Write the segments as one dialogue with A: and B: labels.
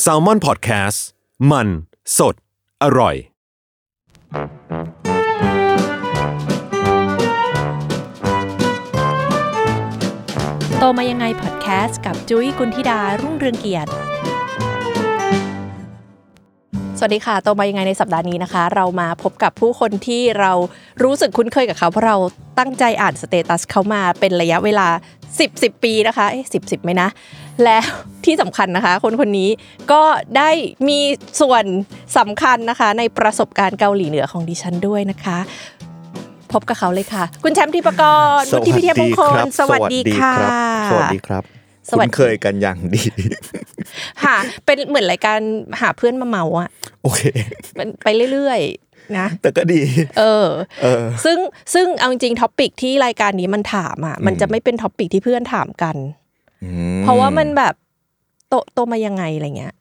A: แซลมอนพอดแคสต์มันสดอร่อย
B: โตมายังไงพอดแคสต์กับจุ้ยกุลธิดารุ่งเรืองเกียรติ สวัสดีค่ะ โตมายังไงในสัปดาห์นี้นะคะ เรามาพบกับผู้คนที่เรารู้สึกคุ้นเคยกับเขา เพราะเราตั้งใจอ่านสเตตัสเขามาเป็นระยะเวลา 10 10 ปีนะคะเอ๊ะสิบสิบไหมนะ แล้วที่สำคัญนะคะ คนคนนี้ก็ได้มีส่วนสำคัญนะคะ ในประสบการณ์เกาหลีเหนือของดิฉันด้วยนะคะ พบกับเขาเลยค่ะ คุณแชมป์ทีปกรณ์คุณที่พิเทพมงคลสวัสดีค่ะ
C: สวัสดีครับ
B: สวัสดี
C: นเคยกันอย่างดี
B: ค่ะ เป็นเหมือนรายการหาเพื่อนมาเมาอะ
C: โอเค
B: มันไปเรื่อยๆ นะ
C: แต่ก็ดี
B: เออ
C: เออ
B: ซึ่งซึ่งเอาจริงๆท็อปิกที่รายการนี้มันถามอ่ะ มันจะไม่เป็นท็อปิกที่เพื่อนถามกัน
C: อื
B: เพราะว่ามันแบบโตโตมายังไงอะไรเงี้ย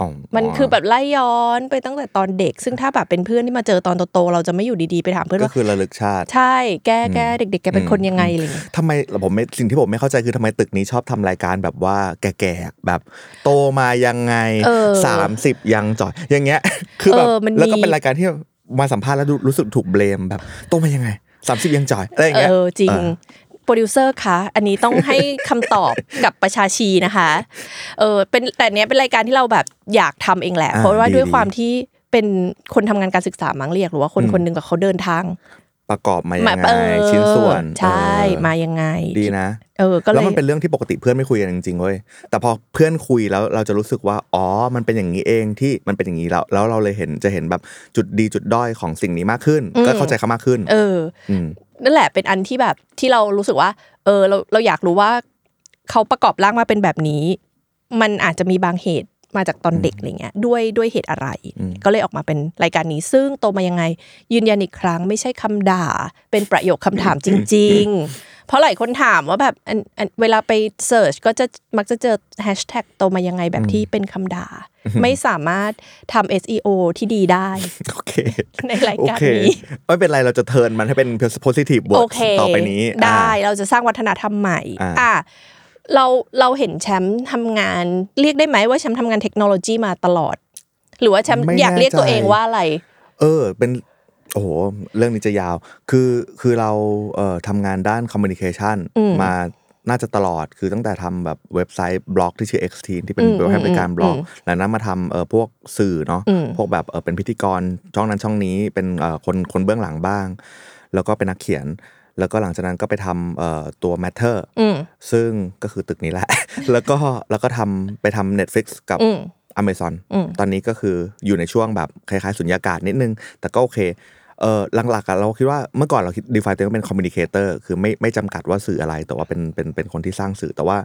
C: อ๋อ
B: มันคือแบบไล่ย้อนไปตั้งแต่ตอนเด็ก ซึ่งถ้าแบบเป็นเพื่อนที่มาเจอตอนโตๆเราจะไม่อยู่ดีๆไปถามเพื่อน
C: ก็
B: ว่า
C: คือระลึกชาติ
B: ใช่ แกแกเด็ก ๆ แกเป็นคนยังไงอะไรเงี้ย
C: ทำไมผมไม่สิ่งที่ผมไม่เข้าใจคือทำไมตึกนี้ชอบทำรายการแบบว่าแก่ๆแบบโตมายังไง
B: เออ
C: สามสิบยังจ่อยอย่างเงี้ย คือแบบ
B: เออมันมี
C: แล้วก็เป็นรายการที่มาสัมภาษณ์แล้วดูรู้สึกถูกเบลมแบบโตมายังไงสามสิบยังจ่อยอะไรอย่างเงี้ย
B: เออจริง
C: เออ
B: โปรดิวเซอร์คะอันนี้ต้องให้ คำตอบกับประชาชีนะคะเออเป็นแต่เนี้ยเป็นรายการที่เราแบบอยากทำเองแหละ
C: อ่า
B: เพราะว่า
C: ดี
B: ด้วย
C: ดี
B: ความที่เป็นคนทำงานการศึกษามั้งเรียกหรือว่าคนคนหนึ่งกับเขาเดินทาง
C: ประกอบมายัง
B: มา
C: ไงชิ้นส่วน
B: ใช่
C: เออ
B: มายังไง
C: ดีนะ
B: เออก็เล
C: แล้ว
B: ย
C: มันเป็นเรื่องที่ปกติเพื่อนไม่คุยกันจริงๆเว้ย แต่พอเพื่อนคุยแล้วเราจะรู้สึกว่า อ๋อ มันเป็นอย่างนี้เองที่มันเป็นอย่างนี้แล้ว แล้วเราเลยเห็นจะเห็นแบบจุดดีจุดด้อยของสิ่งนี้มากขึ้น ก็เข้าใจเขามากขึ้น
B: เออ
C: ม
B: นั่นแหละเป็นอันที่แบบที่เรารู้สึกว่า เออเราเราอยากรู้ว่าเขาประกอบร่างมาเป็นแบบนี้ มันอาจจะมีบางเหตุมาจากตอนเด็กอะไรเงี้ยด้วยด้วยเหตุอะไร
C: อืม
B: ก็เลยออกมาเป็นรายการนี้ ซึ่งโตมายังไง ยืนยันอีกครั้งไม่ใช่คำด่า เป็นประโยคคำถามจริง ๆ เพราะหลายคนถามว่าแบบอันอันเวลาไปเสิร์ชก็จะมักจะเจอแฮชแท็กโตมายังไงแบบที่เป็นคำด่า ไม่สามารถทำ SEO ที่ดีได้
C: โอเค
B: ในราย
C: โอ
B: การ
C: เค
B: นี้
C: ไม่เป็นไร เราจะเทิร์นมันให้เป็น positive บว
B: โอก เค
C: ต่อไปนี้
B: ได้
C: อ่า
B: เราจะสร้างวัฒนธรรมใหม่
C: อ่า
B: อ่ะเราเราเห็นแชมป์ทำงาน เรียกได้ไหมว่าแชมป์ทำงานเทคโนโลยีมาตลอด หรือว่าแชมป์อยากเรียกตัวเองว่าอะไร
C: เออ เป็น โอ้โห เรื่องนี้จะยาว คือ คือเรา เอ่อทำงานด้านคอมมิวนิเคชัน
B: อืม
C: มาน่าจะตลอด คือตั้งแต่ทำแบบเว็บไซต์บล็อกที่ชื่อ X t e e n ที่เป็น
B: อืม
C: เว็บให้บริการ
B: อืม
C: บล็อก
B: อืม
C: แล้วนั้นมาทำเอ่อพวกสื่อเนาะ
B: อืม
C: พวกแบบเอ่อเป็นพิธีกรช่องนั้นช่องนี้ เป็นเอ่อคนคนเบื้องหลังบ้าง แล้วก็เป็นนักเขียน แล้วก็หลังจากนั้นก็ไปทำเอ่อตัว Matter
B: อืม
C: ซึ่งก็คือตึกนี้แหละ แล้วก็ แล้วก็ทำไปทำ Netflix กับ
B: อืม
C: อเมซอน
B: อืม
C: ตอนนี้ก็คืออยู่ในช่วงแบบคล้ายๆสุญญากาศนิดนึง แต่ก็โอเคเออหลักๆอะเราคิดว่าเมื่อก่อนเราคิด define ตัวเองว่าเป็น communicator คือไม่ไม่จำกัดว่าสื่ออะไร แต่ว่าเป็นเป็นเป็นคนที่สร้างสื่อแต่ว่า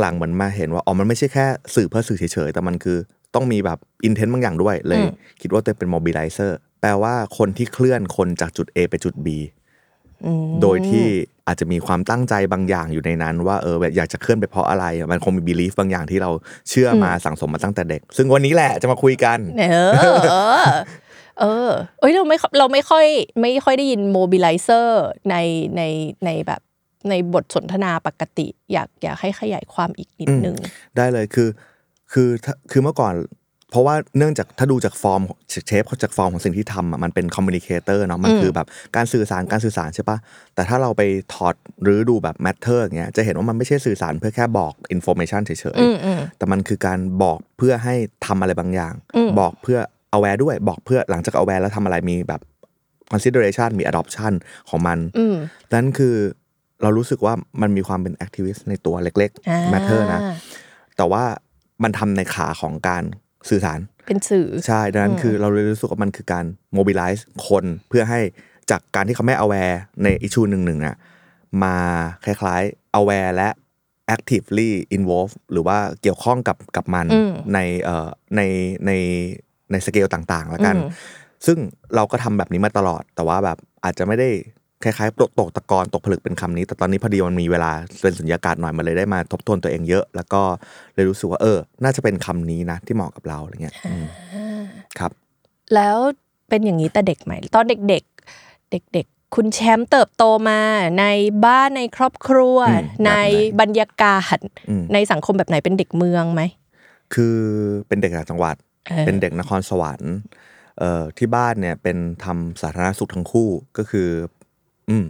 C: หลังๆเหมือนมาเห็นว่าอ๋อมันไม่ใช่แค่สื่อเพื่อสื่อเฉยๆ แต่มันคือต้องมีแบบ intent บางอย่างด้วยเลย คิดว่าตัวเองเป็น mobilizer แปลว่าคนที่เคลื่อนคนจากจุด A ไปจุด B
B: อืม
C: โดยที่อาจจะมีความตั้งใจบางอย่างอยู่ในนั้น ว่าเออแบบอยากจะเคลื่อนไปเพราะอะไร มันคงมีบีลีฟบางอย่างที่เราเชื่อมาสั่งสมมาตั้งแต่เด็ก ซึ่งวันนี้แหละจะมาคุยกัน
B: เออ เออ เออเอ้ยเราไม่ค่อยเราไม่ค่อยไม่ค่อยได้ยินโมบิล i เซอร์ในในในแบบในบทสนทนาปกติ อยากอยากให้ขยายความอีกนิดนึง
C: ได้เลยคือคือถ้าคือเมื่อก่อน เพราะว่าเนื่องจากถ้าดูจากฟอร์มเชฟจากฟอร์มของสิ่งที่ทำอะมันเป็นคอมมิ n นิเคเตอร์เนาะมันคือแบบการสื่อสารการสื่อสารใช่ปะแต่ถ้าเราไปถอดหรือดูแบบแมทเทอร์อย่างเงี้ยจะเห็นว่ามันไม่ใช่สื่อสารเพื่อแค่บอกอินโฟเมชันเฉย
B: อืมอืม
C: ๆแต่มันคือการบอกเพื่อให้ทำอะไรบางอย่าง
B: อืม
C: บอกเพื่อ aware ด้วยบอกเพื่อหลังจาก aware แล้วทำอะไรมีแบบ consideration มี adoption ของมัน
B: อืม
C: นั้นคือเรารู้สึกว่ามันมีความเป็นแอคทิวิสต์ในตัวเล็ก
B: อ่า
C: ๆ มาเธอร์นะ แต่ว่ามันทำในขาของการสื่อสาร
B: เป็นสื่อ
C: ใช่ ดังนั้น
B: อืม
C: คือเราเลยรู้สึกว่ามันคือการ mobilize คนเพื่อให้จากการที่เขาไม่ aware ในอิชูหนึ่งหนึ่งๆอะมาคล้ายๆ aware และ actively involve หรือว่าเกี่ยวข้องกับกับมัน
B: อืม
C: ในเอ่อในในในสเกลต่างๆ แล้วกัน
B: อืม
C: ซึ่งเราก็ทำแบบนี้มาตลอด แต่ว่าแบบอาจจะไม่ได้คล้ายๆตกตกตะกอนตกผลึกเป็นคำนี้ แต่ตอนนี้พอดีมันมีเวลาเป็นสุญญากาศหน่อยมันเลยได้มาทบทวนตัวเองเยอะ แล้วก็เลยรู้สึกว่าเออ น่าจะเป็นคำนี้นะที่เหมาะกับเราอะไรเงี้ยอืมครับ
B: แล้วเป็นอย่างนี้แต่เด็กไหมตอนเด็กๆ เด็กๆ คุณแชมป์เติบโตมาในบ้านในครอบครัว
C: อืม
B: ใน
C: แบบไหน
B: บรรยากาศ
C: อืม
B: ในสังคมแบบไหนเป็นเด็กเมืองไหม
C: คือเป็นเด็กต่างจังหวัด
B: ออ
C: เป็นเด็กนครสวรรค์เอ่อที่บ้านเนี่ยเป็นทำสาธารณสุขทั้งคู่ก็คือ อืม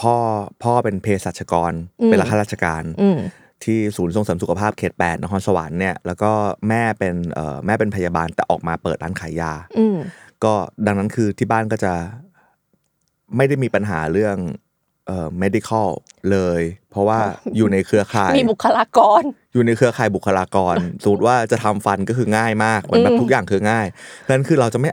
C: พ่อพ่อเป็นเภสัชกร
B: อืม
C: เป็นข้าราชการ
B: อืม
C: ที่ศูนย์ส่งเสริมสุขภาพเขตแปดนครสวรรค์เนี่ยแล้วก็แม่เป็นเอ่อแม่เป็นพยาบาลแต่ออกมาเปิดร้านขายยา
B: อืม
C: ก็ดังนั้นคือที่บ้านก็จะไม่ได้มีปัญหาเรื่องเอ่อ medical เลย เพราะว่าอยู่ในเครือข่าย
B: มีบุคลากร
C: อยู่ในเครือข่ายบุคลาก ร สมมติว่าจะทำฟันก็คือง่ายมากเหมือนแบ
B: อื
C: บ
B: ม
C: ทุกอย่างคือง่ายเพราะฉะนั้นคือเราจะไม่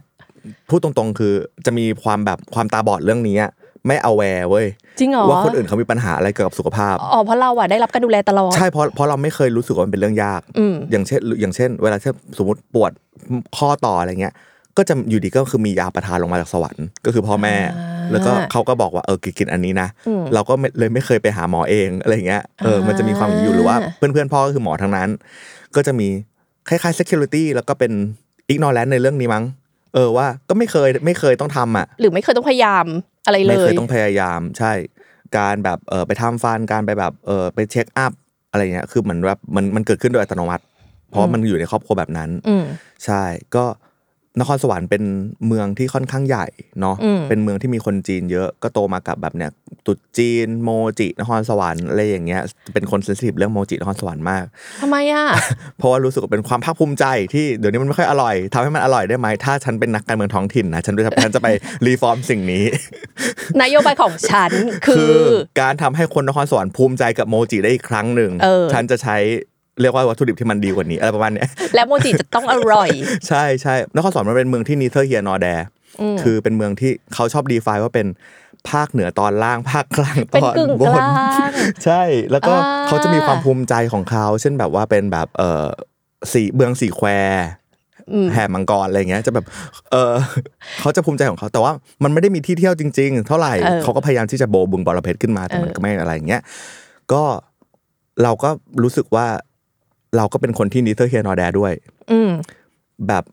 C: พูดตรงๆ คือจะมีความแบบความตาบอดเรื่องนี้อะไม่เอาแวร์เว้ย
B: จริงเหรอ
C: ว่าคนอื่นเขามีปัญหาอะไรเกี่ยวกับสุขภาพ
B: อ๋อเพราะเราอะได้รับการดูแลตลอด
C: ใช่เพราะเพราะเราไม่เคยรู้สึกว่ามันเป็นเรื่องยาก
B: อืม
C: อย่างเช่นอย่างเช่น เวลาที่สมมติปวดข้อต่ออะไรเงี้ย ก็จะอยู่ดีก็คือมียาประทานลงมาจากสวรรค์ก็คือพ่อแม่
B: อ่า
C: แล้วก็เขาก็บอกว่าเออกินอันนี้นะ
B: อืม
C: เราก็ไม่เลยไม่เคยไปหาหมอเองอะไรเงี้ยเออมันจะมีความอย่างนี้อยู่หรือว่า
B: อ่า
C: เพื่อนๆพ่อก็คือหมอทั้งนั้น ก็จะมีคล้ายๆ security แล้วก็เป็นอีกนอแลนในเรื่องนี้มั้ง เออว่าก็ไม่เคยไม่เคยต้องทำอ่ะ
B: หรือไม่เคยต้องพยายามอะไรเล
C: ไม่เค
B: ย
C: ยต้องพยายามใช่ การแบบเออไปทำฟันการไปแบบเออไปเช็คอัพอะไรเงี้ยคือเหมือนแบบมันมันเกิดขึ้นโดยอัตโนมัติ เพราะ
B: อืม
C: มันอยู่ในครอบครัวแบบนั้น
B: อืม
C: ใช่ก็นครสวรรค์เป็นเมืองที่ค่อนข้างใหญ่เนาะ
B: อืม
C: เป็นเมืองที่มีคนจีนเยอะก็โตมากับแบบเนี้ยตรุษจีนโมจินครสวรรค์อะไรอย่างเงี้ยเป็นคนเซนซิทีฟเรื่องโมจินครสวรรค์มาก
B: ทำไม อะ
C: เพราะว่ารู้สึกว่าเป็นความภาคภูมิใจที่เดี๋ยวนี้มันไม่ค่อยอร่อยทำให้มันอร่อยได้ไหมถ้าฉันเป็นนักการเมืองท้องถิ่นนะฉันจะฉันจะไป รีฟอร์มสิ่งนี้
B: นโยบายของฉันคื
C: คือ อการทำให้คนนครสวรรค์ภูมิใจกับโมจิได้อีกครั้งหนึ่ง
B: เออ
C: ฉันจะใช้เรียกว่าวัตถุดิบที่มันดีกว่านี้อะไรประมาณเนี้ย
B: และโมจิจะต้องอร่อย
C: ใช่ใช่นครสวรรค์มันเป็นเมืองที่นีเธอร์เฮียนอร์แดร์
B: อืม
C: คือเป็นเมืองที่เขาชอบดีไฟว่าเป็นภาคเหนือตอนล่างภาคกลางต
B: เป็น
C: อน
B: กึ่ง
C: บ
B: ก
C: น
B: ลาง
C: ใช่แล้วก็
B: อ่า
C: เขาจะมีความภูมิใจของเขา เช่นแบบว่าเป็นแบบเออสีเมืองสีแคว
B: อืม
C: แห่มังกรอะไรเงี้ยจะแบบเออ เขาจะภูมิใจของเขาแต่ว่ามันไม่ได้มีที่เที่ยวจริง ๆ เท่าไหร่
B: เออ
C: เขาก็พยายามที่จะโบบึงบอระเพ็ดขึ้นมาแต่มัน
B: เออ
C: ก็ไม่อะไรเงี้ยก็เราก็รู้สึกว่า เราก็เป็นคนที่นิเทอร์เฮียนอแดด้วย
B: อืม
C: แบบ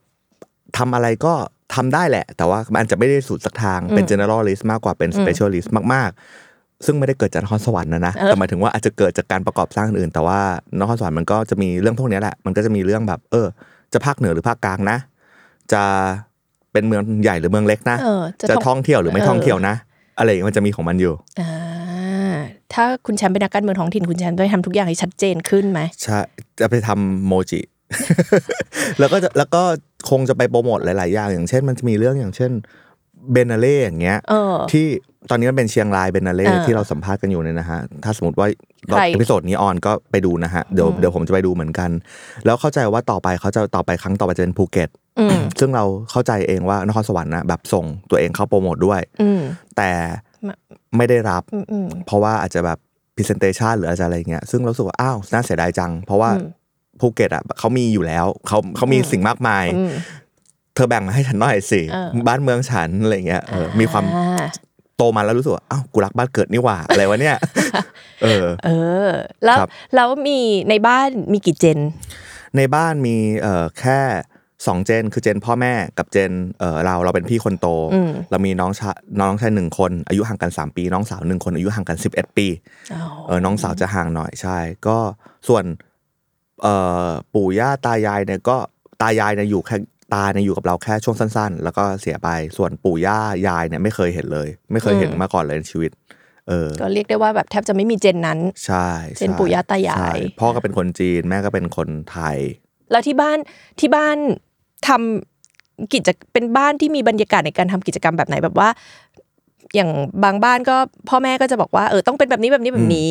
C: ทำอะไรก็ทำได้แหละ แต่ว่ามันอาจจะไม่ได้สูตรสักทางเป็น generalist มากกว่าเป็น specialist มาก ๆ ซึ่งไม่ได้เกิดจากนครสวรรค์นะนะ
B: เออ
C: แต่หมายถึงว่าอาจจะเกิดจากการประกอบสร้างอื่น แต่ว่านครสวรรค์มันก็จะมีเรื่องพวกเนี้ยแหละ มันก็จะมีเรื่องแบบ เออ จะภาคเหนือหรือภาคกลางนะ จะเป็นเมืองใหญ่หรือเมืองเล็กนะ
B: เออ
C: จะ
B: ต้
C: ท่องเที่ยวหรือไม่ท่องเที่ยวนะ อะไรอย่างเงี้ยมันจะมีของมันอยู่
B: อ่าถ้าคุณแชมป์เป็นนักการเมืองท้องถิ่นคุณแชมป์ต้องทำทุกอย่างให้ชัดเจนขึ้นไหม
C: ใช่จะไปทำโมจิ แล้วก็จะแล้วก็คงจะไปโปรโมทหลาย ๆ อย่าง อย่างเช่น มันจะมีเรื่องอย่างเช่นเบนเล่อย่างเงี้ย
B: เออ
C: ที่ตอนนี้มันเป็นเชียงรายเบนเล่
B: อ่า
C: ที่เราสัมภาษณ์กันอยู่เนี่ยนะฮะ ถ้าสมมติว่าตอน
B: ใคร
C: เอพิโซดนี้ออนก็ไปดูนะฮะ เดี๋ยว
B: อืม
C: เดี๋ยวผมจะไปดูเหมือนกัน แล้วเข้าใจว่าต่อไปเขาจะต่อไปครั้งต่อไปจะเป็นภูเก็ต
B: อืม
C: ซึ่งเราเข้าใจเองว่านครสวรรค์นะแบบส่งตัวเองเข้าโปรโมทด้วย
B: อืม
C: แต่
B: มา
C: ไม่ได้รับ
B: อืมอืม
C: เพราะว่าอาจจะแบบพรีเซนเตชันหรืออาจจะอะไรเงี้ยซึ่งเรารู้สึกว่า อ้าว น่าเสียดายจัง เพราะว่า
B: อืม
C: ภูเก็ตอ่ะเขามีอยู่แล้วเขาเขามีสิ่งมากมาย
B: อืม
C: เธอแบ่งมาให้ฉันหน่อยสิ
B: เออ
C: บ้านเมืองฉันอะไรเงี้ยเออมีความ
B: อ่
C: โตมาแล้วรู้สึกว่า อ้าว กูรักบ้านเกิดนี่หว่า อะไรวะ เนี่ย เออ
B: เออ แล้ว
C: ครับ
B: แล้วมีในบ้านมีกี่เจน
C: ในบ้านมีเอ่อแค่สองเจน คือเจนพ่อแม่กับเจนเอ่อเราเราเป็นพี่คนโต
B: อืม
C: เรามีน้องชายน้องชายหนึ่งคน อายุห่างกันสามปี น้องสาวหนึ่งคนอายุห่างกันสิบเอ็ดปี
B: อ๋อ
C: เออน้องสาวจะห่างหน่อยใช่ ก็ส่วนเอ่อปู่ย่าตายายเนี่ยก็ตายายเนี่ยอยู่แค่ตาเนี่ยอยู่กับเราแค่ช่วงสั้น ๆ แล้วก็เสียไปส่วนปู่ย่ายายเนี่ยไม่เคยเห็นเลย ไม่เคยเห็นมาก่อนเลยในชีวิต เออ
B: ก็เรียกได้ว่าแบบแทบจะไม่มีเจนนั้น
C: ใช่
B: เจนปู่ย่าตายาย
C: ใช่พ่อก็เป็นคนจีนแม่ก็เป็นคนไทย
B: แล้วที่บ้านที่บ้านทำกิจเป็นบ้านที่มีบรรยากาศในการทำกิจกรรมแบบไหนแบบว่า อย่างบางบ้านก็พ่อแม่ก็จะบอกว่าเออต้องเป็นแบบนี้แบบนี้แบบนี้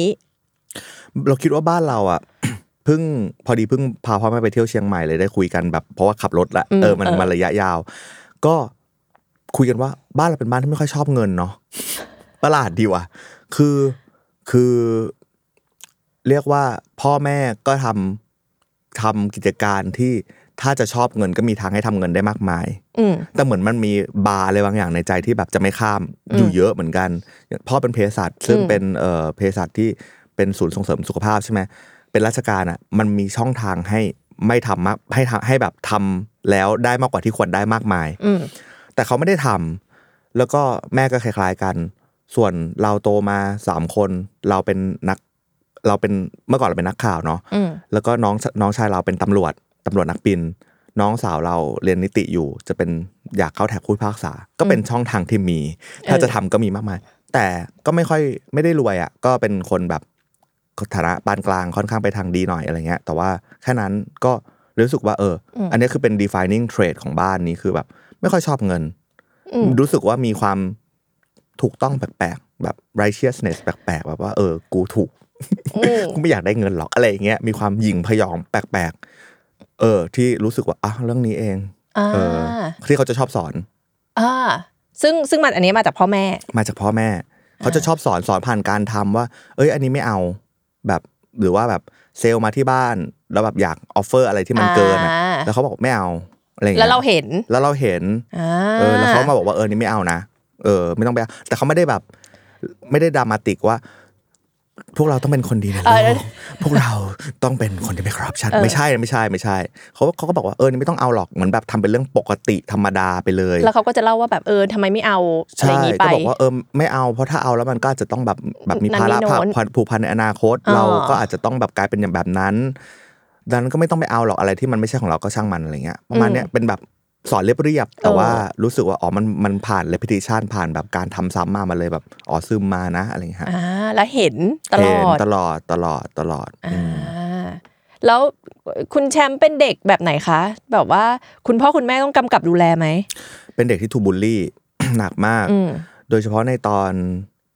C: เราคิดว่าบ้านเราอ่ะ เพิ่งพอดีเพิ่งพาพ่อแม่ไปเที่ยวเชียงใหม่เลยได้คุยกันแบบ เพราะว่าขับรถละ
B: อืม
C: เออมัน
B: เออ
C: มันระยะยาว ก็คุยกันว่าบ้านเราเป็นบ้านที่ไม่ค่อยชอบ เงินเนาะ ประหลาดดีว่ะคือคือ เรียกว่าพ่อแม่ก็ทำทำกิจการที่ถ้าจะชอบเงินก็มีทางให้ทำเงินได้มากมาย
B: อืม
C: แต่เหมือนมันมีบาร์อะไรบางอย่างในใจที่แบบจะไม่ข้าม
B: อืม
C: อยู่เยอะเหมือนกันอย่างพ่อเป็นเภสัชซึ่ง
B: อืม
C: เป็นเอ่อเภสัชที่เป็นศูนย์ส่งเสริมสุขภาพใช่ไหมเป็นราชการอ่ะมันมีช่องทางให้ไม่ทำมากให้ทำให้แบบทำแล้วได้มากกว่าที่ควรได้มากมาย
B: อืม
C: แต่เขาไม่ได้ทำแล้วก็แม่ก็คล้ายๆกัน ส่วนเราโตมาสามคน เราเป็นนัก เราเป็นเมื่อก่อนเราเป็นนักข่าวเนาะ
B: อืม
C: แล้วก็น้องน้องชายเราเป็นตำรวจ ตำรวจนักบิน น้องสาวเราเรียนนิติอยู่ จะเป็นอยากเข้าแถบผู้พิพากษา ก็เป็นช่องทางที่มี ถ้า
B: เออ
C: จะทำก็มีมากมาย แต่ก็ไม่ค่อยไม่ได้รวยอ่ะ ก็เป็นคนแบบฐานะปานกลางค่อนข้างไปทางดีหน่อยอะไรเงี้ย แต่ว่าแค่นั้นก็รู้สึกว่าเออออันนี้คือเป็น defining trait ของบ้านนี้คือแบบ ไม่ค่อยชอบเงิน
B: อืม
C: รู้สึกว่ามีความถูกต้องแปลกๆ แบบ righteousness แปลกๆ แบบว่าเออ กูถูก
B: อืม
C: กูไม่อยากได้เงินหรอกอะไรอย่างเงี้ย มีความหยิ่งพยองแปลกๆ เออ ที่รู้สึกว่าอ่ะเรื่องนี้เอง
B: อ่า
C: เออ ที่เขาจะชอบสอน
B: อ่าซึ่งซึ่งมันอันนี้มาจากพ่อแม่
C: มาจากพ่อแม่ เขาจะชอบสอนสอนผ่านการทำว่า เอ้ย อันนี้ไม่เอาแบบหรือว่าแบบเซลล์มาที่บ้าน แล้วแบบอยากออฟเฟอร์อะไรที่มันเกินอะ
B: อ่า
C: แล้วเขาบอกไม่เอาอะไรอย่าง
B: แล้
C: เงี้
B: วย เราเห็น
C: แล้วเราเห็น
B: อ่า
C: เออแล้วเขามาบอกว่าเออนี่ไม่เอานะเออ ไม่ต้องไปเอาแต่เขาไม่ได้แบบ ไม่ได้ดรามาติกว่า พวกเราต้องเป็นคนดีในโลกพวกเราต้องเป็นคนที่ไม่คอร์รัปชันไม่ใช่ไม่ใช่ไม่ใช่เขาเขาก็บอกว่าเออนี่ไม่ต้องเอาหรอกเหมือนแบบทำเป็นเรื่องปกติธรรมดาไปเลย
B: แล้วเขาก็จะเล่าว่าแบบเออทำไมไม่เอาอะไรอ
C: ใช่
B: ย่างนี้ไป
C: ก็บอกว่าเออไม่เอาเพราะถ้าเอาแล้วมันก็อาจจะต้องแบบแบบมี
B: นั่น
C: ภาระ
B: นี่โน้น
C: ผันผูกพันในอนาคต
B: อ๋อ
C: เราก็อาจจะต้องแบบกลายเป็นอย่างแบบนั้นดังนั้นก็ไม่ต้องไปเอาหรอกอะไรที่มันไม่ใช่ของเราก็ช่างมันอะไรเงี้ยประมาณเนี้ยเป็นแบบสอนเรียบเรียบๆแต่ว่า รู้สึกว่าอ๋อมันมันผ่าน repetition ผ่านแบบการทำซ้ำมามันเลยแบบอ๋อซึมมานะอะไรอย่างเงี้ยฮะ
B: อ่าแล้วเห็นตล
C: เห็
B: อน ด
C: ตลอดตลอดตลอด
B: อ่
C: อืมา
B: แล้วคุณแชมป์เป็นเด็กแบบไหนคะ แบบว่าคุณพ่อคุณแม่ต้องกำกับดูแลไหม
C: เป็นเด็กที่ถูกบูลลี่ หนักมาก
B: อืม
C: โดยเฉพาะในตอน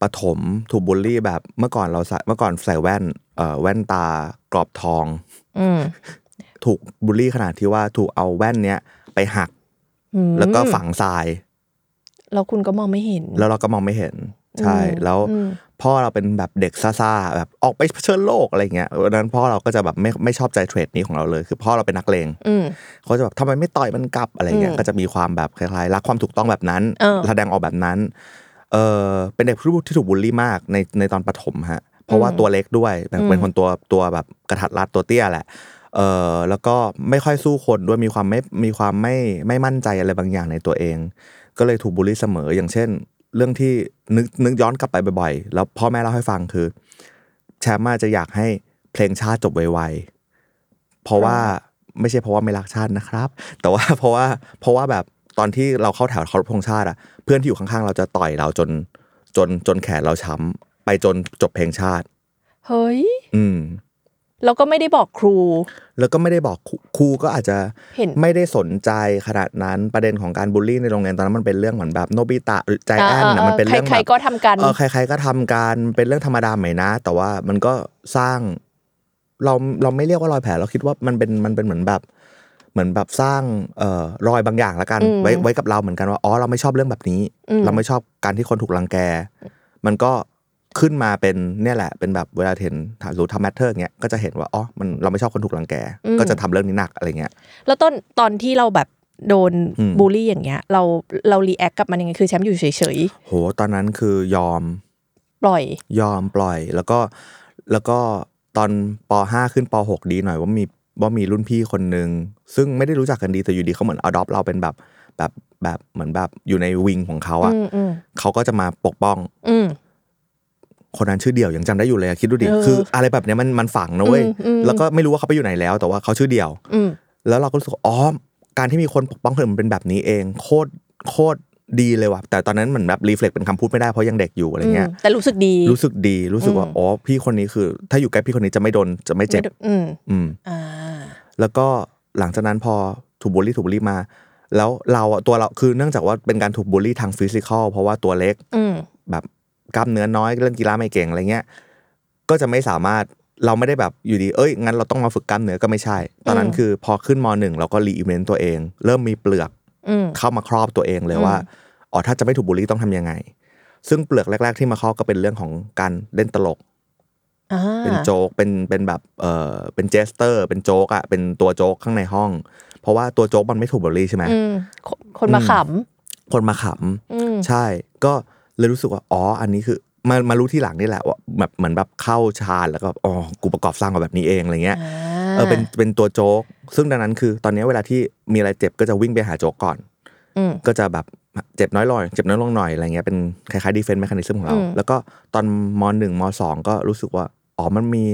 C: ปฐมถูกบูลลี่แบบเมื่อก่อนเราใส่เมื่อก่อนใส่แว่นเอ่อแว่นตากรอบทอง
B: อืม
C: ถูกบูลลี่ขนาดที่ว่าถูกเอาแว่นเนี้ยไปหัก
B: อืม
C: แล้วก็ฝังทราย
B: แล้วคุณก็มองไม่เห็น
C: แล้วเราก็มองไม่เห็นใช่แล้ว
B: อืม
C: พ่อเราเป็นแบบเด็กซ่าๆแบบออกไปเผชิญโลกอะไรเงี้ยวันนั้นพ่อเราก็จะแบบไม่ไม่ชอบใจเทรดนี้ของเราเลย คือพ่อเราเป็นนักเลง
B: อืม
C: เขาจะแบบทำไมไม่ต่อยมันกลับอะไรเงี้ยก็จะมีความแบบคล้ายๆรักความถูกต้องแบบนั้น
B: เออ
C: แสดงออกแบบนั้นเออเป็นเด็กที่ถูกบูลลี่มากในในตอนประถมฮะเพราะว่าตัวเล็กด้วยแบบเป็นคนตัวตัวแบบกระถัดรัดตัวเตี้ยแหละเออแล้วก็ไม่ค่อยสู้คนด้วยมีความไม่มีความไม่ไม่มั่นใจอะไรบางอย่างในตัวเอง ก็เลยถูกบูลลี่เสมออย่างเช่น เรื่องที่นึกนึกย้อนกลับไปบ่อยๆ แล้วพ่อแม่เล่าให้ฟังคือ แชมป์อาจจะอยากให้เพลงชาติจบไวๆเพราะว่าไม่ใช่เพราะว่าไม่รักชาตินะครับ แต่ว่า เพราะว่าเพราะว่าแบบตอนที่เราเข้าแถวเคารพธงชาติอะเพื่อนที่อยู่ข้างๆ เราจะต่อยเราจนจนจนแขนเราช้ำไปจนจบเพลงชาติ
B: เฮ้ย
C: อืม
B: แล้วก็ไม่ได้บอกครู
C: แล้วก็ไม่ได้บอกครูครูก็อาจจะ
B: เห็น
C: ไม่ได้สนใจขนาดนั้นประเด็นของการบูลลี่ในโรงเรียนตอนนั้นมันเป็นเรื่องเหมือนแบบโนบิตะหรือใจแอนนะ
B: อ่าๆๆ
C: มันเป็นเรื่อง
B: ใคร
C: แบบ
B: ๆก็ทำกัน
C: เออใคร ๆ ก็ทำการเป็นเรื่องธรรมดาไหมนะ แต่ว่ามันก็สร้าง เราเราไม่เรียกว่ารอยแผลเราคิดว่ามันเป็นมันเป็นเหมือนแบบ เหมือนแบบสร้างเอ่อรอยบางอย่างละกัน
B: อืม
C: ไว้ไว้กับเราเหมือนกันว่าอ๋อเราไม่ชอบเรื่องแบบนี้
B: อืม
C: เราไม่ชอบการที่คนถูกรังแก มันก็ขึ้นมาเป็นเนี่ยแหละ เป็นแบบเวลาเห็นถามรู้ทำแมทเทอร์เงี้ยก็จะเห็นว่าอ๋อมันเราไม่ชอบคนถูกรังแก
B: อืม
C: ก็จะทำเรื่องนี้หนักอะไรเงี้ย
B: แล้วตอนตอนที่เราแบบโดน
C: อืม
B: บูลลี่อย่างเงี้ย เราเรารีแอคกับมันยังไงคือแชมป์อยู่เฉย
C: โหตอนนั้นคือยอม
B: ๆปล่อย
C: ยอมปล่อย แล้วก็แล้วก็ตอนป .5 ขึ้นป .6 ดีหน่อยว่ามีว่ามีรุ่นพี่คนหนึ่งซึ่งไม่ได้รู้จักกันดีแต่อยู่ดีเขาเหมือนอดอปเราเป็นแบบแบบแบบเหมือนแบบอยู่ในวิงของเขาอ่ะ
B: อืมอืม
C: เขาก็จะมาปกป้อง
B: อืม
C: คนนั้นชื่อเดี่ยวยังจำได้อยู่เลยอะคิดดูดิ
B: เออ
C: คืออะไรแบบเนี้ยมันมันฝังนะเว้ย
B: อืมอืม
C: แล้วก็ไม่รู้ว่าเขาไปอยู่ไหนแล้ว แต่ว่าเขาชื่อเดี่ยว
B: อืม
C: แล้วเราก็รู้สึกว่าอ๋อการที่มีคนปกป้องเธอมันเป็นแบบนี้เอง โคตรโคตรดีเลยว่ะแต่ตอนนั้นเหมือนแบบรีเฟล็กเป็นคำพูดไม่ได้เพราะยังเด็กอยู่อะไรเงี้ย
B: มแต่รู้สึกดี
C: รู้สึกดีรู้สึกว่าอ๋อพี่คนนี้คือ ถ้าอยู่ใกล้พี่คนนี้จะไม่โดนจะไม่เจ็บ
B: ไม่ได้อืม
C: อืม
B: อ่า
C: แล้วก็หลังจากนั้นพอถูกบูลลี่ถูกบูลลี่มา แล้วเราอะตัวเราคือเนื่องจากว่าเป็นการถูกบูลลี่ทางฟิสิกอลเพราะว่าตัวเล็ก
B: อืม
C: แบบกล้ามเนื้อน้อยเล่นกีฬาไม่เก่งอะไรเงี้ยก็จะไม่สามารถเราไม่ได้แบบอยู่ดี เอ้ยงั้นเราต้องมาฝึกกล้ามเนื้อก็ไม่ใช่ ตอนนั้น
B: อืม
C: คือพอขึ้นมหนึ่งเราก็รีอิเมนต์ตัวเอง เริ่มมีเปลือก
B: อืม
C: เข้ามาครอบตัวเองเลยว่า
B: อืม
C: อ๋อถ้าจะไม่ถูกบูลลี่ต้องทำยังไง ซึ่งเปลือกแรก ๆ ที่มาครอบก็เป็นเรื่องของการเล่นตลก
B: อ่า
C: เป็นโจ๊กเป็นเป็นแบบเออเป็นเจสเตอร์ เป็นโจ๊กอ่ะเป็นตัวโจ๊กข้างในห้อง เพราะว่าตัวโจ๊กมันไม่ถูกบอลลี่ใช่ไหม
B: อืมคนคนมา
C: อืม
B: ข
C: คนมาข
B: ำอืม
C: ำใช่ ก็เลยรู้สึกว่าอ๋ออันนี้คือมามารู้ที่หลังนี่แหละว่าแบบเหมือนแบบเข้าฌานแล้วก็แบบอ๋อกูประกอบสร้างมาแบบนี้เองอะไรเงี้ย เออเป็นเป็นตัวโจ๊ก ซึ่งดังนั้นคือตอนนี้เวลาที่มีอะไรเจ็บก็จะวิ่งไปหาโจ๊กก่อน
B: อืม
C: ก็จะแบบเจ็บน้อยลงเจ็บน้อยลงหน่อยอะไรเงี้ยเป็นคล้ายๆดีเฟนต์แมคานิซึมของเรา
B: อืม
C: แล้วก็ตอนมหนึ่งมสองก็รู้สึกว่า อ๋อมันมี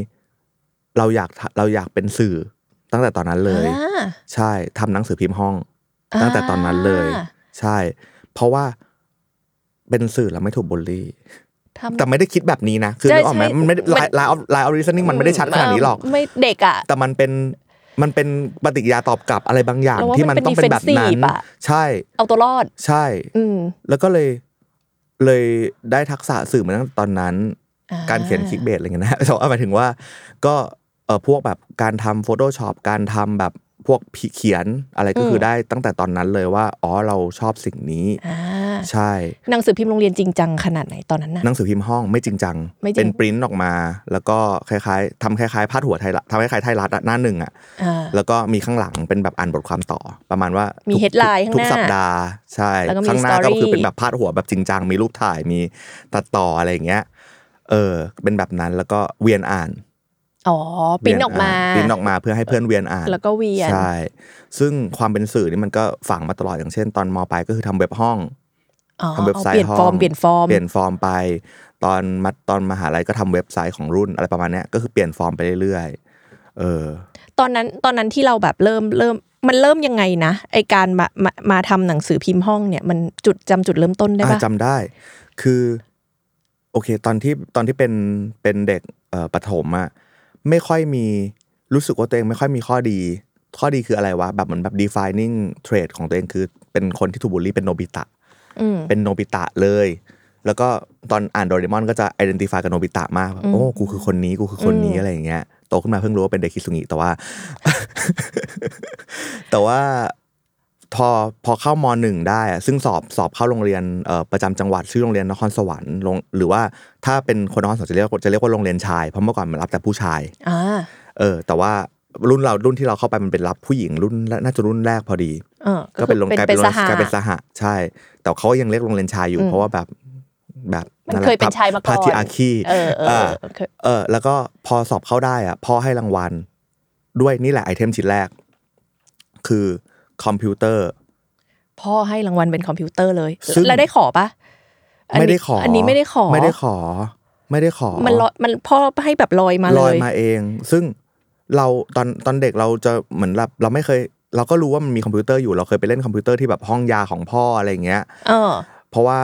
C: เราอยากเราอยากเป็นสื่อตั้งแต่ตอนนั้นเลย
B: อ่า
C: ใช่ทำหนังสือพิมพ์ห้อง ตั้งแต่ตอนนั้นเลย
B: อ่า
C: ใช่ เพราะว่าเป็นสื่อแล้วไม่ถูกบูลลี่
B: ทำ
C: แต่ไม่ได้คิดแบบนี้นะ คือ
B: ใช่
C: นึกออกไหม
B: ใช่
C: มันไม่ได้
B: มัน
C: ไลน์ไลน์ออฟรีซนิ่งมันไม่ได้ชัดขนาดนี้หรอก
B: ไม่เด็กอ่ะ
C: แต่มันเป็นมันเป็นปฏิกิริยาตอบกลับอะไรบางอย่าง
B: เราว่า
C: ที่มัน
B: มันเป็น
C: ต้องเป็นแบบนั้น
B: defensive อะ
C: ใช่
B: เอาตัวรอด
C: ใช่
B: อืม
C: แล้วก็เลยเลยได้ทักษะสื่อมาตั้งแต่ตอนนั้น
B: อ่
C: การเขียนคลิกเบสอะไรเงี้ยนะ แต่ว่าหมายถึงว่าก็เออพวกแบบการทำ Photoshop การทำแบบพวกพิเขียนอะไรก็คืออ
B: ม
C: ได้ตั้งแต่ตอนนั้นเลยว่าอ๋อเราชอบสิ่งนี้
B: อ่า
C: ใช่
B: หนังสือพิมพ์โรงเรียนจริงจังขนาดไหนตอนนั้นน่ะ
C: หนังสือพิมพ์ห้องไม่จริงจัง
B: ไม่จริง
C: เป็นปริ้นท์ออกมา แล้วก็คล้ายๆทำคล้ายๆพาดหัวไทยรัฐทำคล้ายๆไทยรัฐอะหน้าหนึ่งอะ
B: อ่า
C: แล้วก็มีข้างหลังเป็นแบบอ่านบทความต่อ ประมาณว่า
B: มี
C: ทุก
B: headline
C: ทุก
B: ข้างหน้า
C: สัปดาห์ใช่
B: แล้วก็มี
C: ข้างหน้า
B: story
C: ก็คือเป็นแบบพาดหัวแบบจริงจังมีรูปถ่ายมีตัดต่ออะไรอย่างเงี้ยเออเป็นแบบนั้นแล้วก็เวียนอ่าน
B: อ๋อปริ้นออกมา
C: ปริ้นออกมาเพื่อให้เพื่อนเวียนอ่าน
B: แล้วก็เวียน
C: ใช่ซึ่งความเป็นสื่อนี่มันก็ฝังมาตลอดอย่างเช่น ตอนมปลายก็คือทำเว็บห้อง
B: อ๋อ
C: ทำเว็บไซต์
B: เปลี่ยน
C: ห้ง
B: ฟอร์มเปลี่ยนฟอร์ม
C: เปลี่ยนฟอร์มไป ตอนมัธตอนมหาลัยก็ทำเว็บไซต์ของรุ่นอะไรประมาณเนี้ยก็คือเปลี่ยนฟอร์มไปเรื่อยๆเออ
B: ตอนนั้นตอนนั้นที่เราแบบเริ่มเริ่มมันเริ่มยังไงนะไอการมามามาทำหนังสือพิมพ์ห้องเนี่ยมันจุดจำจุดเริ่มต้นได้
C: อ่า
B: ปะ
C: จำได้ คือ โอเค ตอนที่ตอนที่เป็นเป็นเด็กเอ่อประถมอะไม่ค่อยมีรู้สึกว่าตัวเองไม่ค่อยมีข้อดี ข้อดีคืออะไรวะ แบบเหมือนแบบ defining trait ของตัวเองคือ เป็นคนที่ถูกบูลลี่เป็นโนบิตะ
B: อืม
C: เป็นโนบิตะเลย แล้วก็ตอนอ่านโดเรมอนก็จะ identify กับโนบิตะมากแบบ
B: อืม
C: โอ้ กูคือคนนี้ กูคือคนนี้
B: อืม
C: อะไรอย่างเงี้ย โตขึ้นมาเพิ่งรู้ว่าเป็นเด็กคิสุงิแต่ว่า แต่ว่าพอพอเข้ามหนึ่งได้อะซึ่งสอบสอบเข้าโรงเรียนเอ่อประจำจังหวัดชื่อโรงเรียนนครสวรรค์โรงหรือว่าถ้าเป็นคนนครสวรรค์จะเรียกว่าจะเรียกว่าโรงเรียนชาย เพราะเมื่อก่อนมันรับแต่ผู้ชาย
B: อ่า
C: เออ แต่ว่ารุ่นเรารุ่นที่เราเข้าไปมันเป็นรับผู้หญิงรุ่นน่าจะรุ่นแรกพอดี
B: เออ
C: ก็เป็นโรง
B: คือ
C: ลาย
B: เป็น
C: โรง
B: สห
C: กลายเป็นสหะใช่ แต่เขายังเรียกโรงเรียนชายอยู่ เพราะว่าแบบแบบ
B: มันเคยเป็นชายมาก่อน
C: พาทิอาคี
B: เออเออ
C: อ่า
B: โอเค
C: เออ แล้วก็พอสอบเข้าได้อ่ะพ่อให้รางวัล ด้วยนี่แหละไอเทมชิ้นแรก คือคอมพิวเตอร์
B: พ่อให้รางวัลเป็นคอมพิวเตอร์เลย
C: ซึ่ง
B: แล้วได้ขอปะนนี้
C: ไม่ได้ขออั
B: นนี้ไม่ได้ขอ
C: ไม่ได้ขอ ไม่ได้ขอ
B: มันลอยมันพ่อให้แบบลอยมาเล
C: ลอย
B: ย
C: มาเอง ซึ่งเราตอนตอนเด็กเราจะเหมือนแบบเราไม่เคย เราก็รู้ว่ามันมีคอมพิวเตอร์อยู่เราเคยไปเล่นคอมพิวเตอร์ที่แบบห้องยาของพ่ออะไรอย่างเงี้ย
B: เออ
C: เพราะว่า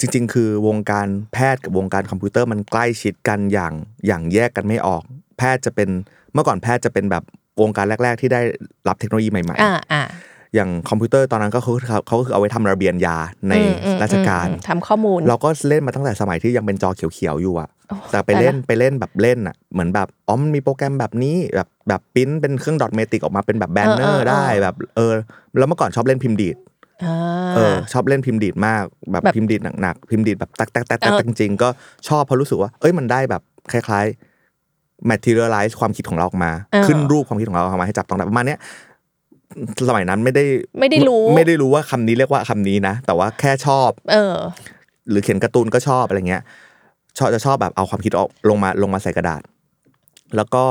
C: จริง ๆ คือวงการแพทย์กับวงการคอมพิวเตอร์มันใกล้ชิดกันอย่างอย่างแยกกันไม่ออก แพทย์จะเป็นเมื่อก่อนแพทย์จะเป็นแบบวงการแรก ๆ ที่ได้รับเทคโนโลยีใหม่
B: อ่าอ่า
C: ๆ อย่างคอมพิวเตอร์ตอนนั้นก็เขาเขาเขาก็คือเอาไว้ทำระเบียนยาใน
B: อืมอืม
C: ราชการ
B: อืมทำข้อมูล
C: เราก็เล่นมาตั้งแต่สมัยที่ยังเป็นจอเขียวๆอยู่อะ
B: โอ้
C: แต่ไปเล่น
B: ตายละ
C: ไปเล่นแบบเล่นอะเหมือนแบบอ๋อมันมีโปรแกรมแบบนี้แบบแบบปริ้นเป็นเครื่องดอทเมติกออกมาเป็นแบบแบนเนอร์ได้แบบเออแล้วเมื่อก่อนชอบเล่นพิมพ์ดีด
B: อ่า
C: เออชอบเล่นพิมพ์ดีดมากแบบ
B: แบบ
C: พิมพ์ดีดหนักๆพิมพ์ดีดแบบแตักแตักแตักแตัก
B: เออ
C: จริงๆก็ชอบเพราะรู้สึกว่าเอ้ยมันได้แบบคล้ายๆ materialize ความคิดของเราออกมา ขึ้นรูปความคิดของเราออกมาให้จับต้องได้ประมาณเนี้ยสมัยนั้นไม่ได้
B: ไม่ได้รู้
C: ไม่ได้รู้ว่าคำนี้เรียกว่าคำนี้นะ แต่ว่าแค่ชอบ
B: เออ
C: หรือเขียนการ์ตูนก็ชอบอะไรเงี้ยชอบจะชอบแบบเอาความคิดออกลงมาลงมาใส่กระดาษ แล้วก็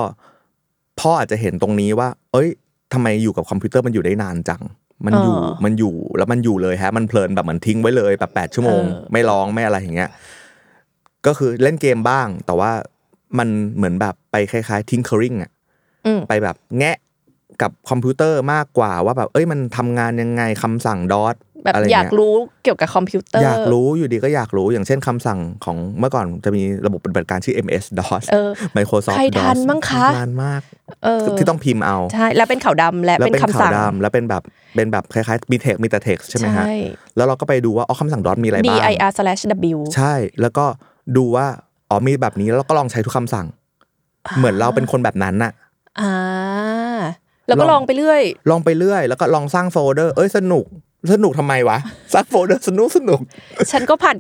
C: พ่ออาจจะเห็นตรงนี้ว่า เอ้ยทำไมอยู่กับคอมพิวเตอร์มันอยู่ได้นานจัง มันอยู่
B: เออ
C: มันอยู่แล้วมันอยู่เลยฮะ มันเพลินแบบเหมือนทิ้งไว้เลยแบบแปดชั่วโมง
B: เออ
C: ไม่ร้องไม่อะไรอย่างเงี้ยก็คือเล่นเกมบ้าง แต่ว่ามันเหมือนแบบไปคล้ายๆทิ้งเคอริงอะ
B: อืม
C: ไปแบบแงะกับคอมพิวเตอร์มากกว่าว่าแบบ เอ้ยมันทำงานยังไงคำสั่งดอท
B: แบบ
C: อะไร
B: อ
C: เงี้
B: ยากรู้เกี่ยวกับคอมพิวเตอร์อย
C: อากรู้อยู่ดีก็อยากรู้อย่างเช่นคำสั่งของเมื่อก่อนจะมีระบบปฏิบัติการชื่อ MS DOS
B: เออ
C: Microsoft
B: ใครทัน
C: DOS
B: มั้งคะ
C: นานมาก
B: เออ
C: ที่ต้องพิมพ์เอา
B: ใช่ แล้วเป็นขาวดำและ
C: แล้ว
B: เป็น
C: เป็น
B: คำ
C: ขาว
B: สั่ง
C: ดำแล้วเป็นแบบเป็นแบบคล้ายๆมีเทคมีแต่เท็กใช่ไหมฮะ แล้วเราก็ไปดูว่าอ๋อคำสั่ง DOS มีอะไร
B: ใช่
C: บ้าง
B: dir slash w
C: ใช่แล้วก็ดูว่าอ๋อมีแบบนี้แล้วเราก็ลองใช้ทุกคำสั่ง เหมือนเราเป็นคนแบบนั้นน่ะ
B: อ่า แล้วก็
C: ล
B: ล
C: อ
B: อง งไปเรื่อย
C: ลองไปเรื่อยแล้วก็ลองสร้างโฟลเดอร์เอ้ยสนุกสนุกทำไมวะสร้างโฟลเดอร์สนุกสนุก
B: ฉันก็ผ่าน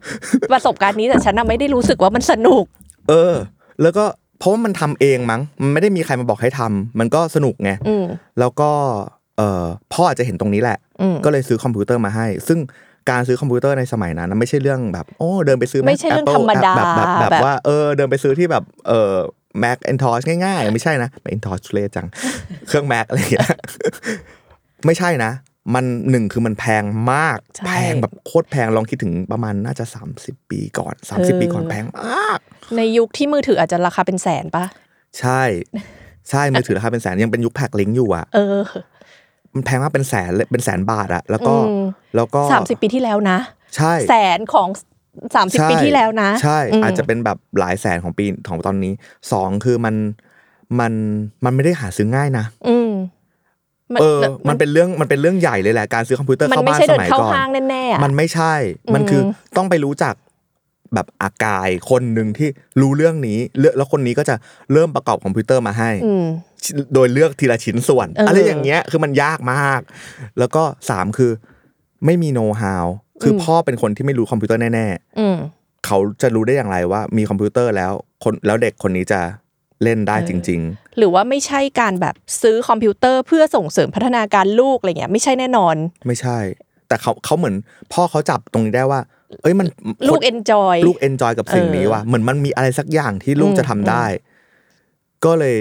B: ประสบการณ์นี้แต่ฉันน่ะไม่ได้รู้สึกว่ามันสนุก
C: เออ แล้วก็ เพราะว่ามันทำเองมั้งมันไม่ได้มีใครมาบอกให้ทำมันก็สนุกไง
B: อืม
C: แล้วก็เออพ่ออาจจะเห็นตรงนี้แหละ
B: อืม
C: ก็เลยซื้อคอมพิวเตอร์มาให้ ซึ่งการซื้อคอมพิวเตอร์ในสมัยนั้นนะไม่ใช่เรื่องแบบ โอ้เดินไปซื้อ Mac
B: ไม่ใช่เรื่อง
C: Apple
B: ธรรมดา
C: แบบแบบแบบ
B: แบบ
C: ว่าเออเดินไปซื้อที่แบบเออ Mac a n t o s ง่ายๆ ไม่ใช่นะ Mac a n t o s ทุเรศจัง เครื่อง Mac อะไรอย่างเงี้ยไม่ใช่นะ มันหนึ่งคือมันแพงมาก
B: ใช่
C: แพงแบบโคตรแพงลองคิดถึงประมาณน่าจะ 30 ปีก่อน
B: เออ
C: 30 ปีก่อนแพงมาก
B: ในยุคที่มือถืออาจจะราคาเป็นแสนปะ
C: ใช่ ใช่มือถือราคาเป็นแสนยังเป็นยุคแพ็คลิงก์อยู่อ่ะ
B: เออ
C: มันแพงมากเป็นแสนเลยเป็นแสนบาทอ่ะ แล้วก็
B: อืม
C: แล้วก็
B: สามสิบปีที่แล้วนะ
C: ใช่
B: แสนของสามสิบ
C: ใช่
B: ปีที่แล้วนะ
C: ใช่
B: ม
C: อาจจะเป็นแบบหลายแสนของปีของตอนนี้สองคือมันมันมันไม่ได้หาซื้อง่ายนะ
B: อืม
C: เออ มันเป็นเรื่องมันเป็นเรื่องใหญ่เลยแหละการซื้อคอมพิวเตอร์
B: มัน
C: เข้า
B: ไม่
C: บ้าน
B: ใช่
C: ส
B: เดิน
C: มัย
B: เข้า
C: ก่อน
B: ห้างแน่ๆอะ
C: มันไม่ใช่ มันคือต้องไปรู้จักแบบอากายคนหนึ่งที่รู้เรื่องนี้เลือกแล้วคนนี้ก็จะเริ่มประกอบคอมพิวเตอร์มาให้
B: อืม
C: โดยเลือกทีละชิ้นส่วน
B: เอออ
C: อะไรอย่างเงี้ยคือมันยากมาก แล้วก็สามคือไม่มีโน้ตฮาวคืออ
B: ม
C: พ่อเป็นคนที่ไม่รู้คอมพิวเตอร์แน่ๆ
B: อืม
C: เขาจะรู้ได้อย่างไรว่ามีคอมพิวเตอร์แล้วคนแล้วเด็กคนนี้จะเล่นได้
B: เออ
C: จริง
B: หรือว่าไม่ใช่การแบบซื้อคอมพิวเตอร์เพื่อส่งเสริมพัฒนาการลูกอะไรเงี้ยไม่ใช่แน่นอน
C: ๆ ไม่ใช่ แต่เขาเขาเหมือน พ่อเขาจับตรงนี้ได้ว่า เอ้ยมัน
B: ลูกเอนจอย
C: ลูกเอนจอยกับสิ่งนี้
B: เออ
C: ว่ะเหมือนมันมีอะไรสักอย่างที่ลูก
B: อืม
C: จะทำได้ ก็เลย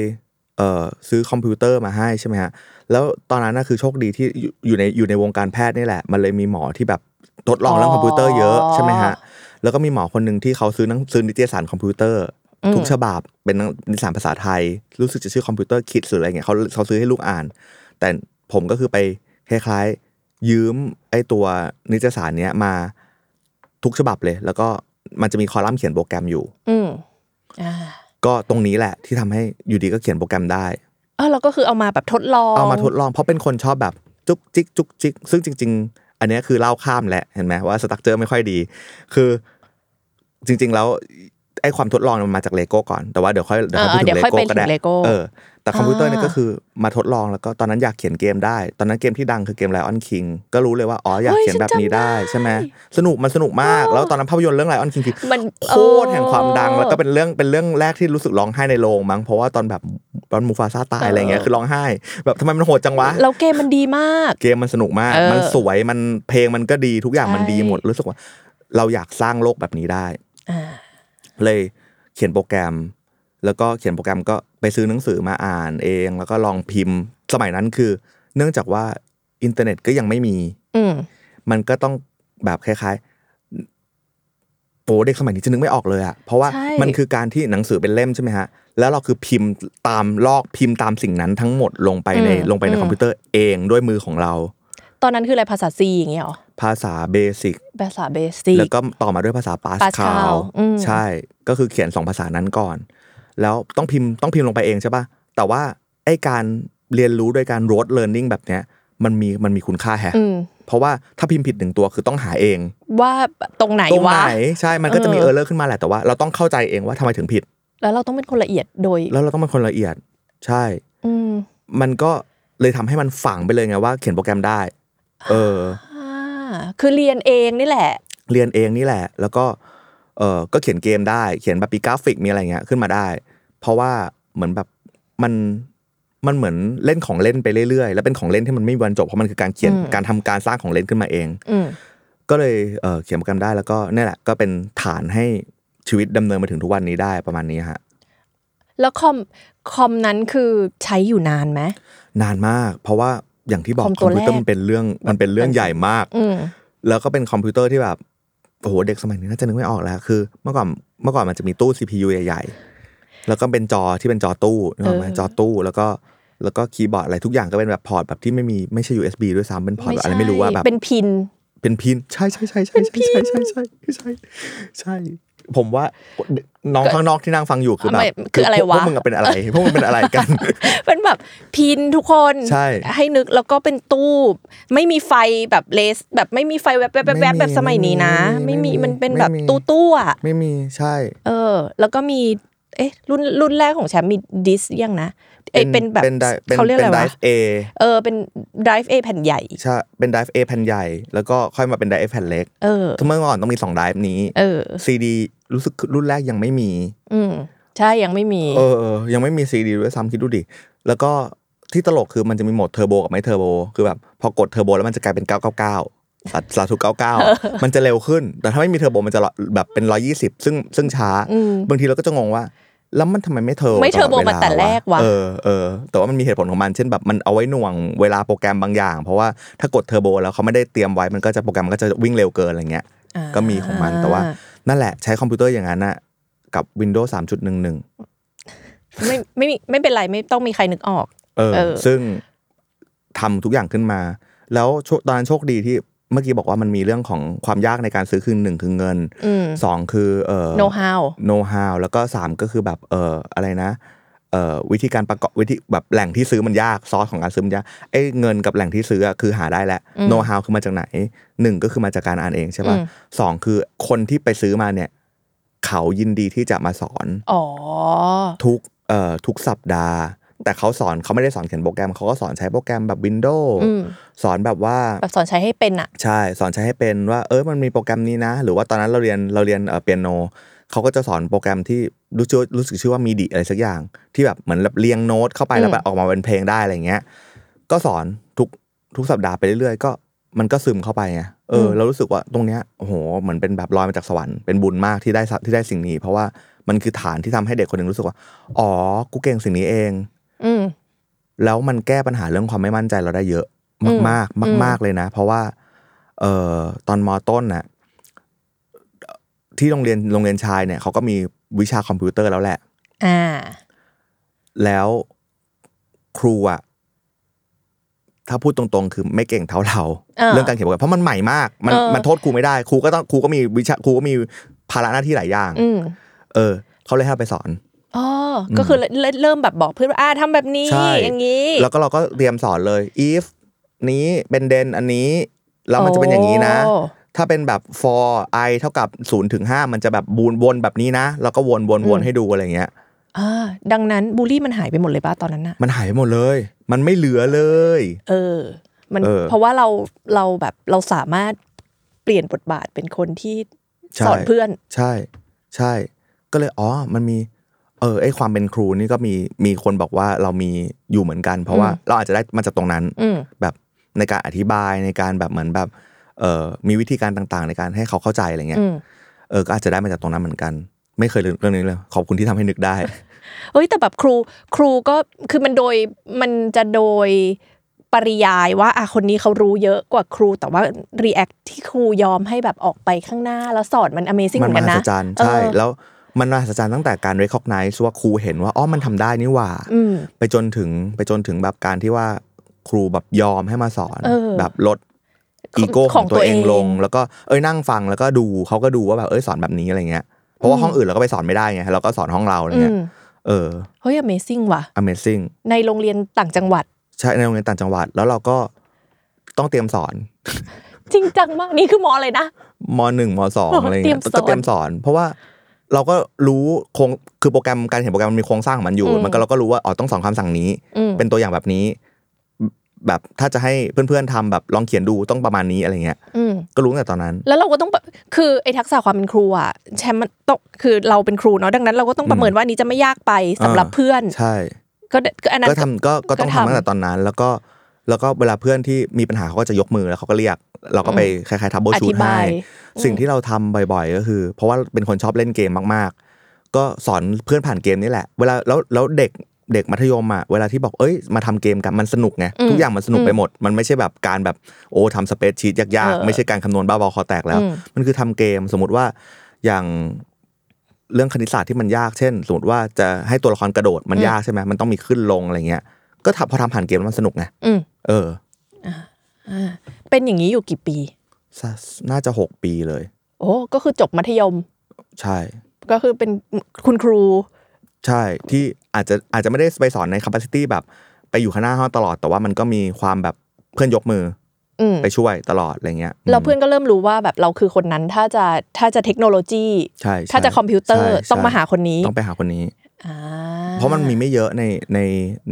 C: เออซื้อคอมพิวเตอร์มาให้ใช่ไหมฮะแล้วตอนนั้นน่ะคือโชคดีที่อยู่อยู่ในอยู่ในวงการแพทย์นี่แหละ มันเลยมีหมอที่แบบทดลองเรื่องคอมพิวเตอร์เยอะใช่ไหมฮะแล้วก็มีหมอคนหนึ่งที่เขาซื้อหนังซื้อนิตยสารคอมพิวเตอร์ ทุกฉบับเป็นหนังนิสานภาษาไทย รู้สึกจะชื่อคอมพิวเตอร์คิดหรืออะไรเงี้ยเขาเขาซื้อให้ลูกอ่าน แต่ผมก็คือไปคล้ายๆ ยืมไอ้ตัวนิตยสารเนี้ยมาทุกฉบับเลย แล้วก็มันจะมีคอลัมน์เขียนโปรแกรมอยู่
B: อืมอ่า
C: ก็ตรงนี้แหละที่ทำให้อยู่ดีก็เขียนโปรแกรมได้
B: เออเราก็คือเอามาแบบทดลอง
C: เอามาทดลองเพราะเป็นคนชอบแบบจุกจิกจุกจิก ซึ่งจริง ๆ อันเนี้ยคือเล่าข้ามแหละเห็นไหมว่าสตั๊กเจอร์ไม่ค่อยดี คือจริง ๆ แล้วไอ้ความทดลองเนี่ยมันมาจากเลโก้ก่อนแต่ว่าเดี๋ยวค่อยเดี๋ยว
B: อ่า
C: ค่อยพูด
B: เดี๋ยวค่อยไป
C: ถึงเลโก้ก็
B: ถึ
C: ได้
B: งเลโก้
C: เออ แต่คอมพิวเตอร์เนี่ย
B: อ่า
C: ก็คือมาทดลองแล้วก็ตอนนั้นอยากเขียนเกมได้ ตอนนั้นเกมที่ดังคือเกม Lion King ก็รู้เลยว่า อ๋ออยากเขียนแบบนี้ได้ใช่ไหมสนุกมันสนุกมาก แล้วตอนนั้นภาพยนตร์เรื่อง Lion King คือ
B: มัน
C: โคตรแห่งความดัง แล้วก็
B: เออ
C: เป็นเรื่องเป็นเรื่องแรกที่รู้สึกร้องไห้ในโรงมั้งเพราะว่าตอนแบบตอนมูฟาซาตายอะไรเงี้ย
B: เออ
C: คือร้องไห้ แบบทำไมมันโหดจังวะ
B: แล้วเกมมันดีมาก
C: เกมมันสนุกมาก
B: เออ
C: มันสวยมันเพลงมันก็ดีทุกอย่างมัน
B: ใช่
C: ดีหมดรู้สึกว่า เราอยากสร้างโลกแบบนี้ได้
B: อ่า
C: เลยเขียนโปรแกรม แล้วก็เขียนโปรแกรมก็ไปซื้อหนังสือมาอ่านเอง แล้วก็ลองพิมพ์ สมัยนั้นคือ เนื่องจากว่าอินเทอร์เน็ตก็ยังไม่มี
B: อืม
C: มันก็ต้องแบบคล้ายๆโอ้เด็กสมัยนี้จะนึกไม่ออกเลยอะเพราะว่า
B: ใช่
C: มันคือการที่หนังสือเป็นเล่มใช่ไหมฮะ แล้วเราคือพิมพ์ตามลอกพิมพ์ตามสิ่งนั้นทั้งหมดลงไปในลงไปในคอมพิวเตอร์เองด้วยมือของเรา
B: ตอนนั้นคืออะไรภาษาซีอย่างเงี้ยเหรอ
C: ภาษาเบสิก
B: ภาษาเบสิก
C: แล้วก็ต่อมาด้วยภาษาปาสคา
B: Pascal
C: ล
B: อืม
C: ใช่ก็คือเขียนสองภาษานั้นก่อน แล้วต้องพิมพ์ต้องพิมพ์ลงไปเองใช่ป่ะ แต่ว่าไอการเรียนรู้โดยการ road learning แบบเนี้ยมันมีมันมีคุณค่าแฮะ
B: อืม
C: เพราะว่าถ้าพิมพ์ผิดหนึ่งตัวคือต้องหาเอง
B: ว่าตรงไหน
C: ตรง
B: วะ
C: ไหนใช่มันก็จะมี
B: เอ
C: เอ
B: อ
C: อร์เลอร์ขึ้นมาแหละแต่ว่าเราต้องเข้าใจเองว่าทำไมถึงผิด
B: แล้วเราต้องเป็นคนละเอียดโดย
C: แล้วเราต้องเป็นคนละเอียด ใช่
B: อืม
C: มันก็เลยทำให้มันฝังไปเลยไงว่าเขียนโปรแกรมได้ เออ
B: อ่าคือเรียนเองนี่แหละ
C: เรียนเองนี่แหละ แล้วก็เออก็เขียนเกมได้ เขียนแบบปีกราฟิกมีอะไรเงี้ยขึ้นมาได้ เพราะว่าเหมือนแบบมันมันเหมือนเล่นของเล่นไปเรื่อยๆ แล้วเป็นของเล่นที่มันไม่มีวันจบเพราะมันคือการเขียน
B: อืม
C: การทำการสร้างของเล่นขึ้นมาเอง
B: อืม
C: ก็เลยเอ่อเขียนโปรแกรมได้แล้วก็เนี่ยแหละก็เป็นฐานให้ชีวิตดำเนินมาถึงทุกวันนี้ได้ประมาณนี้ฮะ
B: แล้วคอมคอมนั้นคือใช้อยู่นานไหม
C: นานมาก เพราะว่าอย่างที่บอก
B: คอมตั
C: คว อมพิวเตอร์
B: แรก
C: มันเป็นเรื่องมันเป็นเรื่องใหญ่มาก
B: อืม
C: แล้วก็เป็นคอมพิวเตอร์ที่แบบโอ้โหเด็กสมัยนี้น่าจะนึกไม่ออกแล้วคือ เมื่อก่อนเมื่อก่อนมันจะมีตู้ CPU ใหญ่ๆ แล้วก็เป็นจอที่เป็นจอตู้นึกออกไหม
B: เออ
C: จอตู้แล้วก็แล้วก็คีย์บอร์ดอะไรทุกอย่างก็เป็นแบบพอร์ตแบบที่ไม่มีไม่ใช่ USB ด้วยซ้ำเป็นพอร์ตแบบอะไรไม่รู้ว่าแบบ
B: เป็นพิน
C: เป็นพินใช่ใช่ใช่ใช่ใช่ใช่ใช่ใช่ใช่ใช่ ผมว่าน้องข้างนอกที่นั่งฟังอยู่คือแบบ
B: ไม่คืออะไร
C: พวก
B: วะ
C: มึงเป็นอะไรพวกมึงเป็นอะไรกัน
B: เป็นแบบพินทุกคน
C: ใช่
B: ให้นึกแล้วก็เป็นตู้ไม่มีไฟแบบเลส แบบไม่มีไฟแวบแวบแวบแวบ
C: ไม่มี
B: แบบสมัยนี้นะ
C: ไม่
B: ไม่
C: มี
B: มีมันเป็น
C: ไม่
B: แบบ
C: มี
B: ตู้ตู้ๆอ่ะ
C: ไม่มีใช่
B: เออ แล้วก็มีเอ๊ะรุ่นรุ่นแรกของแชมป์มีดิสยังนะเอ้ยเป็นแบบ
C: เป็น drive เป็น
B: เขาเรียก
C: เป็
B: อะ
C: น
B: ไรวะ
C: drive A
B: เออเป็น drive A แผ่นใหญ่
C: ใช่เป็น drive A แผ่นใหญ่ แล้วก็ค่อยมาเป็น drive A แผ่นเล็ก
B: เออ
C: เมื่อก่อนต้องมี 2 drive นี้
B: เออ
C: CD รู้สึกรุ่นแรกยังไม่มี
B: อืม ใช่ยังไม่มี
C: เออเออยังไม่มีซีดีด้วยซ้ำคิดดูดิ แล้วก็ที่ตลกคือมันจะมีโหมดเทอร์โบกับไม่เทอร์โบคือแบบพอกดเทอร์โบแล้วมันจะกลายเป็น 999สาสาธุ99 มันจะเร็วขึ้น แต่ถ้าไม่มีเทอร์โบมันจะแบบเป็น 120 ซึ่งซึ่งช้า
B: อืม
C: บางทีเราก็จะงงว่า แล้วมันทำไมไม่เทอร์โบ
B: ไม่ turbo
C: ลอดวล
B: มาแต่แรกวะ
C: เออเออแต่ว่ามันมีเหตุผลของมันเช่นแบบมันเอาไว้หน่วงเวลาโปรแกรมบางอย่าง เพราะว่าถ้ากดเทอร์โบแล้วเขาไม่ได้เตรียมไว้มันก็จะโปรแกรมมันก็จะวิ่งเร็วเกินอะไรเงี้ย
B: อ่า
C: ก็มีของมันแต่ว่า นั่นแหละใช้คอมพิวเตอร์อย่างนั้นน่ะกับ Windows 3.11
B: ไม่ไม่มีไม่เป็นไรไม่ต้องมีใครนึกออก
C: เออ
B: เออ
C: ซึ่งทำทุกอย่างขึ้นมา แล้วโชคตอนนั้นโชคดีที่เมื่อกี้บอกว่ามันมีเรื่องของความยากในการซื้อคือหนึ่งคือเงิน
B: อืม
C: สองคือเอ่อ
B: know how
C: โน้ตฮาวแล้วก็สามก็คือแบบเอ่ออะไรนะเอ่อวิธีการประกอบวิธีแบบแหล่งที่ซื้อมันยากซอสของการซื้อมันยากไอ้เงินกับแหล่งที่ซื้ออะคือหาได้แล้ว
B: อืม
C: โน้ตฮาวคือมาจากไหนหนึ่งก็คือมาจากการอ่านเองใช่ป่ะ
B: อืม
C: สองคือคนที่ไปซื้อมาเนี่ยเขายินดีที่จะมาสอน
B: อ๋อ
C: ทุกเอ่อทุกสัปดาห์ แต่เขาสอนเขาไม่ได้สอนเขียนโปรแกรมเขาก็สอนใช้โปรแกรมแบบ Windows
B: อืม
C: สอนแบบว่า
B: แบบสอนใช้ให้เป็นอ่ะ
C: ใช่สอนใช้ให้เป็นว่าเออมันมีโปรแกรมนี้นะ หรือว่าตอนนั้นเราเรียนเราเรียนเอ่อเปียโนเขาก็จะสอนโปรแกรมที่รู้ชื่อรู้สึกชื่อว่ามีดีอะไรสักอย่าง ที่แบบเหมือนแบบเรียงโน้ตเข้าไป
B: อืม
C: แล้วแบบออกมาเป็นเพลงได้อะไรเงี้ยก็สอนทุกทุกสัปดาห์ไปเรื่อยๆ ก็มันก็ซึมเข้าไปไงเออเรารู้สึกว่าตรงเนี้ยโอ้โหเหมือนเป็นแบบลอยมาจากสวรรค์เป็นบุญมากที่ได้สที่ได้สิ่งนี้ เพราะว่ามันคือฐานที่ทำให้เด็กคนหนึ่งรู้สึกว่าอ๋อกูเก่งสิ่งนี้เอง
B: อืม
C: แล้วมันแก้ปัญหาเรื่องความไม่มั่นใจเราได้เยอะ
B: อืม
C: มาก
B: อืม
C: ๆ มาก ๆ เลยนะ เพราะว่า เอ่อตอนมอต้นน่ะที่โรงเรียนโรงเรียนชายเนี่ยเขาก็มีวิชาคอมพิวเตอร์แล้วแหละ
B: อ่า
C: แล้วครูอะถ้าพูดตรงๆ คือไม่เก่งเท่าเรา
B: เออ
C: องการเขียนโปรแกรมเพราะมันใหม่มาก มัน
B: เออ
C: มันโทษครูไม่ได้ครูก็ต้องครูก็มีวิชาครูก็มีภาระหน้าที่หลายอย่าง
B: อืม
C: เออเขาเลยให้เราไปสอน
B: อ๋ออก็คือเริ่มเริ่มแบบบอกเพื่อนว่าอ่าทำแบบนี้
C: ใช่
B: อย่างนี้
C: แล้วก็เราก็เตรียมสอนเลย if นี้เป็นเดนอันนี้แล้วมันจะเป็นอย่างนี้นะ
B: โอ้
C: ถ้าเป็นแบบ for i เท่ากับ0ถึง5มันจะแบบบูนวนแบบนี้นะ แล้วก็วนวนวนให้ดูอะไรเงี้ย
B: อ่าดังนั้นบูลลี่มันหายไปหมดเลยป่ะตอนนั้นน่ะ
C: มันหายไปหมดเลย มันไม่เหลือเลย
B: เออ มัน
C: เออ
B: เพราะว่าเราเราแบบเราสามารถเปลี่ยนบทบาทเป็นคนที่
C: ใช่
B: สอนเพื่อน
C: ใช่ ใช่ ก็เลยอ๋อ มันมี เออไอความเป็นครูนี่ก็มีมีคนบอกว่าเรามีอยู่เหมือนกัน เพราะว่า
B: อืม
C: เราอาจจะได้มาจากตรงนั้น
B: อืม
C: แบบในการอธิบายในการแบบเหมือนแบบเออมีวิธีการต่างๆ ในการให้เขาเข้าใจอะไรเงี้ย
B: อืม
C: เออก็อาจจะได้มาจากตรงนั้นเหมือนกัน ไม่เคยลืมเรื่องนี้เลย ขอบคุณที่ทำให้นึกได้
B: เอ้ยแต่แบบครูครูก็คือมันโดยมันจะโดยปริยายว่าอ่ะคนนี้เขารู้เยอะกว่าครู แต่ว่า react ที่ครูยอมให้แบบออกไปข้างหน้าแล้วสอนมัน amazing
C: มั
B: เหมือน
C: ม
B: กัน
C: หั
B: นะ
C: ศจรรย์
B: เออ
C: ใช่ แล้วมันมหัศจรรย์ตั้งแต่การ recognize ว่าครูเห็นว่าอ๋อมันทำได้นี่หว่า
B: อืม
C: ไปจนถึงไปจนถึงแบบการที่ว่าครูแบบยอมให้มาสอน
B: เออ
C: แบบลด
B: ของ
C: อีโก้
B: ข
C: ข
B: อ
C: อง ง
B: ตั
C: ตัวว
B: เอ
C: เอง งลง แล้วก็เอ้ยนั่งฟังแล้วก็ดูเขาก็ดูว่าแบบเอ้ยสอนแบบนี้อะไรเงี้ยเพราะ
B: อื
C: ว่าม ห้องอื่นเราก็ไปสอนไม่ได้ไงเราก็สอนห้องเราอะไร
B: อื
C: เงี้ย
B: ม
C: เออ
B: เฮ้ย amazing ว่ะ
C: amazing
B: ในโรงเรียนต่างจังหวัด
C: ใช่ในโรงเรียนต่างจังหวัด แล้วเราก็ต้องเตรียมสอน
B: จริงจังมากนี่คือมออะไรนะ
C: มหนึ่งมสองอะไร
B: เตรี
C: เงี้
B: ยม
C: ย
B: สอน
C: ก็เตรียมสอน เพราะว่าเราก็รู้โครงคือโปรแกรมการเขียนโปรแกรมมันมีโครงสร้างของมันอยู่
B: อืม
C: มันก็เราก็รู้ว่าอ๋อต้องสอนคำสั่งนี้
B: อืม
C: เป็นตัวอย่างแบบนี้ แบบถ้าจะให้เพื่อนๆทำแบบลองเขียนดูต้องประมาณนี้อะไรเงี้ย
B: อืม
C: ก็รู้ตั้งแต่ตอนนั้น
B: แล้วเราก็ต้องปะคือไอ้ทักษะความเป็นครูอ่ะแชมป์มันต้องคือเราเป็นครูเนาะดังนั้นเราก็ต้องประเมินว่าอันนี้จะไม่ยากไปสำหรับ
C: อ่า
B: เพื่อน
C: ใช่
B: ก็ได้ก็อันนั้น
C: ก็ทำก็ก็ต้อง
B: ก็ทำ
C: ทำตั้งแต่ตอนนั้น แล้วก็แล้วก็เวลาเพื่อนที่มีปัญหาเขาก็จะยกมือแล้วเขาก็เรียก เราก็ไปคล้ายๆทับเบิล
B: อ
C: ชู
B: ธิบา
C: ให้
B: ย
C: สิ่งที่เราทำบ่อย ๆ ก็คือ เพราะว่าเป็นคนชอบเล่นเกมมากๆ ก็สอนเพื่อนผ่านเกมนี่แหละ เวลาแล้วแล้วเด็กเด็กมัธยมอ่ะเวลาที่บอกเอ้ยมาทำเกมกันมันสนุกไง
B: อืม
C: ทุกอย่างมันสนุก
B: อืม
C: ไปหมด มันไม่ใช่แบบการแบบโอ้ทำสเปซชีตยาก
B: เออ
C: ๆไม่ใช่การคำนวณบ้าบอคอแตกแล้ว
B: อืม
C: มันคือทำเกมสมมติว่าอย่างเรื่องคณิตศาสตร์ที่มันยากเช่น สมมติว่าจะให้ตัวละครกระโดดมันยากใช่ไหมมันต้องมีขึ้นลงอะไรเงี้ย ก็ทำพอทำผ่านเกมแล้วมันสนุกไง
B: อืม
C: เออ
B: อ่าเป็นอย่างนี้อยู่กี่ปี
C: ซะน่าจะหกปีเลย
B: โอ้ก็คือจบมัธยม
C: ใช่
B: ก็คือเป็นคุณครู
C: ใช่ที่อาจจะอาจจะไม่ได้ไปสอนใน capacity แบบ ไปอยู่ข้างหน้าห้องตลอดแต่ว่ามันก็มีความแบบเพื่อนยกมือ
B: อืม
C: ไปช่วยตลอดอะไรเงี้ย
B: แล้วเพื่อนก็เริ่มรู้ว่าแบบเราคือคนนั้นถ้าจะถ้าจะเทคโนโลยี
C: ใช่
B: ถ้าจะคอมพิวเตอร์
C: ใช่ใช่
B: ต้องมาหาคนนี้
C: ต้องไปหาคนนี้
B: อ่า
C: เพราะมันมีไม่เยอะในใน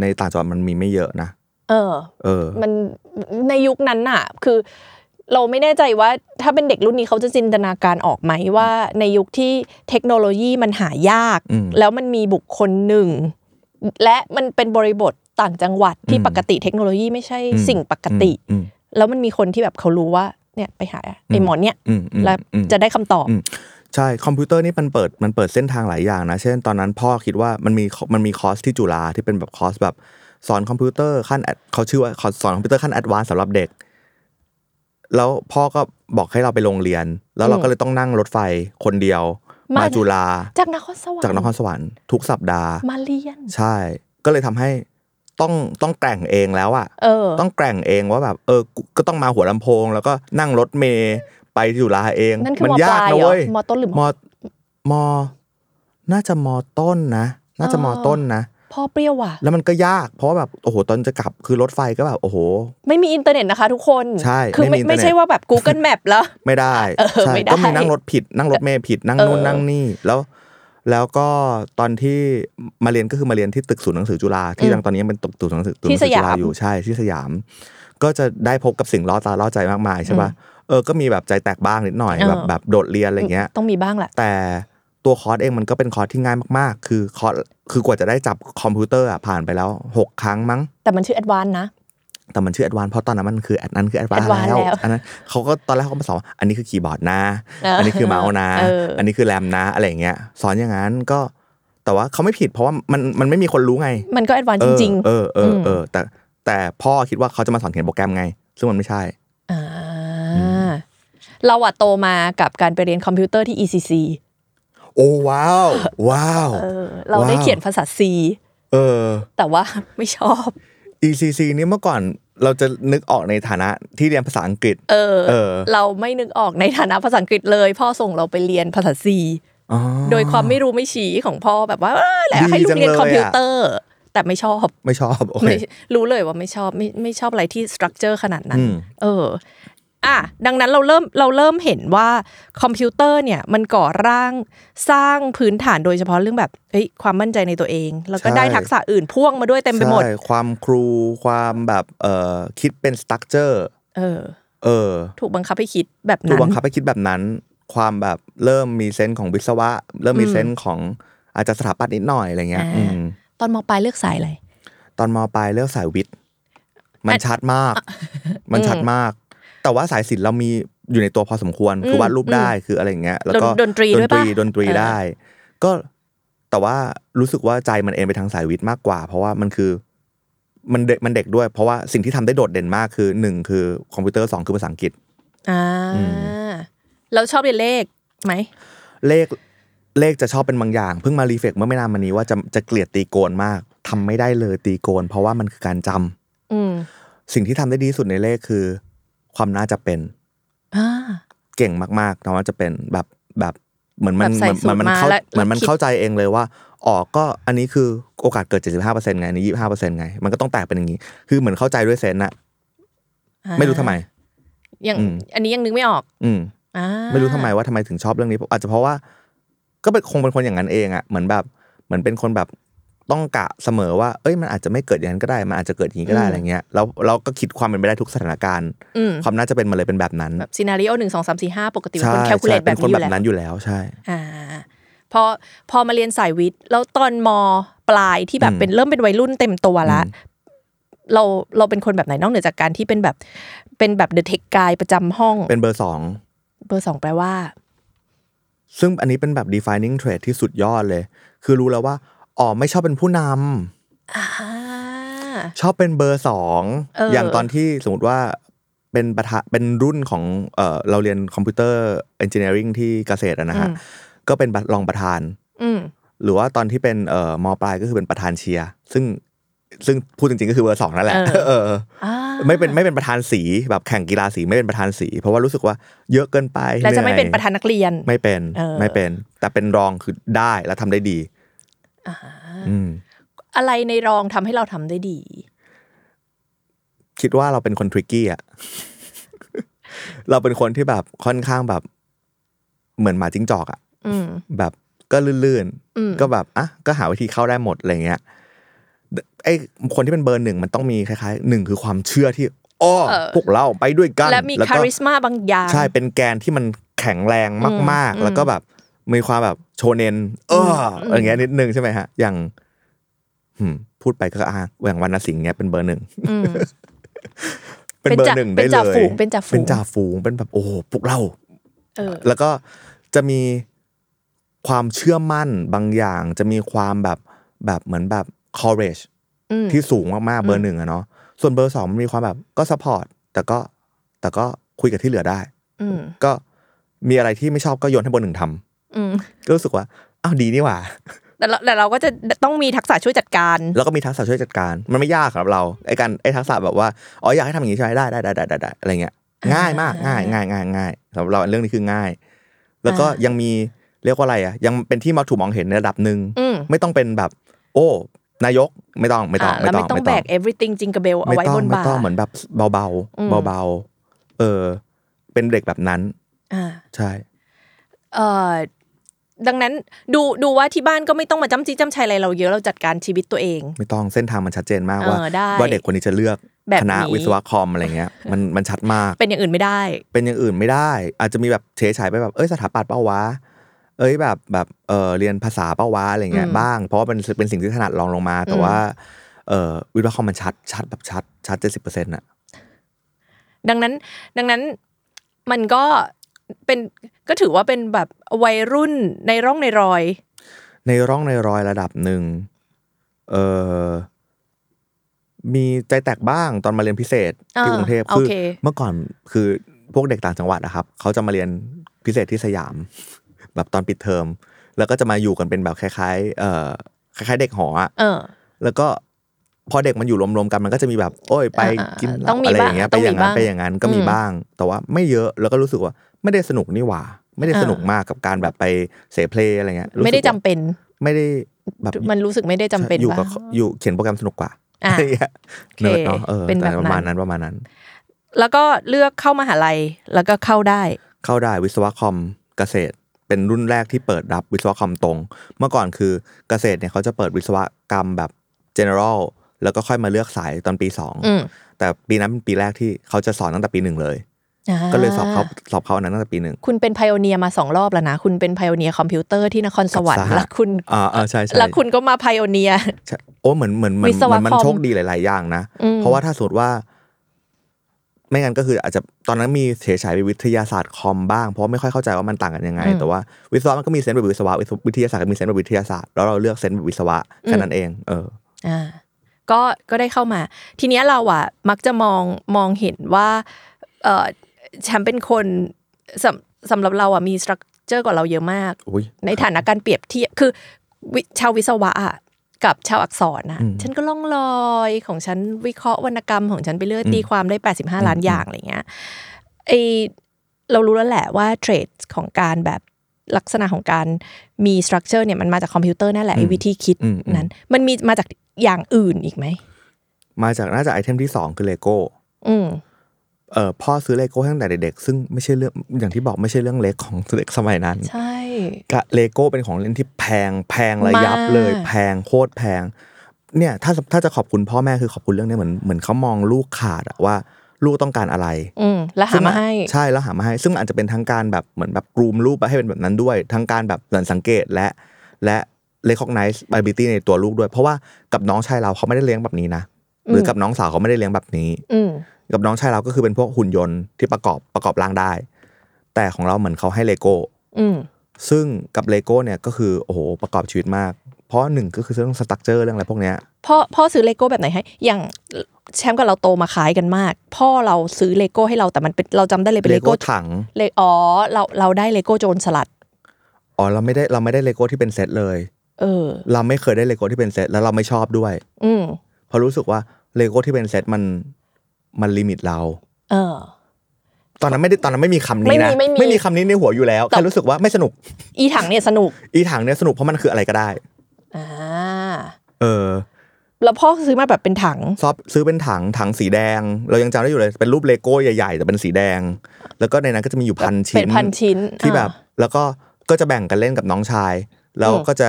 C: ในต่างจังหวัดมันมีไม่เยอะนะ
B: เออ
C: เออ
B: มันในยุคนั้นน่ะ คือ เราไม่แน่ใจว่าถ้าเป็นเด็กรุ่นนี้เขาจะจินตนาการออกไหมว่าในยุคที่เทคโนโลยีมันหายาก
C: อืม
B: แล้วมันมีบุคคลหนึ่ง และมันเป็นบริบทต่างจังหวัดที่
C: อืม
B: ปกติเทคโนโลยีไม่ใช่
C: อืม
B: สิ่งปกติ
C: อืม
B: แล้วมันมีคนที่แบบเขารู้ว่าเนี่ยไปหาไอ้หมอเนี่ย
C: อืมอืม
B: แล้ว
C: อืม
B: จะได้คำตอบ
C: อืม ใช่คอมพิวเตอร์นี่มันเปิดมันเปิดเส้นทางหลายอย่างนะ เช่นตอนนั้นพ่อคิดว่ามันมีมันมีคอร์สที่จุฬาที่เป็นแบบคอร์สแบบสอนคอมพิวเตอร์ขั้น ad- เขาชื่อว่าคอร์สสอนคอมพิวเตอร์ขั้นแอดวานซ์สำหรับเด็ก แล้วพ่อก็บอกให้เราไปโรงเรียน แล้วเราก็เลยต้องนั่งรถไฟคนเดียว
B: มาม
C: มาจุฬา
B: จากนครสวรรค์
C: จากนครสวรรค์ทุกสัปดาห์
B: มาเรียน
C: ใช่ ก็เลยทำให้ต้องต้องแกร่งเองแล้วอะ
B: เออ
C: ต้องแกร่งเองว่าแบบเออกูก็ต้องมาหัวลำโพง แล้วก็นั่งรถเมย์ไปจุฬาเอง
B: นั่นคือ
C: มั
B: มปลาย
C: ยากนะเว้ย
B: เหรอมต้นหรือม
C: มมน่าจะมต้นนะ น่าจะ
B: อ๋
C: ม
B: อ
C: ต้นนะ
B: พ่อเปรี้ยวว่ะ
C: แล้วมันก็ยากเพราะว่าแบบโอ้โหตอนจะกลับคือรถไฟก็แบบโอ้โห
B: ไม่มีอินเทอร์เน็ตนะคะทุกคน
C: ใช่
B: คือ
C: ไม่
B: ไม่
C: มี
B: ไม่ใช่
C: อินเทอร์เน็ต
B: ว่าแบบ Google Map แล้ว
C: ไม่ได้
B: เออ
C: ใช่
B: ไม่ได้
C: ก็มีนั่งรถผิด นั่งรถเมย์ผิดนั่งนู่น
B: เออ
C: นั่งนี่แล้วแล้วก็ตอนที่มาเรียนก็คือมาเรียนที่ตึกศูนย์หนังสือจุฬาที่
B: อืม
C: ยังตอนนี้ยังเป็นตึกศูนย์หนังสือศูนย์
B: ที่
C: หนังสือจุ
B: ส
C: ฬา
B: ยาม
C: อยู่ใช่ที่สยาม ก็จะได้พบกับสิ่งล่อตาล่อใจมากมายใช่ป่ะเออก็มีแบบใจแตกบ้างนิดหน่อย
B: เออ
C: แบบแบบโดดเรียนอะไรเงี้ย
B: ต้องมีบ้างแหละ
C: แต่ตัวคอร์สเองมันก็เป็นคอร์สที่ง่ายมากๆ คือคอร์สคือกว่าจะได้จับคอมพิวเตอร์อะผ่านไปแล้วหกครั้งมั้ง
B: แต่มันชื่อแอดวานนะ
C: แต่มันชื่อแอดวานเพราะตอนนั้นมันคือแอดนั้นคือแอดวาน
B: Advance
C: แล้ว
B: แล้ว
C: อันนั้นเขาก็ตอนแรกเขาก็มาสอนว่าอันนี้คือคีย์บอร์ดนะ
B: เอออั
C: อันนี้คือเมาส์นะ
B: เอออั
C: อันนี้คือแรมนะอะไรอย่างเงี้ยสอนอย่างนั้นก็แต่ว่าเขาไม่ผิดเพราะว่ามันมันไม่มีคนรู้ไง
B: มันก็แอดวาน
C: เอ
B: จ
C: อ
B: ริง
C: เออเออ
B: อืม
C: เออแต่แต่พ่อคิดว่าเขาจะมาสอนเขียนโปรแกรมไง ซึ่งมันไม่ใช่
B: ๆอ่าเราอะโตมากับการไปเรียนคอมพิวเตอร์ที่ ECC
C: โอ้ว้าวว้าว
B: เออ เราได้
C: ว้าว
B: เขียนภาษา C
C: เออ
B: แต่ว่า ไม่ชอบ
C: ECC นี่เมื่อก่อนเราจะนึกออกในฐานะที่เรียนภาษาอังกฤษ
B: เออ
C: เออ
B: เราไม่นึกออกในฐานะภาษาอังกฤษเลย พ่อส่งเราไปเรียนภาษา C
C: อ๋อ
B: โดยความไม่รู้ไม่ชี้ของพ่อแบบว่าเออแหละ
C: ดี
B: ให้ลูกเรียน
C: จังเลยอะ
B: คอมพิวเตอร์ แต่ไม่ชอบ
C: ไม่ชอบโอเค
B: ไม่รู้เลยว่าไม่ชอบไม่ไม่ชอบอะไรที่สตรัคเจอร์ขนาดนั้น
C: อืม
B: เออ อ่ะ ดังนั้นเราเริ่มเราเริ่มเห็นว่าคอมพิวเตอร์เนี่ย มันก่อร่างสร้างพื้นฐานโดยเฉพาะเรื่องแบบเฮ้ยความมั่นใจในตัวเอง แล้วก็ได้ทักษะอื่นพ่วงมาด้วยเต็มไปหมด
C: ใช่ความครูความแบบเอ่อคิดเป็นสตั๊กเจอร์
B: เออ
C: เออ
B: ถูกบังคับให้คิดแบบ
C: ถู
B: นั้
C: ก
B: น
C: บังคับให้คิดแบบนั้น ความแบบเริ่มมีเซนส์ของวิศวะ เริ่มมีเซนส์ของอาจจะสถาปัตย์นิดหน่อยอะไรเงี้ย
B: อ่า
C: อืม
B: ตอนมปลายเลือกสายอะไร
C: ตอนมปลายเลือกสายวิทย์ มันชัดมาก มันชัดมาก แต่ว่าสายศิลป์เรามีอยู่ในตัวพอสมควร คือวาดรูปได้คืออะไรอย่างเงี้ยแล้วก็
B: ดนดนตรีด้วยปะ
C: ดนตรี
B: เออ
C: ได้ ก็แต่ว่ารู้สึกว่าใจมันเอ็นไปทางสายวิทย์มากกว่า เพราะว่ามันคือ มันเด็กมันเด็กด้วย เพราะว่าสิ่งที่ทำได้โดดเด่นมากคือหนึ่งคือคอมพิวเตอร์สองคือภาษาอังกฤษ
B: อ่า
C: อื
B: เราชอบเรียนเลขไหม
C: เลขเลขจะชอบเป็นบางอย่าง เพิ่งมารีเฟกเมื่อไม่นานมานี้ว่าจะจะเกลียดตีโกนมากทำไม่ได้เลยตีโกน เพราะว่ามันคือการจำ
B: อืม
C: สิ่งที่ทำได้ดีที่สุดในเลขคือ ความน่าจะเป็น
B: อ่า
C: เก่งมากๆนะว่าจะเป็นแบบแบบเหมือนมัน
B: แบบใส่
C: เหมือนมัน
B: สูตรมา
C: เข้า
B: แล้ว
C: เหมือนมัน
B: แล้วคิด
C: เข้าใจเองเลยว่าอ๋อก็อันนี้คือโอกาสเกิด 75%ไงอันนี่25%ไง มันก็ต้องแตกเป็นอย่างนี้ คือเหมือนเข้าใจด้วยเซนส์น่ะ
B: อ่า
C: ไม่รู้ทำไม
B: ยัง
C: อืม
B: อันนี้ยังนึกไม่ออก
C: อืม
B: อ่า
C: ไม่รู้ทำไมว่าทำไมถึงชอบเรื่องนี้อาจจะเพราะว่า ก็เป็นคงเป็นคนอย่างนั้นเองอะเหมือนแบบเหมือนเป็นคนแบบต้องกะเสมอว่า เอ้ยมันอาจจะไม่เกิดอย่างนั้นก็ได้ มันอาจจะเกิดอย่างนี้ก็ได้
B: อืม
C: อะไรเงี้ยแล้วเราก็คิดความเป็นไปได้ทุกสถานการณ์
B: อืม
C: ความน่าจะเป็นมาเลยเป็นแบบนั้น
B: แบบซีนารีโอหนึ่งสองสามสี่ห้าปกติเป็นคน
C: ใช่
B: แคลคูลเลต
C: ใช่
B: แบ
C: เป็น
B: บ
C: คน
B: นี้อ
C: แบ
B: ยู่
C: บ
B: แล้ว
C: นั้นอยู่แล้วใช่
B: อ่าพอพอมาเรียนสายวิทย์ แล้วตอนมปลายที่แบบ
C: อืม
B: เป็นเริ่มเป็นวัยรุ่นเต็มตัวละ
C: อืม
B: เราเราเป็นคนแบบไหนนอกเหนือจากการที่เป็นแบบเป็นแบบเดอะเทคกายประจำห้อง
C: เป็นเบอร์สอง
B: เบอร์สองแปลว่า
C: ซึ่งอันนี้เป็นแบบ defining trait ที่สุดยอดเลย คือรู้แล้วว่า อ๋อ ไม่ชอบเป็นผู้นำ
B: อ่า
C: ชอบเป็นเบอร์สอง
B: เอออ
C: อย่างตอนที่สมมติว่าเป็นประธานเป็นรุ่นของเออเราเรียนคอมพิวเตอร์เอนจิเนียริงที่เกษตรอะนะฮะ ก็เป็นรองประธาน
B: อืม
C: หรือว่าตอนที่เป็นเอ่อมปลายก็คือเป็นประธานเชียร์ซึ่งซึ่งพูดจริงๆก็คือเบอร์สองนั่นแหละ
B: เออ
C: เออ
B: อ่า
C: ไม่เป็นไม่เป็นประธานสีแบบแข่งกีฬาสีไม่เป็นประธานสี เพราะว่ารู้สึกว่าเยอะเกินไป
B: และจะไม่
C: หอย
B: เป็นประธานนักเรียน
C: ไม่เป็น
B: เออ
C: ไม่เป็น แต่เป็นรองคือได้และทำได้ดี
B: อ่า
C: อืม
B: อะไรในรองทำให้เราทำได้ดี
C: คิดว่าเราเป็นคนทริกกี้อ่ะ เราเป็นคนที่แบบค่อนข้างแบบ เหมือนหมาจิ้งจอกอ่ะ
B: อืม
C: แบบก็ลื่น
B: อืม
C: ๆ ก็แบบอ่ะก็หาวิธีเข้าได้หมดอะไรเงี้ยไอ้คนที่เป็นเบอร์หนึ่งมันต้องมีคล้ายๆหนึ่งคือความเชื่อที่ อ้อ
B: เออ
C: พวกเราไปด้วยกัน
B: และมี
C: แล้ว
B: คา
C: ก็
B: ริสมาบางอย่าง
C: ใช่ เป็นแกนที่มันแข็งแรงมาก
B: อืม
C: ๆ แล้วก็แบบมีความแบบโชเนน เออ
B: ม
C: อย่างเงี้ยนิดนึงใช่ไหมฮะ อย่างหืมพูดไปก็อ้างอย่างวันนสิงห์เงี้ยเป็นเบอร์หนึ่ง
B: อืม
C: เป็นเบอร์หนึ่งได้เลย
B: เป็นจ่าฝูง
C: เป็นจ่าฝูง เป็นแบบโอ้โหพวกเรา
B: เออ
C: แล้วก็จะมีความเชื่อมั่นบางอย่าง จะมีความแบบแบบเหมือนแบบ courage
B: อืม
C: ที่สูงมาก ๆ เบอร์หนึ่งอะเนาะ ส่วนเบอร์สองมันมีความแบบก็ support แต่ก็แต่ก็คุยกับที่เหลือได้
B: อืม
C: ก็มีอะไรที่ไม่ชอบก็โยนให้เบอร์หนึ่งท
B: อืม
C: ำก็รู้สึกว่าอ้าวดีนี่หว่า
B: แต่เราแต่เราก็จะต้องมีทักษะช่วยจัดการ
C: แล้วก็มีทักษะช่วยจัดการ มันไม่ยากสำหรับเราไอ้การไอ้ทักษะแบบว่าอ๋ออยากให้ทำอย่างนี้ใช่ไหมได้ได้ได้ได้ได้ได้อะไรเงี้ยง่ายมากง่ายง่ายง่ายง่ายสำหรับเราเรื่องนี้คือง่าย แล้วก็
B: อ่ายั
C: ยังมีเรียกว่าอะไรอ่ะยังเป็นที่มาถูกมองเห็นในระดับหนึ่ง
B: อืม
C: ไม่ต้องเป็นแบบ โอ้ นายกไม่ต้องไม่ต้อง
B: อ่า
C: ไม่
B: แล้ว
C: ต้อ
B: ไม่ต้อ
C: ง
B: งแบก everything จิงกระเบลเอา
C: ไม่
B: ไว้
C: ต้อบ ง
B: น
C: ไม่
B: บ่า
C: ต้องเหมือนแบบเบาเบา
B: อืม
C: เบาๆเออ เป็นเด็กแบบนั้น
B: อ่า
C: ใช่
B: เอ่อดังนั้นดูดูว่าที่บ้านก็ไม่ต้องมาจ้ำจี้จ้ำชัยอะไรเราเยอะเราจัดการชีวิตตัวเอง
C: ไม่ต้องเส้นทางมันชัดเจนมากว่า
B: เออได้
C: ว่าเด็กคนนี้จะเลือก
B: แบบ
C: คณะ
B: นี้
C: วิศวะคอมอะไรเงี้ยมันมันชัดมาก
B: เป็นอย่างอื่นไม่ได้
C: เป็นอย่างอื่นไม่ได้ อาจจะมีแบบเฉยฉายไปแบบเอ้ยสถาปัตย์เป้าวะ เอ้ยแบบแบบเออเรียนภาษาเป้าวะอะไรเงี้ย
B: อืม
C: บ้าง เพราะว่าเป็นเป็นสิ่งที่ถนัดรองลงมา แต่
B: อืม
C: ว่าเออวิทยาคอมมันชัดชัดแบบชัดชัดเจ็ดสิบเปอร์เซ็นต์อะ
B: ดังนั้นดังนั้นมันก็เป็นก็ถือว่าเป็นแบบวัยรุ่นในร่องในรอย
C: ในร่องในรอยระดับหนึ่งเออมีใจแตกบ้างตอนมาเรียนพิเศษที่
B: อ่าก
C: รุงเทพ
B: โอ
C: คือ
B: เค
C: เมื่อก่อนคือพวกเด็กต่างจังหวัดนะครับเขาจะมาเรียนพิเศษที่สยาม แบบตอนปิดเทอม แล้วก็จะมาอยู่กันเป็นแบบคล้ายๆเออคล้ายๆ เด็กหออะ
B: เออ
C: แล้วก็พอเด็กมันอยู่รวมๆกันมันก็จะมีแบบ โอ้ยไปกินเห
B: ต้
C: ล้า
B: องมี
C: อะไรอย่างเงี้ย
B: บ้าง
C: ไปอย่างนั้น
B: ต้องมีบ้าง
C: ไปอย่างนั้นก็มี
B: อืม
C: บ้าง แต่ว่าไม่เยอะแล้วก็รู้สึกว่าไม่ได้สนุกนี่หว่า ไม่ได้
B: อ่า
C: สนุกมากกับการแบบไปเสเพลอะไรเงี้ยรู้สึก
B: ไม่ได้จำเป็น
C: ไม่ได้แบบ
B: มันรู้สึกไม่ได้จำเป็น
C: อยู่
B: ปะ
C: กับอยู่เขียนโปรแกรมสนุกกว่า
B: อ่ะ
C: อะไรเงี้ย
B: โอเค
C: เนิร์ดเนาะเออ
B: เป็นแบบ
C: แต่ประมาณ
B: นั้
C: นั้น นประมาณนั้น
B: แล้วก็เลือกเข้ามหาลัยแล้วก็เข้าได้
C: เข้าได้วิศวะคอมเกษตร เป็นรุ่นแรกที่เปิดรับวิศวะคอมตรง เมื่อก่อนคือเกษตรเนี่ยเขาจะเปิดวิศวกรรมแบบ general แล้วก็ค่อยมาเลือกสายตอนปีสอง
B: อืม
C: แต่ปีนั้นเป็นปีแรกที่เขาจะสอนตั้งแต่ปีหนึ่งเลย
B: า
C: ก็เลยสอบเขาสอบเขาอันนั้นตั้งแต่ปีหนึ่ง
B: คุณเป็นไพโอเนียร์มาสองรอบแล้วนะ คุณเป็นไพโอเนียร์คอมพิวเตอร์ที่นครสวรร
C: กับ
B: ค์
C: สหะ
B: แล้วคุณ
C: อ่าอ่าใช่ใช่
B: แล้วคุณก็มาไพโอเนียร์
C: ใช่โอ้เหมือนเหมือนเหมือน
B: วิศวะ
C: มันมัน
B: คอม
C: โชคดีหลาย ๆ อย่างนะ
B: อืม
C: เพราะว่าถ้าสมมติว่า ไม่งั้นก็คืออาจจะตอนนั้นมีเฉยฉายไปวิทยาศาสตร์คอมบ้าง เพราะไม่ค่อยเข้าใจว่ามันต่างกันยังไง แต่ว่าวิศวะมันก็มีเซนส์แบบวิศวะวิศววิทยาศาสตร์ก็มีเซนส์แบบวิทยาศาสตร์แล้วเราเลือกเซนส์แบบวิศวะแค่นั้นเอง เออ
B: อ่าก็ก็ได้เข้ามา ทีเนี้ยเราอ่ะมักจะมองมองเห็นว่าเออแชมป์เป็นคนสำสำหรับเราอ่ะมีสตรัคเจอร์กว่าเราเยอะมาก
C: อุ้ย
B: ในฐานะการเปรียบเทียบคือวิชาววิศวะอะกับชาวอักษรนะ
C: อืม
B: ฉันก็ล่องลอยของฉันวิเคราะห์วรรณกรรมของฉันไปเรื่อยตีความได้ 85 ล้านอย่างอะไรเงี้ยไอเรารู้แล้วแหละว่าเทรดของการแบบลักษณะของการมีสตรัคเจอร์เนี่ยมันมาจากคอมพิวเตอร์นั่นแหละไอวิธีคิด
C: อืมอืม
B: นั้น มันมีมาจากอย่างอื่นอีกไหม
C: มาจากน่าจะไอเทมที่สองคือเลโก้
B: อืม
C: เออพ่อซื้อเลโก้ตั้งแต่เด็ก ๆ ซึ่งไม่ใช่เรื่องอย่างที่บอกไม่ใช่เรื่องเล็กของ เด็กสมัยนั้น
B: ใช่
C: กะเลโก้เป็นของเล่นที่แพงแพงระยับเลย
B: มาก
C: แพงโคตรแพง เนี่ยถ้าถ้าจะขอบคุณพ่อแม่คือขอบคุณเรื่องเนี้ยเหมือนเหมือนเขามองลูกขาดอะว่า ลูกต้องการอะไร
B: อืมแล้วหามาให้
C: ซึ่งอะใช่แล้วหามาให้ ซึ่งอาจจะเป็นทั้งการแบบเหมือนแบบกรูมลูกไปให้เป็นแบบนั้นด้วย ทั้งการแบบเหมือนสังเกตและ และเลคอกไนซ์บ i บิตี้ในตัวลูกด้วย เพราะว่ากับน้องชายเราเขาไม่ได้เลี้ยงแบบนี้นะหรือกับน้องสาวเขาไม่ได้เลี้ยงแบบนี้
B: อืม
C: กับน้องชายเราก็คือเป็นพวกหุ่นยนต์ที่ประกอบประกอบร่างได้ แต่ของเราเหมือนเขาให้เลโก้
B: อืม
C: ซึ่งกับเลโก้เนี่ยก็คือโอ้โหประกอบชีวิตมาก เพราะหนึ่งก็คือเรื่องสตรัคเจอร์เรื่องอะไรพวกเนี้ย
B: พ่อพ่อซื้อเลโก้แบบไหนให้ อย่างแชมป์กับเราโตมาคล้ายกันมาก พ่อเราซื้อเลโก้ให้เราแต่มันเป็นเราจำได้เลยเป็น
C: เล
B: เล
C: โก้
B: โก้
C: ถัง
B: เลอ๋อเราเราได้เลโก้โจรสลัด
C: อ๋อเราไม่ได้เราไม่ได้เลโก้ที่เป็นเซตเลย
B: เออ
C: เราไม่เคยได้เลโก้ที่เป็นเซตแล้วเราไม่ชอบด้วย
B: อืม
C: เพราะรู้สึกว่าเลโก้ที่เป็นเซตมันมันลิมิตเรา
B: เออ
C: ตอนนั้นไม่ได้ตอนนั้นไม่มีคำนี้นะ
B: ไม่มีไม่มี
C: มีคำนี้ในหัวอยู่แล้ว
B: แต่
C: แค่รู้สึกว่าไม่สนุก
B: อีถังเนี่ยสนุก
C: อีถังเนี่ยสนุกเพราะมันคืออะไรก็ได้
B: อ่า
C: เออ
B: แล้วพ่อซื้อมาแบบเป็นถัง
C: ซอฟซื้อเป็นถังถังสีแดง เรายังจำได้อยู่เลยเป็นรูปเลโก้ใหญ่ๆ แต่เป็นสีแดง แล้วก็ในนั้นก็จะมีอยู่พันชิ้น
B: เป็นพันชิ้น
C: ที่แบบ
B: อ่
C: แล้วก็ก็จะแบ่งกันเล่นกับน้องชาย แล้วก็จะ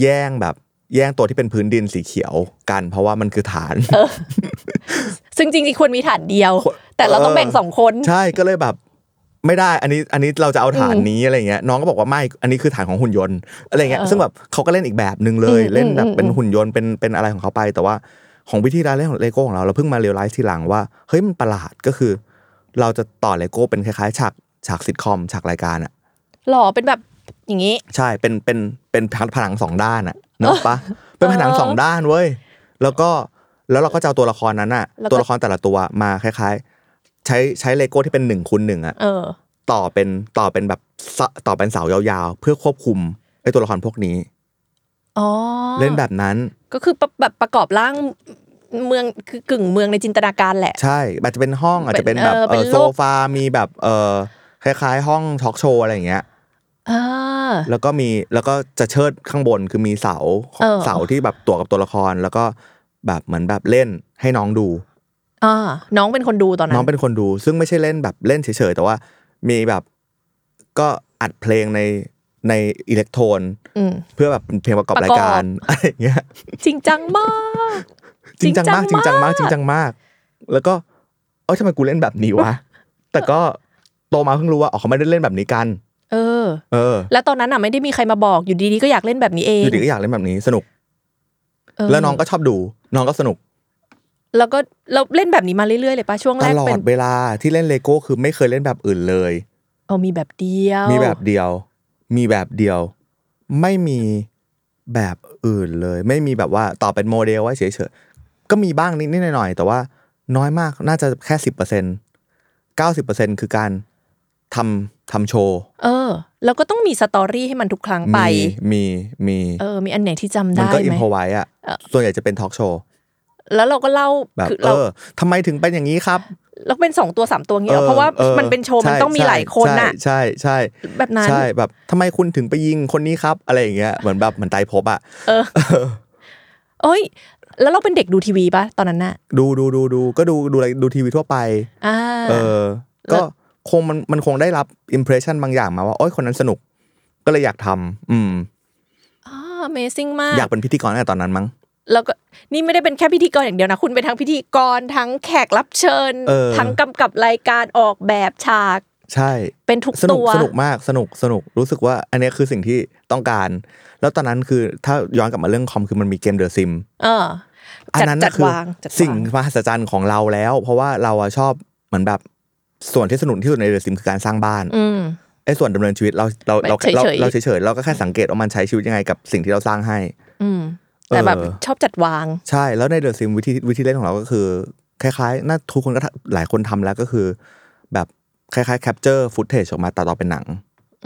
C: แย่งแบบแย่งตัวที่เป็นพื้นดินสีเขียวกัน เพราะว่ามันคือฐาน
B: ซึ่งจริงๆควรมีฐานเดียว แต่เราต้องแบ่งสองคน
C: ใช่ก็เลยแบบไม่ได้ อันนี้อันนี้เราจะเอาฐาน
B: อืม
C: นี้อะไรเงี้ยน้องก็บอกว่าไม่อันนี้คือฐานของหุ่นยนต์อะไรเงี้ย
B: เออ
C: ซึ่งแบบเขาก็เล่นอีกแบบหนึ่งเลย
B: อืม
C: เล่นแบบ
B: อืม
C: เป็น
B: อืม
C: หุ่นยนต์เป็นเป็นอะไรของเขาไป แต่ว่าของวิธีการเล่นของเลโก้ของเราเราเพิ่งมาเรียลไลซ์ทีหลังว่าเฮ้ยมันประหลาดก็คือ เราจะต่อเลโก้เป็นคล้ายๆฉากฉากซิทคอมฉากรายการอะ
B: หล่อเป็นแบบอย่างนี้
C: ใช่ เป็น เป็น เป็นผนังสองด้านอะเนกอะปะ เป็นผนังสองด้านเว้ย แล้วก็ แล้วเราก็จะเอาตัวละครนั้นอะ
B: แล้วก็
C: ตัวละครแต่ละตัวมาคล้ายๆ ใช้ใช้เลโก้ที่เป็นหนึ่งคูณหนึ่งอะ
B: เออ
C: ต่อเป็นต่อเป็นแบบสะต่อเป็นเสายาวๆ เพื่อควบคุมไอ้ตัวละครพวกนี้
B: อ๋อ
C: เล่นแบบนั้น
B: ก็คือแบบประกอบร่างเมืองคือกึ่งเมืองในจินตนาการแหละ
C: ใช่ อาจจะเป็นห้องอาจจะเป็น
B: เป็น
C: แบบ
B: เออ
C: เออ
B: เป็นโลก
C: โซฟา มีแบบเออคล้ายๆ ห้องทอล์กโชว์อะไรอย่างเงี้ย
B: อ่า
C: แล้วก็มีแล้วก็จะเชิดข้างบนคือมีเสา
B: เออ
C: เสาที่แบบตัวกับตัวละคร แล้วก็แบบเหมือนแบบเล่นให้น้องดู
B: อ่าน้องเป็นคนดูตอนนั้น
C: น้องเป็นคนดู ซึ่งไม่ใช่เล่นแบบเล่นเฉยๆแต่ว่ามีแบบก็อัดเพลงในในอิเล็กโทรน
B: อืม
C: เพื่อแบบเป็นเพลงประกอบรายการอะไรอย่างเงี้ย
B: จริงจังมาก
C: จริงจังมากจริงจังมากจริงจังมาก แล้วก็เอ้ยทำไมกูเล่นแบบนี้วะ แต่ก็โตมาเพิ่งรู้ว่าอ๋อเขาไม่ได้เล่นแบบนี้กัน
B: เออ
C: เออ
B: แล้วตอนนั้นอ่ะไม่ได้มีใครมาบอกอยู่ดีๆก็อยากเล่นแบบนี้เอง
C: อยู่ดีก็อยากเล่นแบบนี้สนุก
B: เออ
C: แล้วน้องก็ชอบดู น้องก็สนุก
B: แล้วก็เราเล่นแบบนี้มาเรื่อยๆเลยปะช่วง
C: ต
B: แรก
C: ลอ
B: เป็
C: ด
B: น
C: เวลาที่เล่นเลโก้คือไม่เคยเล่นแบบอื่นเลย
B: เออมีแบบเดียว
C: มีแบบเดียว มีแบบเดียว ไม่มีแบบอื่นเลย ไม่มีแบบว่าต่อเป็นโมเดลไว้เฉยๆ ก็มีบ้างนิดๆหน่อยๆ แต่ว่าน้อยมากน่าจะแค่สิบเปอร์เซ็นเก้าสิบเปอร์เซ็นคือการทำทำโชว์
B: เออ แล้วก็ต้องมีสตอรี่ให้มันทุกครั้งไป
C: มีมีมี
B: เออ มีอันไหนที่จำ
C: มั
B: ได้
C: ก็อิ
B: ไห
C: ม
B: ม
C: พอไว้อะ
B: เออ
C: ส่วนใหญ่จะเป็นทอล์กโชว์
B: แล้วเราก็เล่า
C: แบบ
B: คือ
C: เอ
B: เรา
C: อทำไมถึงเป็นอย่างนี้ครับ
B: เราเป็นสองตัวสามตัวเงี้ยเหรอเพราะว่า
C: ออ
B: มันเป็นโชว์มัน
C: ใ
B: ต้องมีหลายคนน่ะ
C: ใช่ใช่
B: แบบนั้น
C: ใช่แบบทำไมคุณถึงไปยิงคนนี้ครับ อะไรอย่างเงี้ยเหมือนแบบเหมือนไตรภพบอะ
B: เออ เอ้ย แล้วเราเป็นเด็กดูทีวีปะตอนนั้นน่ะ
C: ดูดูดูดูก็ดูดูอะไรดูทีวีทั่วไป
B: อ่า
C: เออ
B: แล้ว
C: ก็คงมันมันคงได้รับอิมเพรสชันบางอย่างมาว่าโอ้ยคนนั้นสนุก ก็เลยอยากทำอืม
B: อ๋อ Amazing มาก
C: อยากเป็นพิธีกรตั้งแต่ตอนนั้นมั้ง
B: แล้วก็นี่ไม่ได้เป็นแค่พิธีกรอย่างเดียวนะ คุณเป็นทั้งพิธีกรทั้งแขกรับเชิญ
C: เออ
B: ทั้งกำกับรายการออกแบบฉาก
C: ใช่
B: เป็นทุก
C: สนุ
B: ตั
C: ก
B: ว
C: สนุกมากสนุกสนุกรู้สึกว่า อันเนี้ยคือสิ่งที่ต้องการ แล้วตอนนั้นคือถ้าย้อนกลับมาเรื่องคอมคือมันมีเกมเดอะซิม
B: เออ
C: อัน
B: จัด
C: นั้น
B: จั
C: น่ะ
B: ด
C: คือ
B: วางจัด
C: สิ่ง
B: วาง
C: มหัศจรรย์ของเราแล้ว เพราะว่าเราอะชอบเหมือนแบบส่วนที่สนุกที่สุดในเดอะซิมคือการสร้างบ้าน
B: อืม
C: ไอ้ส่วนดำเนินชีวิตเราเราเรา
B: เฉยๆ
C: เราเราเฉยๆเราก็แค่สังเกตว่ามันใช้ชีวิตยังไงกับสิ่งที่เราสร้างให้
B: อืม แต่แบบ
C: เออ
B: ชอบจัดวาง
C: ใช่แล้วในเดอะซิมวิธีวิธีเล่นของเราก็คือ คล้ายๆน่าทุกคนก็ทำหลายคนทำแล้วก็คือ แบบคล้ายๆแคปเจอร์ฟุตเทจออกมาตัดต่อเป็นหนัง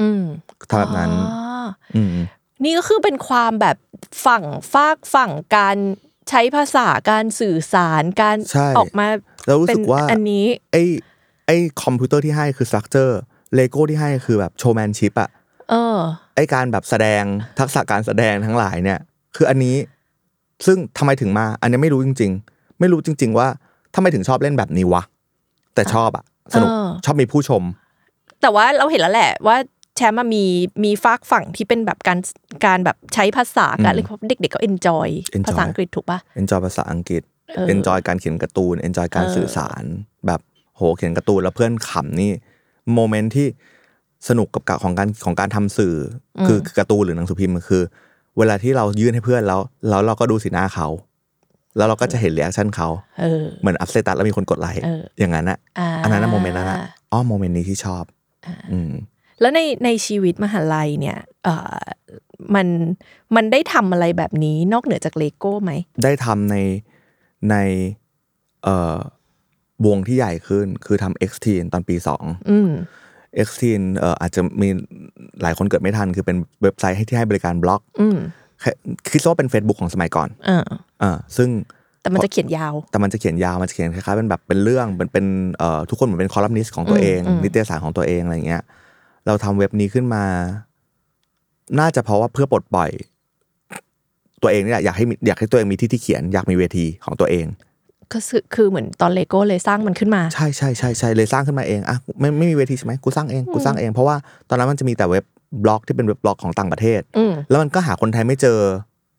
B: อืม
C: ทำแบบนั้น
B: อ๋อ
C: อืม
B: นี่ก็คือเป็นความแบบฝั่งฝากฝั่งการใช้ภาษาการสื่อสารการ
C: ใช่
B: ออกมา
C: แล้วรู้
B: เป็น
C: สึกว่า
B: อันนี้
C: ไอ้ไอ้คอมพิวเตอร์ที่ให้คือสตรัคเจอร์เลโก้ที่ให้คือแบบโชว์แมนชิพอะ
B: เออ
C: ไอ้การแบบแสดงทักษะการแสดงทั้งหลายเนี่ย คืออันนี้ซึ่งทำไมถึงมา อันนี้ไม่รู้จริง ๆ ไม่รู้จริง ๆ ว่าทำไมถึงชอบเล่นแบบนี้วะ แต่ชอบอะสนุก
B: เออ
C: ชอบมีผู้ชม
B: แต่ว่าเราเห็นแล้วแหละว่าแชมป์อะมีมีฝากฝั่งที่เป็นแบบการการแบบใช้ภาษาการ
C: อืม
B: เรียกว่าเด็กๆก็เอนจอย
C: enjoy
B: ภาษาอังกฤษถูกปะ
C: enjoy ภาษาอังกฤษ
B: เออ
C: enjoy การเขียนการ์ตูน enjoy การ
B: เออ
C: สื่อสาร แบบโหเขียนการ์ตูนแล้วเพื่อนขำนี่โมเมนต์ที่สนุกกับการของการของการทำสื่ออคือคือการ์ตูนหรือหนังสือพิมพ์คือ เวลาที่เรายื่นให้เพื่อนแล้วแล้วเราก็ดูสีหน้าเขา แล้วเราก็จะเห็นเรีแอคชั่นเขา
B: เออ
C: เหมือนอัพสเตตัสแล้วมีคนกดไลค์
B: เออ
C: อ
B: อ
C: ย่างนั้นอะ
B: อ่า
C: อันนั้นนะโมเมนต์นั้นอะอ๋อโมเมนต์นี้ที่ชอบอืม
B: แล้วในในชีวิตมหาลัยเนี่ยเออมันมันได้ทำอะไรแบบนี้นอกเหนือจากเลโก้ไหม
C: ได้ทำในในเอ่อวงที่ใหญ่ขึ้น คือทำ X-Teen ตอนปีสอง
B: อืม
C: X-Teen เอ่ออาจจะมีหลายคนเกิดไม่ทัน คือเป็นเว็บไซต์ให้ที่ให้บริการบล็อก
B: อืม
C: แค่คิดซะว่าเป็น Facebook ของสมัยก่อน
B: อ่า
C: เออซึ่ง
B: แต่มันจะเขียนยาว
C: แต่มันจะเขียนยาว มันจะเขียนคล้ายๆเป็นแบบเป็นเรื่องเป็นเป็นเอ่อทุกคนเหมือนเป็นคอลัมนิสต์ของตัวเอง
B: อืมอืม
C: นิตยสารของตัวเองอะไรอย่างเงี้ยเราทำเว็บนี้ขึ้นมา น่าจะเพราะว่าเพื่อปลดปล่อย ตัวเองนี่แหละอยากให้มีอยากให้ตัวเองมีที่ที่เขียนอยากมีเวทีของตัวเอง
B: ก็คือคือเหมือนตอนเลโก้เลยสร้างมันขึ้นมา
C: ใช่ใช่ใช่ใช่เลยสร้างขึ้นมาเองอ่ะไม่ไม่มีเวทีใช่ไหมกูสร้างเองกูสร้างเองเพราะว่าตอนนั้นมันจะมีแต่เว็บบล็อกที่เป็นเว็บบล็อกของต่างประเทศ
B: อืม
C: แล้วมันก็หาคนไทยไม่เจอ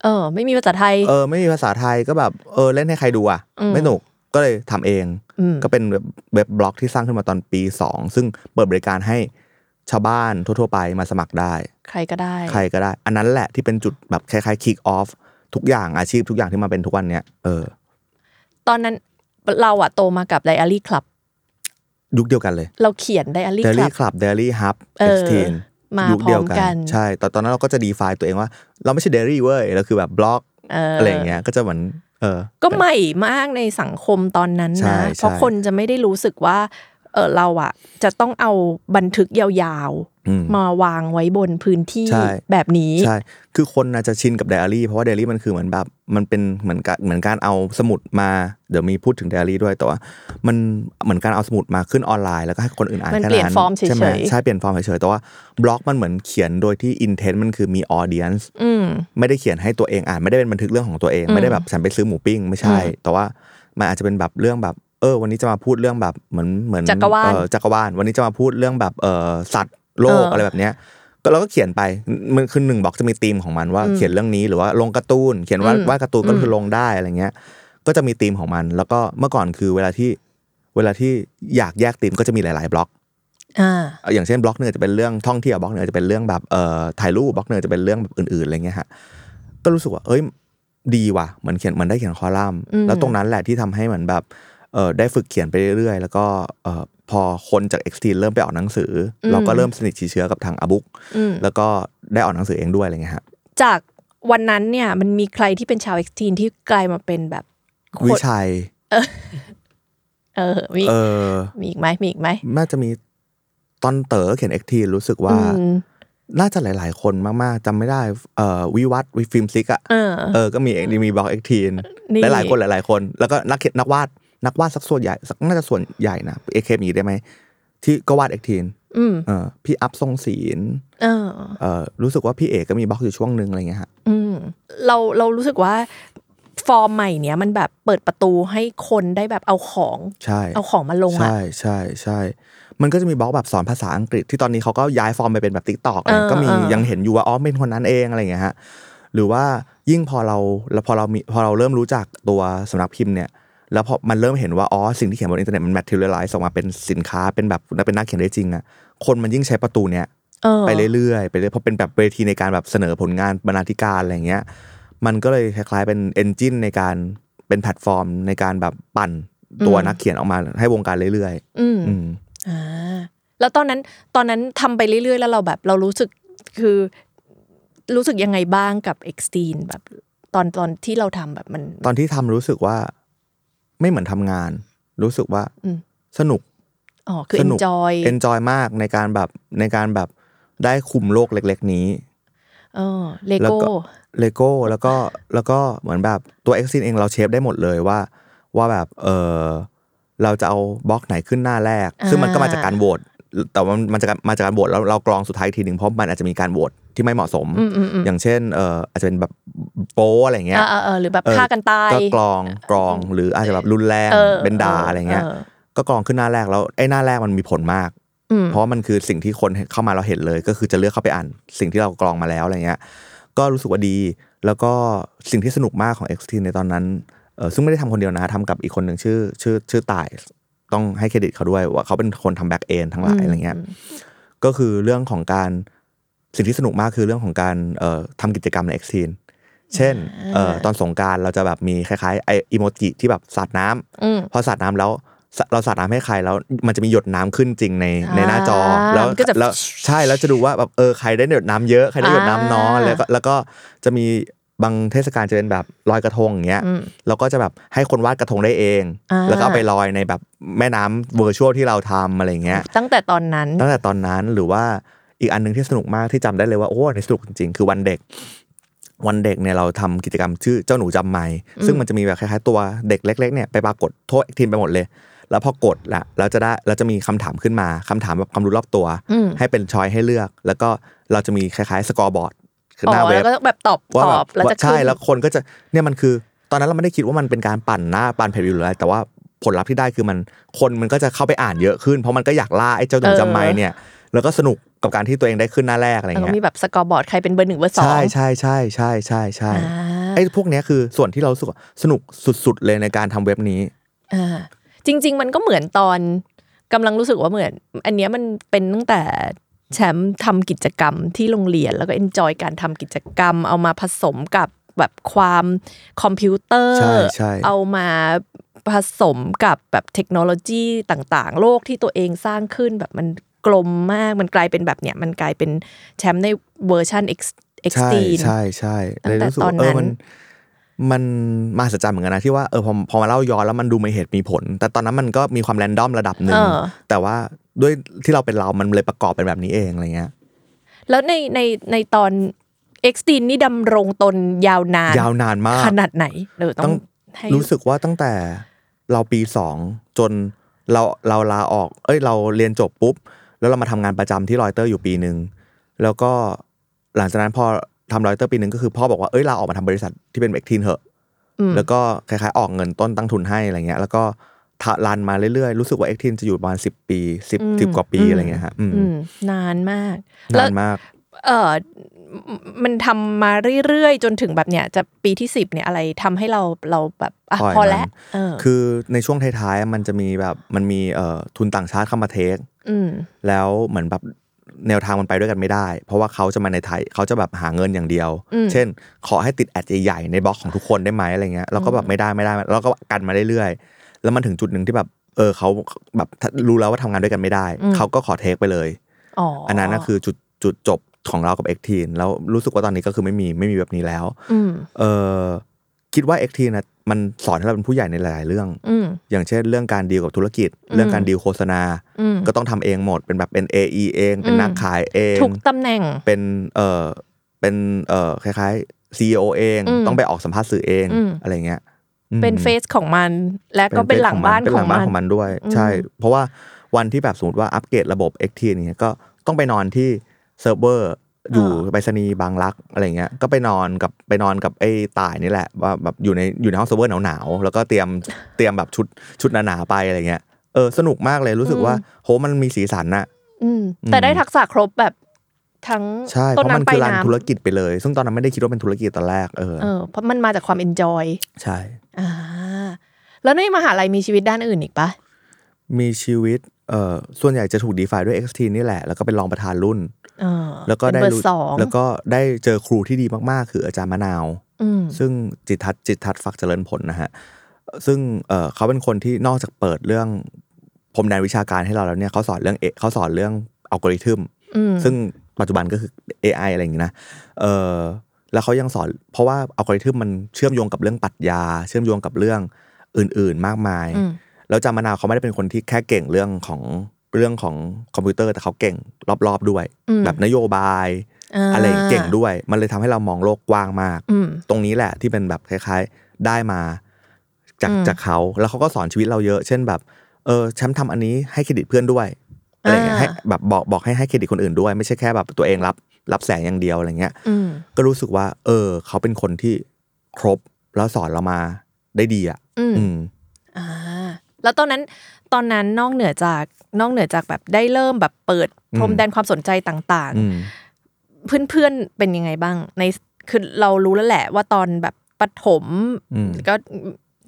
B: เออ ไม่มีภาษาไทย
C: เออ ไม่มีภาษาไทยก็แบบ เออ เล่นให้ใครดูอ่ะ
B: อืม
C: ไม่หนุก ก็เลยทำเอง
B: อืม
C: ก็เป็นเว็บเว็บบล็อกที่สร้างขึ้นมาตอนปี 2 ซึ่งเปิดบริการให้ชาวบ้านทั่ว ๆ ไปมาสมัครได้
B: ใครก็ได้
C: ใครก็ได้ อันนั้นแหละที่เป็นจุดแบบคล้ายๆ kick off ทุกอย่างอาชีพทุกอย่างที่มาเป็นทุกวันเนี้ยเออ
B: ตอนนั้นเราอะโตมากับไดอารี่คลับ
C: ยุคเดียวกันเลย
B: เราเขียนไดอารี่
C: d
B: ค
C: a i
B: ลั
C: l ี
B: บ
C: Club d a i l y Hub
B: เออ
C: 16
B: มา
C: ยุคเดียว
B: พร้อมกั
C: กัน น ใช่ตอนตอนนั้นเราก็จะ define ตัวเองว่า เราไม่ใช่ d a i l y เว้ยเราคือแบบบล็อก
B: เอออ
C: อะไรอย่างเงี้ยก็จะเหมือนเออ
B: ก็ใหม่มากในสังคมตอนนั้น
C: ใช่
B: นะ
C: ใช่
B: เพราะคนจะไม่ได้รู้สึกว่าเออเราอะจะต้องเอาบันทึกยาว
C: อืม
B: ๆ มาวางไว้บนพื้นที่
C: ใช่
B: แบบนี้
C: ใช่ คือคนอาจจะชินกับไดอารี่ เพราะว่าไดอารี่มันคือเหมือนแบบ มันเป็นเหมือนกับเหมือนการเอาสมุดมา เดี๋ยวมีพูดถึงไดอารี่ด้วย แต่ว่า มันเหมือนการเอาสมุดมาขึ้นออนไลน์แล้วก็ให้คนอื่นอ่าน
B: มัน
C: แค่
B: เปลี่ยนฟอร์มเฉยๆ
C: ใช่ไหมใช่ เปลี่ยนฟอร์มเฉยๆ แต่ว่าบล็อกมันเหมือนเขียนโดยที่อินเทนต์มันคือมีออเดียน
B: อืม
C: ไม่ได้เขียนให้ตัวเองอ่านไม่ได้เป็นบันทึกเรื่องของตัวเอง
B: อืม
C: ไม่ได้แบบฉันไปซื้อหมูปิ้งไม่ใช่
B: อืม
C: แต่ว่ามันอาจจะเป็นแบบเรื่องแบบเออ วันนี้จะมาพูดเรื่องแบบเหมือนเหมือน
B: จักรวาล
C: เอ่อจักรวาลวันนี้จะมาพูดเรื่องแบบเออสัตว์โลก
B: เอออ
C: อะไรแบบเนี้ยก็เราก็เขียนไปมันคือหนึ่งบล็อกจะมีธีมของมันว่า
B: อืม
C: เขียนเรื่องนี้หรือว่าลงการ์ตูน เขียนว่า
B: อืม
C: ว่าดการ์ตูนก็คือ
B: ม
C: ลงได้อะไรเงี้ย ก็จะมีธีมของมัน แล้วก็เมื่อก่อนคือเวลาที่เวลาที่อยากแยกธีมก็จะมีหลาย ๆบล็อก
B: อ่า
C: เอ่ออย่างเช่นบล็อกหนึ่งอาจจะเป็นเรื่องท่องเที่ยวบล็อกหนึ่งอาจจะเป็นเรื่องแบบเอ่อถ่ายรูปบล็อกหนึ่งอาจจะเป็นเรื่องแบบอื่นๆอะไรเงี้ยฮะก็รู้สึกว่าเอ้ยดีว่ะเหมือนเขียนเหมันได้เขียนคอลัมน์
B: อืม
C: แล้วตรงนั้นแหละที่ทำให้เหมือนแบบเอ่อได้ฝึกเขียนไปเรื่อยๆ แล้วก็เอ่อพอคนจากเอ็กซ์ตีเริ่มไปออกหนังสืออเราก็เริ่มสนิทชีเชื้อกับทางอาบุ๊ก
B: อืม
C: แล้วก็ได้ออกหนังสือเองด้วยอะไรเงี้ยฮะ
B: จากวันนั้นเนี่ยมันมีใครที่เป็นชาวเอ็กซ์ทีนที่กลายมาเป็นแบบคน
C: วิชัย
B: เออมี
C: เออ
B: มีอีกไหมมีอีกไหม
C: น่าจะมีตอนเต๋อเขียนเอ็กซ์ทีรู้สึกว่า
B: อืม
C: น่าจะหลาย ๆ คนมากๆจำไม่ได้เอ่อวิวัฒน์วิฟิล์มซิกอะ
B: เออ
C: เออ ก็มีมีบล็อกเอ็กทีน
B: นี่
C: หลายๆคนหลายๆคน แล้วก็นักเขียนนักวาด นักวาดสักส่วนใหญ่สักน่าจะส่วนใหญ่นะเอเคมีได้ไหม ที่ก็วาดเอ็กทีน
B: อืม
C: เออพี่อัพทรงศีล
B: เออ
C: เออรู้สึกว่าพี่เอกก็มีบล็อกอยู่ช่วงหนึ่งอะไรเงี้ยฮะ
B: อืมเราเรารู้สึกว่าฟอร์มใหม่เนี้ยมันแบบเปิดประตูให้คนได้แบบเอาของ
C: ใช่
B: เอาของมาลงอ่ะ
C: ใช่ใช่ใช่ มันก็จะมีบล็อกแบบสอนภาษาอังกฤษที่ตอนนี้เขาก็ย้ายฟอร์มไปเป็นแบบติ๊กตอกอะไร
B: เออ
C: ก็มี
B: เออ
C: ยังเห็นอยู่ว่าอ๋อเป็นคนนั้นเองอะไรเงี้ยฮะหรือว่ายิ่งพอเราแล้วพอเรามีพอเราเริ่มรู้จักตัวสำนักพิมพ์เนี่ย แล้วพอมันเริ่มเห็นว่าอ๋อสิ่งที่เขียนบนอินเทอร์เน็ตมันแมทเทอเรียลไลซ์ออกมาเป็นสินค้าเป็นแบบเป็นนักเขียนได้จริงอะคนมันยิ่งใช้ประตูเนี่ย
B: เออ
C: ไปเรื่อยๆไปเรื่อยเพราะเป็นแบบเวทีในการแบบเสนอผลงานบรรณาธิการอะไรเงี้ย มันก็เลยคล้ายๆเป็นเอนจินในการเป็นแพลตฟอร์มในการแบบปั่นตัว
B: อืม
C: นักเขียนออกมาให้วงการเรื่อย
B: อืม
C: ๆ อืม
B: อ่าแล้วตอนนั้นตอนนั้นทำไปเรื่อยๆ แล้วเราแบบเรารู้สึกคือรู้สึกยังไงบ้างกับเอ็กซ์ตีนแบบตอนตอนที่เราทำแบบมัน
C: ตอนที่ทำรู้สึกว่าไม่เหมือนทำงาน รู้สึกว่า
B: อืม
C: สนุก
B: อ๋อคือ
C: สนุก
B: enjoy
C: เอนจอยมากในการแบบในการแบบได้คุมโลกเล็ก ๆ นี้
B: เออเล
C: แล้ว
B: โก้
C: ก็เลโก้แล้วก็แล้วก็เหมือนแบบตัวเอ็กซินเองเราเชฟได้หมดเลยว่า ว่าแบบเออเราจะเอาบล็อกไหนขึ้นหน้าแรก
B: อ่า
C: ซึ่งมันก็มาจากการโหวตแต่ว่ามันมันจะมาจากการโหวตแล้วเรากรองสุดท้ายอีกทีหนึ่งเพราะมันอาจจะมีการโหวตที่ไม่เหมาะสม
B: อืมอืมอืม
C: อย่างเช่นเอออาจจะเป็นแบบโป๊อะไรเงี้ย
B: อ่าๆเออหรือแบบ
C: เออ
B: ฆ่ากันตาย
C: ก็กรองกรองหรืออาจจะแบบรุนแรง
B: ออ
C: เป็นด่าอะไรเงี้ย
B: ออ
C: ก็กรองขึ้นหน้าแรกแล้วไอ้หน้าแรกมันมีผลมาก
B: อืม
C: เพราะว่ามันคือสิ่งที่คนเข้ามาเราเห็นเลย ก็คือจะเลือกเข้าไปอ่านสิ่งที่เรากรองมาแล้วอะไรเงี้ยก็รู้สึกว่าดี แล้วก็สิ่งที่สนุกมากของ XT ในตอนนั้นเออซึ่งไม่ได้ทำคนเดียวนะทำกับอีกคนหนึ่งชื่อชื่อชื่อต่าย ต้องให้เครดิตเขาด้วยว่าเขาเป็นคนทำแบ็กเอนทั้งหลายอะไรเงี้ยก็คือเรื่องของการสิ่งที่สนุกมากคือเรื่องของการเอ่อทำกิจกรรมใน XT เช่นเอ่อตอนสงกรารเราจะแบบมีคล้ายๆไออีโมจิที่แบบสาดน้ำ
B: อืม
C: พอสาดน้ำแล้วสเราสาดน้ำให้ใครแล้วมันจะมีหยดน้ำขึ้นจริงในในหน้าจอ
B: อ่า
C: แล้ว
B: มันก็จะ
C: แล้วใช่แล้วจะดูว่าแบบเออใครได้หยดน้ำเยอะใครได้หยดน้ำน้อย
B: อ่า
C: แล้วก็แล้วก็จะมีบางเทศกาลจะเป็นแบบลอยกระทงอย่างเงี้ย
B: อืม
C: เราก็จะแบบให้คนวาดกระทงได้เอง
B: อ่า
C: แล้วก็เอาไปลอยในแบบแม่น้ำเวอร์ชวลที่เราทำอะไรอย่างเงี้ย
B: ตั้งแต่ตอนนั้น
C: ตั้งแต่ตอนนั้นหรือว่าอีกอันหนึงที่สนุกมากที่จำได้เลยว่าโอ้ในสนุกจริงๆ คือวันเด็ก วันเด็กเนี่ยเราทำกิจกรรมชื่อเจ้าหนูจำไม่ซึ่งมันจะมีแบบคล้ายๆตัวเด็กเล็ก ๆเนี่ยไปปรากฏโทษทีมไปหมดเลย แล้วพอกดละเราจะได้เราจะมีคำถามขึ้นมาคำถามแบบความรู้รอบตัว
B: อืม
C: ให้เป็นชอยให้เลือก แล้วก็เราจะมีคล้ายๆสกอร์บอร์ดคือ
B: อ๋
C: หน้า
B: อ
C: เว็
B: แล้ว
C: บ
B: ก็แบบตอบ
C: ว่า
B: ต
C: แบ
B: อบบแล้วจะ
C: ใช่
B: ขึ้น
C: แล้วคนก็จะเนี่ยมันคือตอนนั้นเราไม่ได้คิดว่ามันเป็นการปั่นหน้าปั่นเพจวิวหรืออะไรแต่ว่าผลลัพธ์ที่ได้คือมันคนมันก็จะเข้าไปอ่านเยอะขึ้น เพราะมันก็อยากล่าไอ้เจ้าหนู
B: เออ
C: จำไม้เนี่ย แล้วก็สนุกกับการที่ตัวเองได้ขึ้นหน้าแรกอะไร
B: แล้วก็
C: เงี้ย
B: มีแบบสกอร์บอร์ดใครเป็นเบอร์หนึ่งเบอร์สอง
C: ใช่ใช่ใช่ใช่ใช่ใช่
B: อ่า
C: ไอ้พวกเนี้ยคือส่วนที่เรารู้สึกว่าสนุกสุด ๆ เลยในการทำเว็บนี้
B: อ่าจริง ๆ มันก็เหมือนตอนกำลังรู้สึกว่าเหมือน อันเนี้ยมันเป็นตั้งแต่แชมป์ทำกิจกรรมที่โรงเรียนแล้วก็เอนจอยการทำกิจกรรม เอามาผสมกับแบบความคอมพิวเตอร์
C: ใช่ใช่
B: เอามาผสมกับแบบเทคโนโลยีต่างๆ โลกที่ตัวเองสร้างขึ้นแบบมันกลมมากมันกลายเป็นแบบเนี้ยมันกลายเป็นแชมป์ในเวอร์ชัน X
C: ใช่
B: X ีน
C: ใช่ใช่
B: ตั้
C: เล
B: ง
C: ย
B: แต่
C: รู้สึก
B: ต
C: ว่า
B: อน
C: เอ
B: นั้
C: อน มันมันมหัศจรรย์เหมือนกันนะที่ว่าเออพอพอมาเล่าย้อนแล้วมันดูมีเหตุมีผล แต่ตอนนั้นมันก็มีความแรนดอมระดับหนึ่
B: เอง อ
C: แต่ว่าด้วยที่เราเป็นเรามันเลยประกอบเป็นแบบนี้เองอะไรเงี้ย
B: แล้วในในในตอนเอ็กซ์ตีนนี่ดำรงตนยาวนาน
C: ยาวนานมาก
B: ขนาดไหนเออต้
C: ต้
B: อ
C: อง ง
B: ให้
C: รู้สึกว่าตั้งแต่เราปีสองจนเราเราลาออก เอ้ยเราเรียนจบปุ๊บ แล้วเรามาทำงานประจำที่รอยเตอร์อยู่ปีหนึ่งแล้วก็หลังจากนั้นพอทำรอยเตอร์ปีหนึ่งก็คือพ่อบอกว่าเอ้ยเราออกมาทำบริษัทที่เป็นเบกทีนเถอะ
B: อืม
C: แล้วก็คล้ายๆ ออกเงินต้นตั้งทุนให้อะไรเงี้ย แล้วก็ทะรันมาเรื่อยๆ รู้สึกว่าเอ็กทินจะอยู่ประมาณสิบปีสิบสิบกว่าปีอะไรเงี้ยฮะอืม
B: อืมนานมาก
C: นานมาก
B: เออมมันทำมาเรื่อยๆ จนถึงแบบเนี้ยจะปีที่สิบเนี่ยอะไรทำให้เราเราแบบอ่ะ
C: ปล่อย
B: พอ
C: มัน
B: แล้วเออ
C: คือในช่วงท้ายๆ มันจะมีแบบมันมีเอ่อทุนต่างชาติเข้ามาเทค
B: อืม
C: แล้วเหมือนแบบแนวทางมันไปด้วยกันไม่ได้ เพราะว่าเขาจะมาในไทยเขาจะแบบหาเงินอย่างเดียว
B: อืม
C: เช่น ขอให้ติดแอดใหญ่ๆในบล็อกของทุกคนได้ไหมอะไรเงี้ยเราก็แบบไม่ได้ไม่ได้เราก็กันมาเรื่อยๆแล้วมันถึงจุดหนึ่งที่แบบเออเขาแบบรู้แล้วว่าทำงานด้วยกันไม่ได้เขาก็ขอเทคไปเลย
B: อ๋อ
C: อั
B: อั
C: นนั้นก็คือจุดจุดจบของเรากับเอ็กทีนแล้วรู้สึกว่าตอนนี้ก็คือไม่มีไม่มีแบบนี้แล้ว
B: อืม
C: เออคิดว่าเอ็กทีนะมันสอนให้เราเป็นผู้ใหญ่ในหลาย ๆ เรื่อง
B: อืม
C: อย่างเช่นเรื่องการดีลกับธุรกิจ เรื่องการดีลโฆษณา
B: อืม
C: ก็ต้องทำเองหมดเป็นแบบเป็น AE เอง เป็น
B: อืม
C: นักขายเอง
B: ทุกตำแหน่ง
C: เป็นเออเป็นเออคล้ายๆ CEO เอง
B: อืม
C: ต้องไปออกสัมภาษณ์สื่อเอง
B: อืม
C: อะไรเงี้ยอืม
B: เป็นเฟซของมัน และก็เป็นหลังบ้าน
C: เป็น
B: ข
C: ห
B: อ
C: ลั
B: ง
C: งบ้าน
B: มัน
C: ของมันด้วย
B: อืม
C: ใช่ เพราะว่าวันที่แบบสมมติว่าอัปเกรดระบบ XT เนี่ยก็ต้องไปนอนที่เซิร์ฟเวอร์อยู่ไปรษณีย์บางรักอะไรเงี้ยก็ไปนอนกับไปนอนกับไอ้ต่ายนี่แหละ ว่าแบบอยู่ในอยู่ในห้องเซิร์ฟเวอร์หนาวๆแล้วก็เตรียมเตรียมแบบชุดชุดหนาๆไปอะไรเงี้ยเออสนุกมากเลยรู้สึกว่าโหมันมีสีสันน่ะ
B: อืมแต่ได้ทักษะครบแบบทั้ง
C: ใช่เพ
B: ต้น
C: ราะมัน
B: น้ำไป
C: คือรัน
B: น้ำ
C: ธุรกิจไปเลย ซึ่งตอนนั้นไม่ได้คิดว่าเป็นธุรกิจตอนแรกเออ
B: เออเพราะมันมาจากความเอนจอย
C: ใช่
B: อ่าแล้วในมหาลัยมีชีวิตด้านอื่นอีกปะ
C: มีชีวิตเออส่วนใหญ่จะถูกดีฟด้วย XT นี่แหละแล้วก็เป็นรองประธานรุ่น
B: เออ
C: แล้วก็
B: เป็น
C: ได้
B: เบอ
C: รู้
B: ร์สอง
C: แล้วก็ได้เจอครูที่ดีมากๆ คืออาจารย์มะนาว
B: อืม
C: ซึ่งจิตทัศน์จิตทัศน์ฟักเจริญผลนะฮะซึ่งเอ่อเขาเป็นคนที่นอกจากเปิดเรื่องพรมแดนวิชาการให้เราแล้วเนี่ยเขาสอนเรื่องเอเขาสอนเรื่องอัลกอริทึม
B: อืม
C: ซึ่งปัจจุบันก็คือ AI อะไรอย่างนี้นะเออแล้วเขายังสอน เพราะว่าอัลกอริทึมมันเชื่อมโยงกับเรื่องปรัชญา เชื่อมโยงกับเรื่องอื่นๆมากมาย
B: อืม
C: แล้วอาจารย์มะนาวเขาไม่ได้เป็นคนที่แค่เก่งเรื่องของเรื่องของคอมพิวเตอร์แต่เขาเก่งรอบๆด้วย
B: อืม
C: แบบนโยบาย
B: า
C: อะไรเก่งด้วย มันเลยทำให้เรามองโลกกว้างมาก
B: อืม
C: ตรงนี้แหละที่เป็นแบบคล้ายๆได้มา จาก
B: อืม
C: จากเขา แล้วเขาก็สอนชีวิตเราเยอะ เช่นแบบ เออแชมป์ทำอันนี้ให้เครดิตเพื่อนด้วย อะไรเงี้ย
B: อ่า
C: ให้แบบบอกบอกให้ให้เครดิตคนอื่นด้วย ไม่ใช่แค่แบบตัวเองรับรับแสงอย่างเดียวอะไรเงี้ย
B: อืม
C: ก็รู้สึกว่า เออ เขาเป็นคนที่ครบแล้วสอนเรามาได้ดีอ่ะ
B: อืม
C: อืม
B: อ่าแล้วตอนนั้นตอนนั้นนอกเหนือจากนอกเหนือจากแบบได้เริ่มแบบเปิดพรม
C: อืม
B: แดนความสนใจต่าง
C: อืม
B: ๆ เพื่อนๆเป็นยังไงบ้าง ในคือเรารู้แล้วแหละว่าตอนแบบปฐม
C: อืม
B: ก็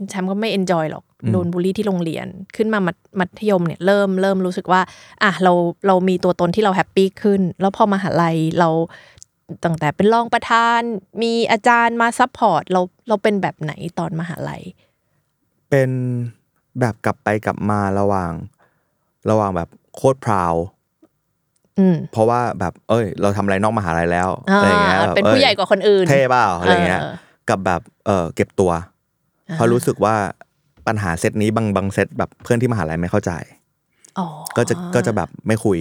B: แชมป์ก็ไม่เอนจอยหรอก
C: อืม
B: โดนบูลลี่ที่โรงเรียนขึ้นมามัธมัธยมเนี่ยเริ่มเริ่มรู้สึกว่าอ่ะเราเรามีตัวตนที่เราแฮปปี้ขึ้น แล้วพอมาหาลัยเราตั้งแต่เป็นรองประธาน มีอาจารย์มาซัพพอร์ตเราเราเป็นแบบไหนตอนมหาลัย
C: เป็นแบบกลับไปกลับมาระหว่าง ระหว่างแบบโคตรพราว
B: อืม
C: เพราะว่าแบบเอ้ย เราทำอะไรนอกมหาลัยแล้ว
B: อ่า
C: อะไรอย่างเงี้ยแบบ
B: เป็นผู้ใหญ่กว่าคนอื่น
C: เท่เปล่าอะไรเงี้ย
B: เออ
C: กับแบบเออเก็บตัวเพราะรู้สึกว่าปัญหาเซตนี้บางบางเซตแบบเพื่อนที่มหาลัยไม่เข้าใจ
B: อ๋อ
C: ก็จะก็จะแบบไม่คุย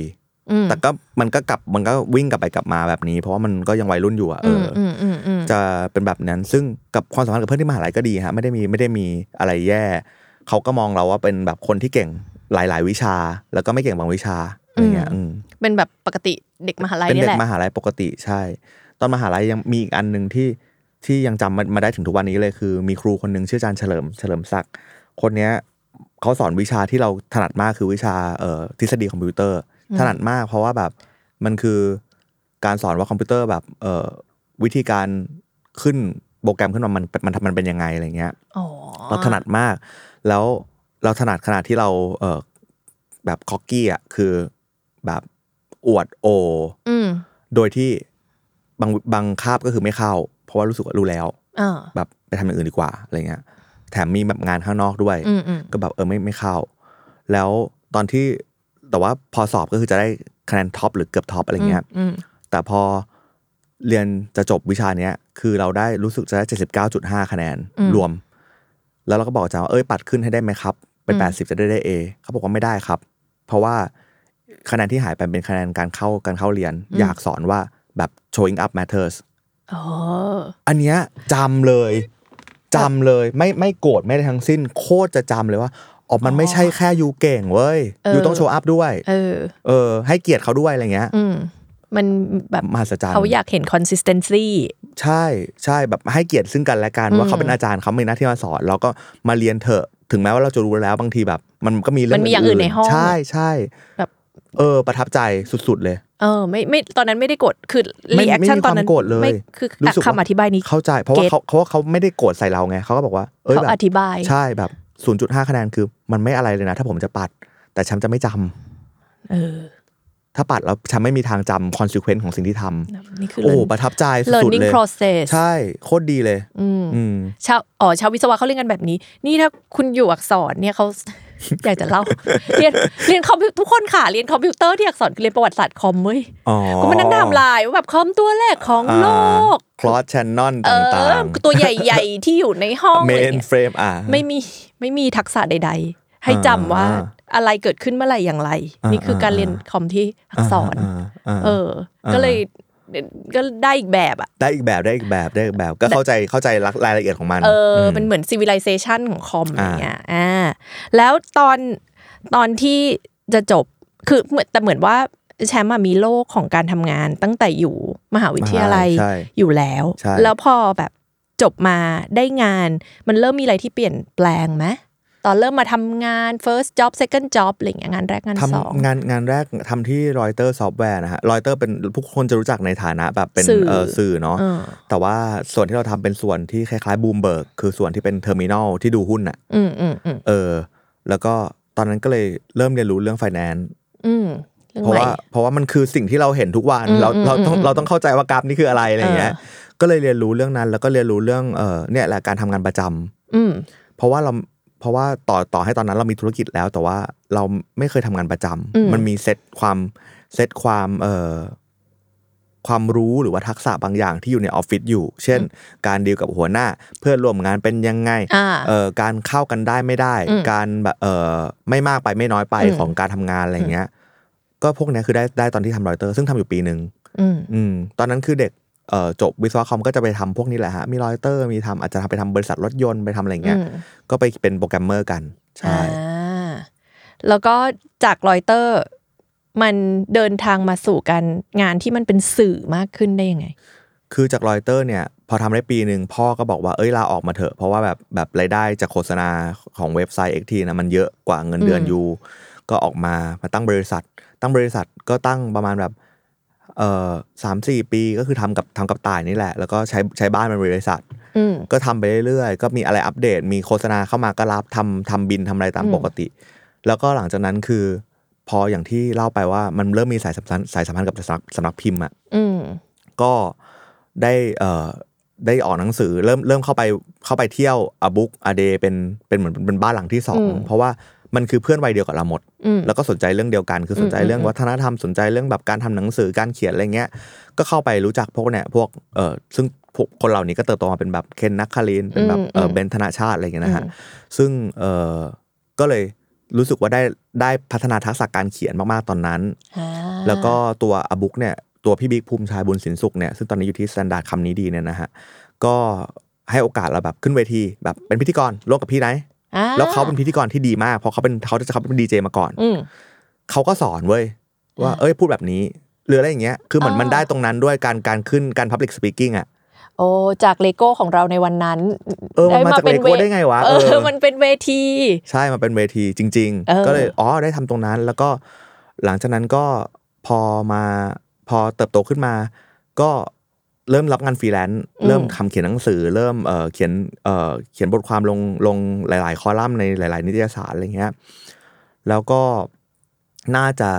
B: อืม
C: แต่ก็มันก็กลับมันก็วิ่งกลับไปกลับมาแบบนี้ เพราะว่ามันก็ยังวัยรุ่นอยู่อะเอ
B: อืม
C: ออ
B: อืมอืมอืม
C: จะเป็นแบบนั้นซึ่งกับความสัมพันธ์กับเพื่อนที่มหาลัยก็ดีฮะไม่ได้มีไม่ได้มีอะไรแย่เขาก็มองเราว่าเป็นแบบคนที่เก่งหลาย ๆ วิชา แล้วก็ไม่เก่งบางวิชาอะไรเงี้ยอืม
B: เป็นแบบปกติเด็กมหาลัย
C: เป็น
B: นี่
C: เด็
B: แห
C: ก
B: ละ
C: มหาลัยปกติใช่ ตอนมหาลัยยังมีอีกอันหนึ่งที่ที่ยังจำมามาได้ถึงทุกวันนี้เลยคือ มีครูคนหนึ่งชื่ออาจารย์เฉลิมเฉลิมศักดิ์คนเนี้ยเขาสอนวิชาที่เราถนัดมากคือวิชาเอ่อทฤษฎีคอมพิวเตอร์ ถนัดมากเพราะว่าแบบมันคือการสอนว่าคอมพิวเตอร์แบบเอ่อวิธีการขึ้นโปรแกรมขึ้นมามันมันมันเป็นยังไงอะไรเงี้ย
B: อ๋อ
C: เราถนัดมาก แล้ว เราถนัดขนาดที่เราเออแบบคอกกี้อ่ะคือแบบอวดโอ
B: อืม
C: โดยที่บางบางคาบก็คือไม่เข้า เพราะว่ารู้สึกว่ารู้แล้ว
B: อ่า
C: แบบไปทำอย่างอื่นดีกว่าอะไรเงี้ย แถมมีแบบงานข้างนอกด้วย
B: อืมอืม
C: ก็แบบเออไม่ไม่เข้า แล้วตอนที่แต่ว่าพอสอบก็คือจะได้คะแนนท็อปหรือเกือบท็อปอะไรเงี้ย
B: อืม
C: แต่พอเรียนจะจบวิชาเนี้ย คือเราได้รู้สึกจะได้เจ็ดสิบเก้าจุดห้าคะแนนรวม แล้วเราก็บอกอาจารย์ว่าเอ้ยปัดขึ้นให้ได้ไหมครับ เป็นแปดสิบจะได้ได้เอเขาบอกว่าไม่ได้ครับ เพราะว่าคะแนนที่หายไปเป็นคะแนนการเข้าการเข้าเรียน อยากสอนว่าแบบ showing up matters
B: โอ้
C: อันเนี้ยจำเลยจำเลยไม่ไม่โกรธไม่อะไรทั้งสิ้น โคตรจะจำเลยว่าอ๋อมันไม่ใช่แค่ยูเก่งเว้ยยูต้องโชว์อัพด้วย
B: เออ
C: เออ ให้เกียรติเขาด้วยอะไรเงี้ย
B: อืมมันแบบ
C: มหัศจรรย์
B: เขาอยากเห็น consistency
C: ใช่ใช่แบบให้เกียรติซึ่งกันและกันว่าเขาเป็นอาจารย์เขามีหน้าที่มาสอน เราก็มาเรียนเถอะถึงแม้ว่าเราจะรู้แล้วบางทีแบบ มันก็มีเรื่อง
B: มันมีอย่างอื่นในห้อง
C: ใช่ใช่
B: แบบ
C: เออ ประทับใจสุดๆเลย
B: เออไม่ไม่ตอนนั้นไม่ได้กดคือ
C: ไม่
B: reaction
C: ไม่มี
B: ตอนนั้น
C: ความโกรธเลย
B: ไม่คือ
C: รู้สึกว่า
B: คำอธิบายนี้
C: เข้าใจเพราะว่า
B: เก็ต
C: เขาเขาเขาไม่ได้โกรธใส่เราไงเขาก็บอกว่าเอ้ย
B: เขา
C: แบบ
B: อธิบาย
C: ใช่แบบ 0.5 คะแนนคือ มันไม่อะไรเลยนะ ถ้าผมจะปัด แต่แชมป์จะไม่จำ
B: เออ
C: ถ้าปัดแล้วแชมป์ไม่มีทางจำคอนซิเควนต์ของสิ่งที่ทำ
B: นี่คือ
C: โอ้โหประทับใจสุดๆ
B: learning
C: เลย
B: process
C: ใช่โคตรดีเลย
B: อืม
C: อืม
B: ชาวอ๋อชาววิศวะเขาเรียนกันแบบนี้ นี่ถ้าคุณอยู่อักษรเนี่ยเขา อยากจะ เล่า เรียนเรียนคอมพิวทุกคนค่ะเรียนคอมพิวเตอร์ที่อักษรคือเรียนประวัติศาสตร์คอมเว้ย
C: อ๋อ
B: ก็มานั่งไทำลายว่าแบบคอมตัวแรกของโลก
C: คลอสแชนนอน
B: เอ
C: ต
B: อ่
C: าง
B: ตัวใหญ่ๆ ที่อยู่ในห้อง
C: เม
B: อะไร
C: น
B: เงี้ย
C: เฟรมอ่ะ
B: ไม่มีไม่มีทักษะใด ๆ ให้จำว่า
C: อ่า
B: อะไรเกิดขึ้นเมื่อไหร่อย่างไร
C: อ่า
B: นี่คือการเรียนคอมที่อักษร
C: าอ่า
B: เออ ก็เลยก็ได้อีกแบบอ่ะ
C: ได้อีกแบบได้อีกแบบได้อีกแบบก็เข้าใจเข้าใจรักรายละเอียดของมัน
B: เอออ
C: ม
B: เป็นเหมือน civilization ของคอมอะไร
C: อ่า
B: เงี้ยอ่าแล้วตอนตอนที่จะจบคือเหมือนแต่เหมือนว่าแชมป์อะมีโลกของการทำงานตั้งแต่อยู่มหาวิทยาลัย
C: ใช่
B: อยู่แล้ว
C: ใช่
B: แล้วพอแบบจบมาได้งาน มันเริ่มมีอะไรที่เปลี่ยนแปลงไหมตอนเริ่มมาทำงาน first job second job อะไรเงี้ยงานแรกงานสอง
C: ทำงานงานแรกทำที่รอยเตอร์ซอฟต์แวร์นะฮะรอยเตอร์เป็นผู้คนจะรู้จักในฐานะแบบเป็น
B: สื่อ
C: เอ่อสื่อเนาะ
B: เออ
C: แต่ว่าส่วนที่เราทำเป็นส่วนที่คล้ายๆบูมเบิร์กคือส่วนที่เป็นเทอร์มินอลที่ดูหุ้นอ่ะ
B: อืมอืมอืม
C: เออ แล้วก็ตอนนั้นก็เลยเริ่มเรียนรู้เรื่อง finance
B: อืมเรื่อง
C: เพราะ
B: ใหม่
C: ว่าเพราะว่ามันคือสิ่งที่เราเห็นทุกวัน
B: อืม
C: เรา
B: อืม
C: เราต้อง
B: อืม
C: เราต้องเข้าใจว่ากราฟนี่คืออะไรอะไรอย่างเงี้ย
B: เอ
C: ก็เลยเรียนรู้เรื่องนั้น แล้วก็เรียนรู้เรื่องเออเนี่ยแหละการทำงานประจำ
B: อืม
C: เพราะว่าเราเพราะว่าต่อต่อให้ตอนนั้นเรามีธุรกิจแล้ว แต่ว่าเราไม่เคยทำงานประจำมันมีเซตความเซตความเออความรู้หรือว่าทักษะบางอย่างที่อยู่ในออฟฟิศอยู่ เช่น การดีลกับหัวหน้า เพื่อนร่วมงานเป็นยังไง
B: อ่า
C: เอ่อการเข้ากันได้ไม่ได้
B: อืม
C: การแบบเอ่อไม่มากไปไม่น้อยไป
B: อืม
C: ของการทำงานอะไรเงี้ย ก็พวกเนี้ยคือได้ได้ตอนที่ทำรอยเตอร์ซึ่งทำอยู่ปีหนึ่ง
B: อืม
C: อืมตอนนั้นคือเด็กเอ่อจบวิศวะคอมก็จะไปทำพวกนี้แหละฮะมีรอยเตอร์มีทำอาจจะทำไปทำบริษัทรถยนต์ไปทำอะไร
B: อื
C: เงี้ย
B: ม
C: ก็ไปเป็นโปรแกรมเมอร์กันใช่
B: อ่าแล้วก็จากรอยเตอร์ มันเดินทางมาสู่การงานที่มันเป็นสื่อมากขึ้นได้ยังไง
C: คือจากรอยเตอร์เนี่ยพอทำได้ปีหนึ่งพ่อก็บอกว่าเอ้ยลาออกมาเถอะเพราะว่าแบบแบบรายได้จากโฆษณาของเว็บไซต์เอกทีนะมันเยอะกว่าเงินเดือน
B: อืม
C: อยู่ก็ออกมามาตั้งบริษัท ตั้งบริษัทก็ตั้งประมาณแบบเอ่อสามสี่ปีก็คือทำกับทำกับตายนี่แหละ แล้วก็ใช้ใช้บ้านเป็นบริษัท
B: อืม
C: ก็ทำไปเรื่อยๆ ก็มีอะไรอัปเดต มีโฆษณาเข้ามาก็รับทำทำบินทำอะไรตาม
B: อืม
C: ปกติ แล้วก็หลังจากนั้นคือ พออย่างที่เล่าไปว่ามันเริ่มมีสายสัมพันธ์สายสัมพันธ์กับสำนักสำนักพิมพ์อะ
B: อืม
C: ก็ได้เอ่อได้ออกหนังสือเริ่มเริ่มเข้าไปเข้าไปเที่ยวอบุ๊กอเดเป็นเป็นเหมือนเป็นบ้านหลังที่สอ
B: อื
C: ง
B: ม
C: เพราะว่ามันคือเพื่อนวัยเดียวกับเราหมด
B: อืม
C: แล้วก็สนใจเรื่องเดียวกัน คือสนใจ
B: อืม
C: เรื่อง
B: อืม
C: วัฒนธรรมสนใจเรื่องแบบการทำหนังสือการเขียนอะไรเงี้ยก็เข้าไปรู้จักพวกเนี่ยพวกเออซึ่งพวกคนเหล่านี้ก็เติบโตมาเป็นแบบเคนนักคารินเป็นแบบเออเบนธนาชาติอะไรเงี้ยนะฮะซึ่งเออก็เลยรู้สึกว่าได้ได้พัฒนาทักษะการเขียนมากๆตอนนั้น
B: อ่า
C: แล้วก็ตัวอบุ๊กเนี่ยตัวพี่บิ๊กภูมิชายบุญสินสุขเนี่ยซึ่งตอนนี้อยู่ที่สแตนดาร์ดคำนี้ดีเนี่ยนะฮะก็ให้โอกาสเราแบบขึ้นเวทีแบบเป็นพิธีกรร่วมกับพี่ไนท์
B: อ่
C: แล้วเขาเป็นพิธีกรที่ดีมากเพราะเขาเป็นเขาจะเขาเป็นดีเจมาก่อน
B: อืม
C: เขาก็สอนเว้ยว่าเอ้ยพูดแบบนี้หรืออะไรอย่างเงี้ยคือเหมือน
B: อ่ามั
C: มันได้ตรงนั้นด้วยการการขึ้นการ Public Speaking อ่ะ
B: โอ้จากเลโก้ของเราในวันนั้น
C: เออมันมาจากเลโก้ได้ไงวะ
B: เอ
C: เอ
B: อ
C: อ
B: มันเป็นเวที
C: ใช่ มันเป็นเวทีจริง
B: เออ
C: ๆ ก็เลย อ๋อ ได้ทำตรงนั้น แล้วก็หลังจากนั้นก็พอมา พอเติบโตขึ้นมา ก็ เริ่มรับงานฟรีแลนซ์
B: อืม
C: เริ่มทำเขียนหนังสือ เริ่มเอ่อเขียนเอ่อเขียนบทความลงลงหลาย ๆ คอลัมน์ในหลาย ๆ นิตยสารอะไรเงี้ยแล้วก็น่าจะ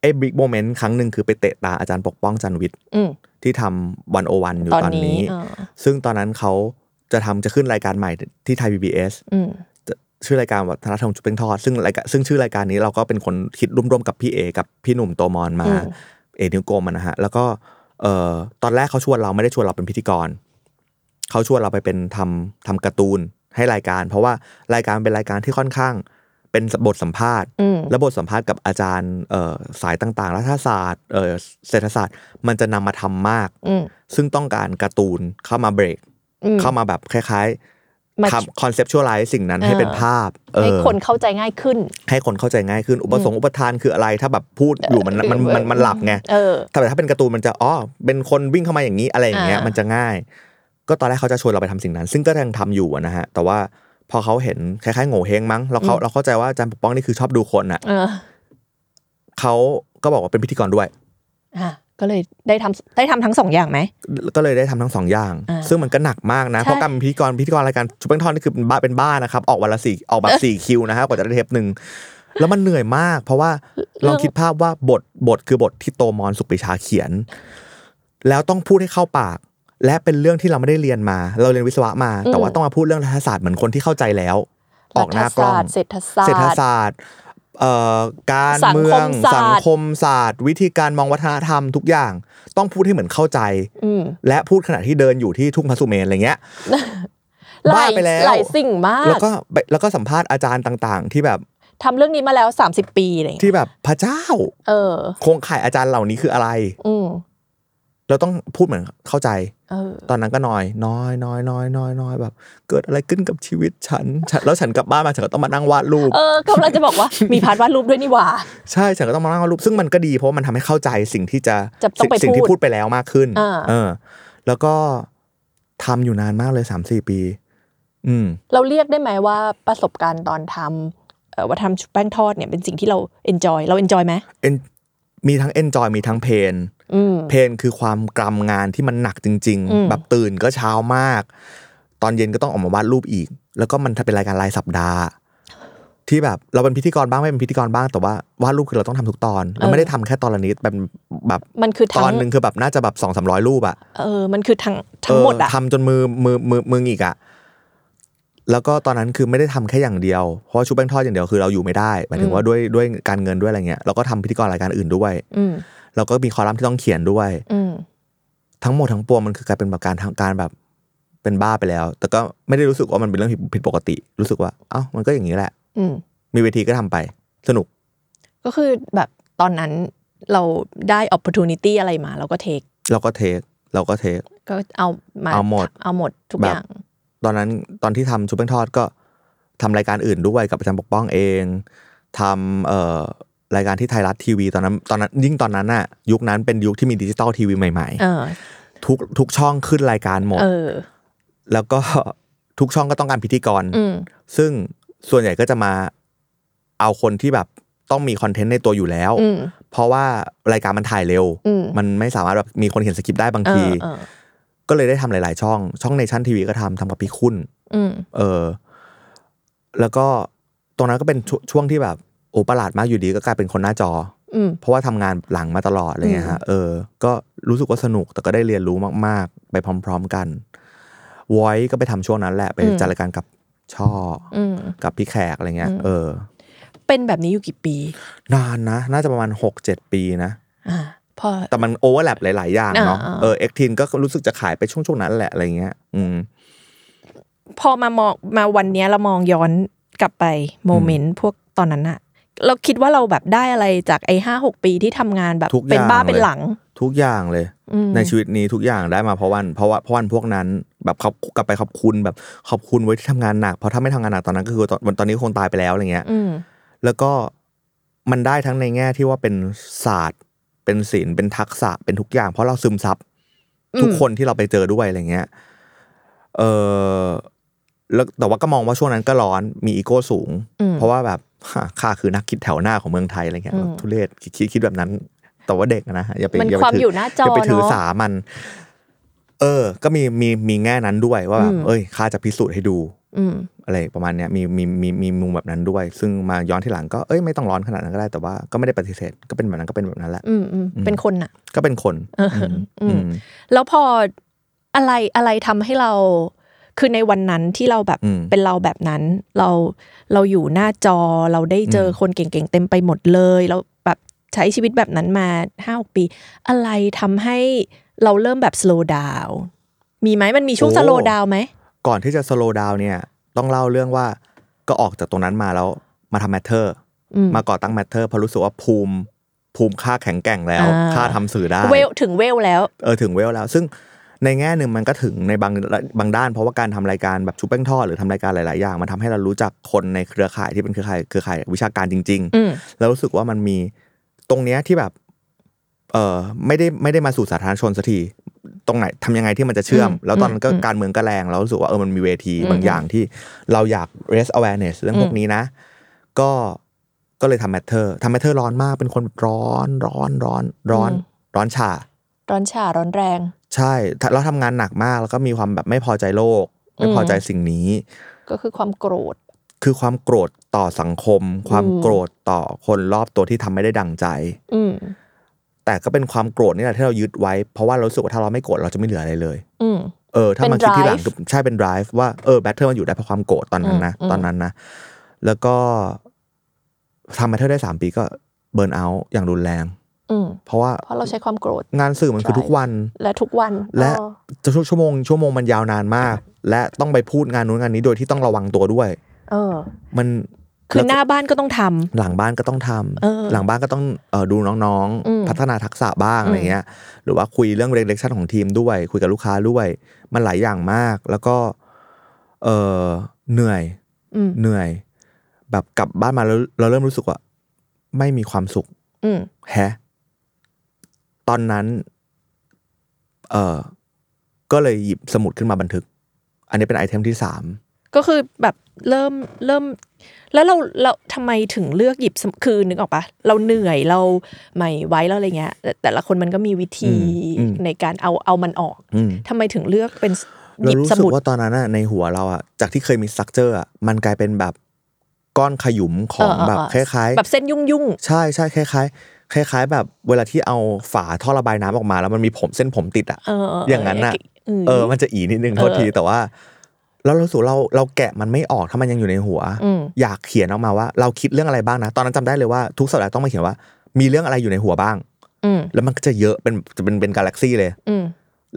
C: ไอ้บิ๊กโมเมนต์ครั้งหนึ่งคือไปเตะตาอาจารย์ปกป้องจันทร์วิทย์
B: อืม
C: ที่ทำวันโอวันอยู่
B: ตอน
C: ตอน
B: นี้
C: นี้
B: เออ
C: ซึ่งตอนนั้นเขาจะทำจะขึ้นรายการใหม่ที่ไทย PBS
B: อืม
C: ชื่อรายการวัฒนธรรมจุดเป็นทอด ซึ่งรายการซึ่งชื่อรายการนี้เราก็เป็นคนคิดร่วมๆกับพี่เอกับพี่หนุ่มโตมอนมา
B: อืม
C: เอนิวโกมันนะฮะ แล้วก็เอ่อตอนแรกเขาชวนเราไม่ได้ชวนเราเป็นพิธีกร เขาชวนเราไปเป็นทำทำการ์ตูนให้รายการ เพราะว่ารายการเป็นรายการที่ค่อนข้างเป็นบทสัมภาษณ์
B: อืม
C: และบทสัมภาษณ์กับอาจารย์เอ่อสายต่างๆรัฐศาสตร์เอ่อเศรษฐศาสตร์ มันจะนำมาทำมาก
B: อืม
C: ซึ่งต้องการการ์ตูนเข้ามาเบรก
B: อืม
C: เข้ามาแบบคล้าย
B: มา
C: ๆทำคอนเซปชวลไลซ์สิ่งนั้นให้เป็นภาพเออ
B: ให้คนเข้าใจง่ายขึ้น
C: ให้คนเข้าใจง่ายขึ้น อุปสงค์อุปทานคืออะไรถ้าแบบพูดอยู่มันมันมันมันหลับไง
B: เออ
C: แต่ถ้าเป็นการ์ตูนมันจะอ๋อเป็นคนวิ่งเข้ามาอย่างนี้อะไรอย่างเงี้ย
B: อ่ามั
C: มันจะง่าย ก็ตอนแรกเขาจะชวนเราไปทำสิ่งนั้น ซึ่งก็ยังทำอยู่อะนะฮะ แต่ว่าพอเขาเห็นคล้ายๆโง่เฮงมั้งเราเขาเราเข้าใจว่าอาจารย์ปกป้องนี่คือชอบดูคนอ่ะ
B: เออ
C: เขาก็บอกว่าเป็นพิธีกรด้วย
B: อ่ะก็เลยได้ทำได้ทำทั้งสองอย่างไหม
C: ก็เลยได้ทำทั้งสองอย่าง
B: อ่า
C: ซึ่งมันก็หนักมากนะ
B: ใช่
C: เพราะการเป็นพิธีกรพิธีกรรายการชุบเป้งทอนนี่คือเป็นบ้าเป็นบ้านะครับ ออกวันละสี่ออกแบบสี่คิวนะฮะกว่าจะได้เทปหนึ่งแล้วมันเหนื่อยมาก เพราะว่าเราคิดภาพว่าบทบทคือบทที่โตมอนสุขปรีชาเขียน แล้วต้องพูดให้เข้าปาก และเป็นเรื่องที่เราไม่ได้เรียนมา เราเรียนวิศวะมา แต่ว่าต้องมาพูดเรื่องรัฐศาสตร์เหมือนคนที่เข้าใจแล้ว ออกหน้ากล้อง
B: รัฐศสตร์เศรษฐศาส
C: เศรษฐ
B: ตร์
C: ศาสตร์เอ่อการเมือง
B: สั
C: สั
B: ง
C: ง
B: ค
C: ค
B: ม
C: มศาสตร์ วิธีการมองวัฒนธรรมทุกอย่าง ต้องพูดให้เหมือนเข้าใจ
B: อืม
C: และพูดขณะที่เดินอยู่ที่ทุ่งพระสุเมนอะไรเงี้ย
B: หลา
C: บ้าย ไปแล้ว
B: หลายสิ่งมาก
C: แล้วก็ไปแล้วก็สัมภาษณ์อาจารย์ต่างๆ ที่แบบ
B: ทำเรื่องนี้มาแล้ว 30 ปีอะไรอย่างเงี้ย
C: ที่แบบพระเจ้า
B: เออ
C: โครงข่ายอาจารย์เหล่านี้คืออะไร
B: อืม
C: เราต้องพูดเหมือนเข้าใจ
B: เออ
C: ตอนนั้นก็น้อย น้อยน้อยน้อยน้อยน้อยแบบ เกิดอะไรขึ้นกับชีวิตฉันฉัน แล้วฉันกลับบ้านมาฉันก็ต้องมานั่งวาดรูป
B: เออกำลังจะบอก ว่า มีพาร์ทวาดรูปด้วยนี่หว่า
C: ใช่ฉันก็ต้องมานั่งวาดรูปซึ่งมันก็ดีเพราะว่ามันทำให้เข้าใจสิ่งที่จะ
B: จะต้องไป
C: สิ่ง
B: พู
C: ที่
B: ด
C: พูดไปแล้วมากขึ้น
B: อ่า
C: เออ แล้วก็ทำอยู่นานมากเลยสามสี่ปี อืม
B: เราเรียกได้ไหมว่าประสบการณ์ตอนทำเอ่อว่าทำชุบแป้งทอดเนี่ยเป็นสิ่งที่เรา enjoy เรา enjoy ไหม
C: en- มีทั้ง enjoy มีทั้งเพน
B: อืม
C: เพนคือความกรำงานที่มันหนักจริง
B: อืม
C: ๆ แบบตื่นก็เช้ามาก ตอนเย็นก็ต้องออกมาวาดรูปอีก แล้วก็มันถ้าเป็นรายการรายสัปดาห์ ที่แบบเราเป็นพิธีกรบ้างไม่เป็นพิธีกรบ้างแต่ว่าวาดรูปคือเราต้องทำทุกตอนเราไม่ได้ทำแค่ตอนละนิดแบบแบบ
B: มันคือ
C: ต
B: ทั้
C: อน
B: ง
C: หนึ่งคือแบบน่าจะแบบสองสามร้อยรูปอะ
B: เออมันคือทั้งทั้งหมดอะ
C: เทำจนมือมือมือมืออีกอะแล้วก็ตอนนั้นคือไม่ได้ทำแค่อย่างเดียวเพราะว่าชุบแป้งทอดอย่างเดียวคือเราอยู่ไม่ได้หมายถึงว่าด้วยด้วยการเงินด้วยอะไรเงี้ยเราก็ทำพิธีกรรายการอื่นด้วย
B: อืม
C: เราก็มีคอลัมน์ที่ต้องเขียนด้วย
B: อืม
C: ทั้งหมดทั้งปวงมันคือกลายเป็นแบบการทางการแบบเป็นบ้าไปแล้ว แต่ก็ไม่ได้รู้สึกว่ามันเป็นเรื่องผิดผิดปกติ รู้สึกว่า เอ้ามันก็อย่างนี้แหละ
B: อืม
C: มีเวทีก็ทำไป สนุก
B: ก็คือแบบตอนนั้นเราได้ opportunity อะไรมา เราก็เทค
C: เราก็เทคเราก็เทค
B: ก็เอามา
C: เอาหมด
B: เอาหมดทุก
C: แบ
B: อบ ย่าง
C: ตอนนั้นตอนที่ทำชุบแป้งทอดก็ทำรายการอื่นด้วยกับอาจารย์ปกป้องเองทำเอ่อรายการที่ไทยรัฐทีวีตอนนั้นตอนนั้นยิ่งตอนนั้นน่ะยุคนั้นเป็นยุคที่มีดิจิตอลทีวีใหม่
B: เออ
C: ๆ ทุกทุกช่องขึ้นรายการหมด
B: เออ
C: แล้วก็ ทุกช่องก็ต้องการพิธีกร
B: อืม
C: ซึ่งส่วนใหญ่ก็จะมาเอาคนที่แบบต้องมีคอนเทนต์ในตัวอยู่แล้ว
B: อืม
C: เพราะว่ารายการมันถ่ายเร็ว
B: อืม
C: มันไม่สามารถแบบมีคนเขียนสคริปต์ได้บาง
B: เอ
C: ที
B: อเออ
C: ก็เลยได้ทำหลาย ๆ ช่อง ช่องในชั้นทีวีก็ทำทำกับพี่คุณ
B: อืม
C: เออ แล้วก็ตรงนั้นก็เป็นชช่วงที่แบบโอ้ประหลาดมากอยู่ดีก็กลายเป็นคนหน้าจอ
B: อืม
C: เพราะว่าทำงานหลังมาตลอดอะไรเงี้ยฮะเออ ก็รู้สึกว่าสนุกแต่ก็ได้เรียนรู้มาก ๆ ไปพร้อม ๆ กันวอยก็ไปทำช่วงนั้นแหละไป
B: อืม
C: จัดรายการกับช่ออ
B: อืม
C: กับพี่แขกอะไรเงี้ย
B: อืม
C: เออ
B: เป็นแบบนี้อยู่กี่ปี
C: นานนะ น่าจะประมาณ 6 7 ปีนะ
B: อ่าพอ
C: แต่มันโอเวอร์แลปหลาย ๆ อย่างเนาะ
B: อ่าอ่า
C: เออ เอ็กทินก็รู้สึกจะขายไปช่วง ๆ นั้นแหละอะไรเงี้ย อืม
B: พอมามองมาวันเนี้ยเรามองย้อนกลับไปโมเมนต์พวกตอนนั้นอะเราคิดว่าเราแบบได้อะไรจากไอ้ห้าหกปีที่ทำงานแบบ
C: ทุกอย่าง
B: เป็นบ้าเป็น
C: เลย
B: หลัง
C: ทุกอย่างเลย
B: อืม
C: ในชีวิตนี้ทุกอย่างได้มาเพราะวัน เพราะว่าเพราะวันพวกนั้น แบบขอบกลับไปขอบคุณแบบขอบคุณไว้ที่ทำงานหนัก เพราะถ้าไม่ทำงานหนักตอนนั้นก็คือตอนตอนนี้คงตายไปแล้วอะไรเงี้ย
B: อืม
C: แล้วก็มันได้ทั้งในแง่ที่ว่าเป็นศาสตร์ เป็นศิลป์เป็นทักษะเป็นทุกอย่าง เพราะเราซึมซับ
B: อืม
C: ทุกคนที่เราไปเจอด้วยอะไรเงี้ยเออแล้วแต่ว่าก็มองว่าช่วงนั้นก็ร้อนมีอีโก้สูง
B: อืม
C: เพราะว่าแบบฮะข้าคือนักคิดแถวหน้าของเมืองไทยอะไรเงี้ย
B: อืม
C: ทุเรศคิดคิดคิดแบบนั้น แต่ว่าเด็กอะนะอย่าไป
B: มัน
C: อย่า
B: ค
C: ไป
B: วาม
C: ถื
B: อยู่หน้าจอ
C: อย่าไปถือ
B: เนาะ
C: สามัน เออ ก็มีมีมีแง่นั้นด้วยว่าแบบ
B: อืม
C: เอ้ยข้าจะพิสูจน์ให้ดู
B: อืม
C: อะไรประมาณเนี้ยมีมีมีมีมุมแบบนั้นด้วย ซึ่งมาย้อนที่หลังก็เอ้ยไม่ต้องร้อนขนาดนั้นก็ได้แต่ว่าก็ไม่ได้ปฏิเสธก็เป็นแบบนั้นก็เป็นแบบนั้นแหละ
B: อืมอืมเป็นคนน่ะ
C: ก็เป็นคนม
B: อืม
C: อืม
B: แล้วพออะไรอะไรทำให้เรา คือในวันนั้นที่เราแบบ
C: อืม
B: เป็นเราแบบนั้น เราเราอยู่หน้าจอเราได้เจออ
C: ม
B: คนเก่งๆเต็มไปหมดเลยเราแบบใช้ชีวิตแบบนั้นมาห้าปี อะไรทำให้เราเริ่มแบบ slow down มีไหมมันมีช่วง slow down ไหม
C: ก่อนที่จะสโลดาวเนี่ยต้องเล่าเรื่องว่าก็ออกจากตรงนั้นมาแล้วมาทำแมทเทอร์
B: อืม
C: มาก่อตั้งแมทเทอร์เพราะรู้สึกว่าภูมิภูมิค่าแข็งแกร่งแล้ว
B: อ่า
C: ค่าทำสื่อได้
B: เวลถึงเวลแล้ว
C: เออถึงเวลแล้ว ซึ่งในแง่หนึ่งมันก็ถึงในบางบางด้าน เพราะว่าการทำรายการแบบชุบแป้งทอดหรือทำรายการหลาย ๆ อย่าง มันทำให้เรารู้จักคนในเครือข่ายที่เป็นเครือข่ายเครือข่ายวิชาการจริง
B: อืม
C: ๆ แล้วรู้สึกว่ามันมีตรงเนี้ยที่แบบเออไม่ได้ไม่ได้มาสู่สาธารณชนสักทีตรงไหนทำยังไงที่มันจะเชื่อม
B: อืม
C: แล้วตอนนั้นก็
B: อืม
C: การเมืองก็แรงเรารู้สึกว่าเออมันมีเวที
B: อืม
C: บางอย่างที่เราอยาก raise awareness เรื่องพว
B: อื
C: ก
B: ม
C: นี้นะ ก็ก็เลยทำ matter ทำ matter ร้อนมากเป็นคนแบบร้อนร้อนร้อนร้อนร้อนชา
B: ร้อนฉ่าร้อนแรง
C: ใช่ถ้าเราทำงานหนักมากแล้วก็มีความแบบไม่พอใจโลก
B: อืม
C: ไม่พอใจสิ่งนี้
B: ก็คือความโกรธ
C: คือความโกรธต่อสังคม ความ
B: อืม
C: โกรธต่อคนรอบตัวที่ทำไม่ได้ดังใจ
B: อืม
C: แต่ก็เป็นความโกรธนี่แหละที่เรายึดไว้ เพราะว่าเรารู้สึกว่าถ้าเราไม่โกรธเราจะไม่เหลืออะไรเลย
B: อืม
C: เออถ้า
B: เป็น
C: มาคิดที่หลัง
B: drive
C: ใช่เป็น drive ว่าเออแบทเทิลมันอยู่ได้เพราะความโกรธตอนนั้นนะ
B: อืม
C: ตอนนั้นนะ แล้วก็ทำแบทเทิลได้สามปีก็เบิร์นเอาท์อย่างรุนแรง
B: อืม
C: เพราะว่า
B: เพราะเราใช้ความโกรธ
C: งานสื่อมันคือทุก
B: drive
C: วัน
B: และทุกวัน
C: และ
B: อ๋อ
C: จะชั่วชั่วโมงชั่วโมงมันยาวนานมาก และต้องไปพูดงานนู้นงานนี้โดยที่ต้องระวังตัวด้วย
B: เออ
C: มัน
B: คือห
C: แล้ว
B: น้าบ้านก็ต้องทำ
C: หลังบ้านก็ต้องทำ
B: เออ
C: หลังบ้านก็ต้องเอ่อดูน้อง
B: อืม
C: ๆ พัฒนาทักษะบ้าง
B: อืม
C: อะไรเงี้ยหรือว่าคุยเรื่องเรเลชั่นของทีมด้วย คุยกับลูกค้าด้วย มันหลายอย่างมาก แล้วก็เออเหนื่อย
B: อืม
C: เหนื่อย แบบกลับบ้านมาแล้วเราเริ่มรู้สึกว่า ไม่มีความสุข
B: อืม
C: แฮะตอนนั้น เออก็เลยหยิบสมุดขึ้นมาบันทึก อันนี้เป็นไอเทมที่สาม
B: ก็คือแบบเริ่มเริ่ม แล้วเราเราทำไมถึงเลือกหยิบสมคือนึกออกปะเราเหนื่อยเราไม่ไหว้แล้วอะไรเงี้ยแต่แต่ละคนมันก็มีวิธีในการเอาเอามันออก
C: อืม
B: ทำไมถึงเลือกเป็นห
C: เรา
B: ยิบ
C: รู้
B: ส
C: สึก
B: มุด
C: ว่าตอนนั้นน่ะในหัวเราอะจากที่เคยมีสตรั๊กเจอร์อะมันกลายเป็นแบบก้อนขยุมของ
B: เออเออ
C: แบบ
B: เออ
C: คล้ายๆ
B: แบบเส้นยุ่งยุ่ง
C: ใช่ใช่คล้ายๆคล้าย ๆ แบบเวลาที่เอาฝาท่อระบายน้ำออกมา แล้วมันมีผมเส้นผมติดอะ
B: เออเออเออ
C: อย่างนั้นอะ
B: อืม
C: เออ มันจะอีนิดนึงโทษ
B: เออ
C: ทีแต่ว่า แล้วเรารู้สึกเราเราแกะมันไม่ออกถ้ามันยังอยู่ในหัว
B: ๆอืม
C: อยากเขียนออกมาว่าเราคิดเรื่องอะไรบ้างนะ ตอนนั้นจำได้เลยว่าทุกสัปดาห์ต้องมาเขียนว่า มีเรื่องอะไรอยู่ในหัวบ้าง
B: อืม
C: แล้วมันก็จะเยอะเป็นจะเป็นเป็นกาแล็กซี่เลย
B: อืม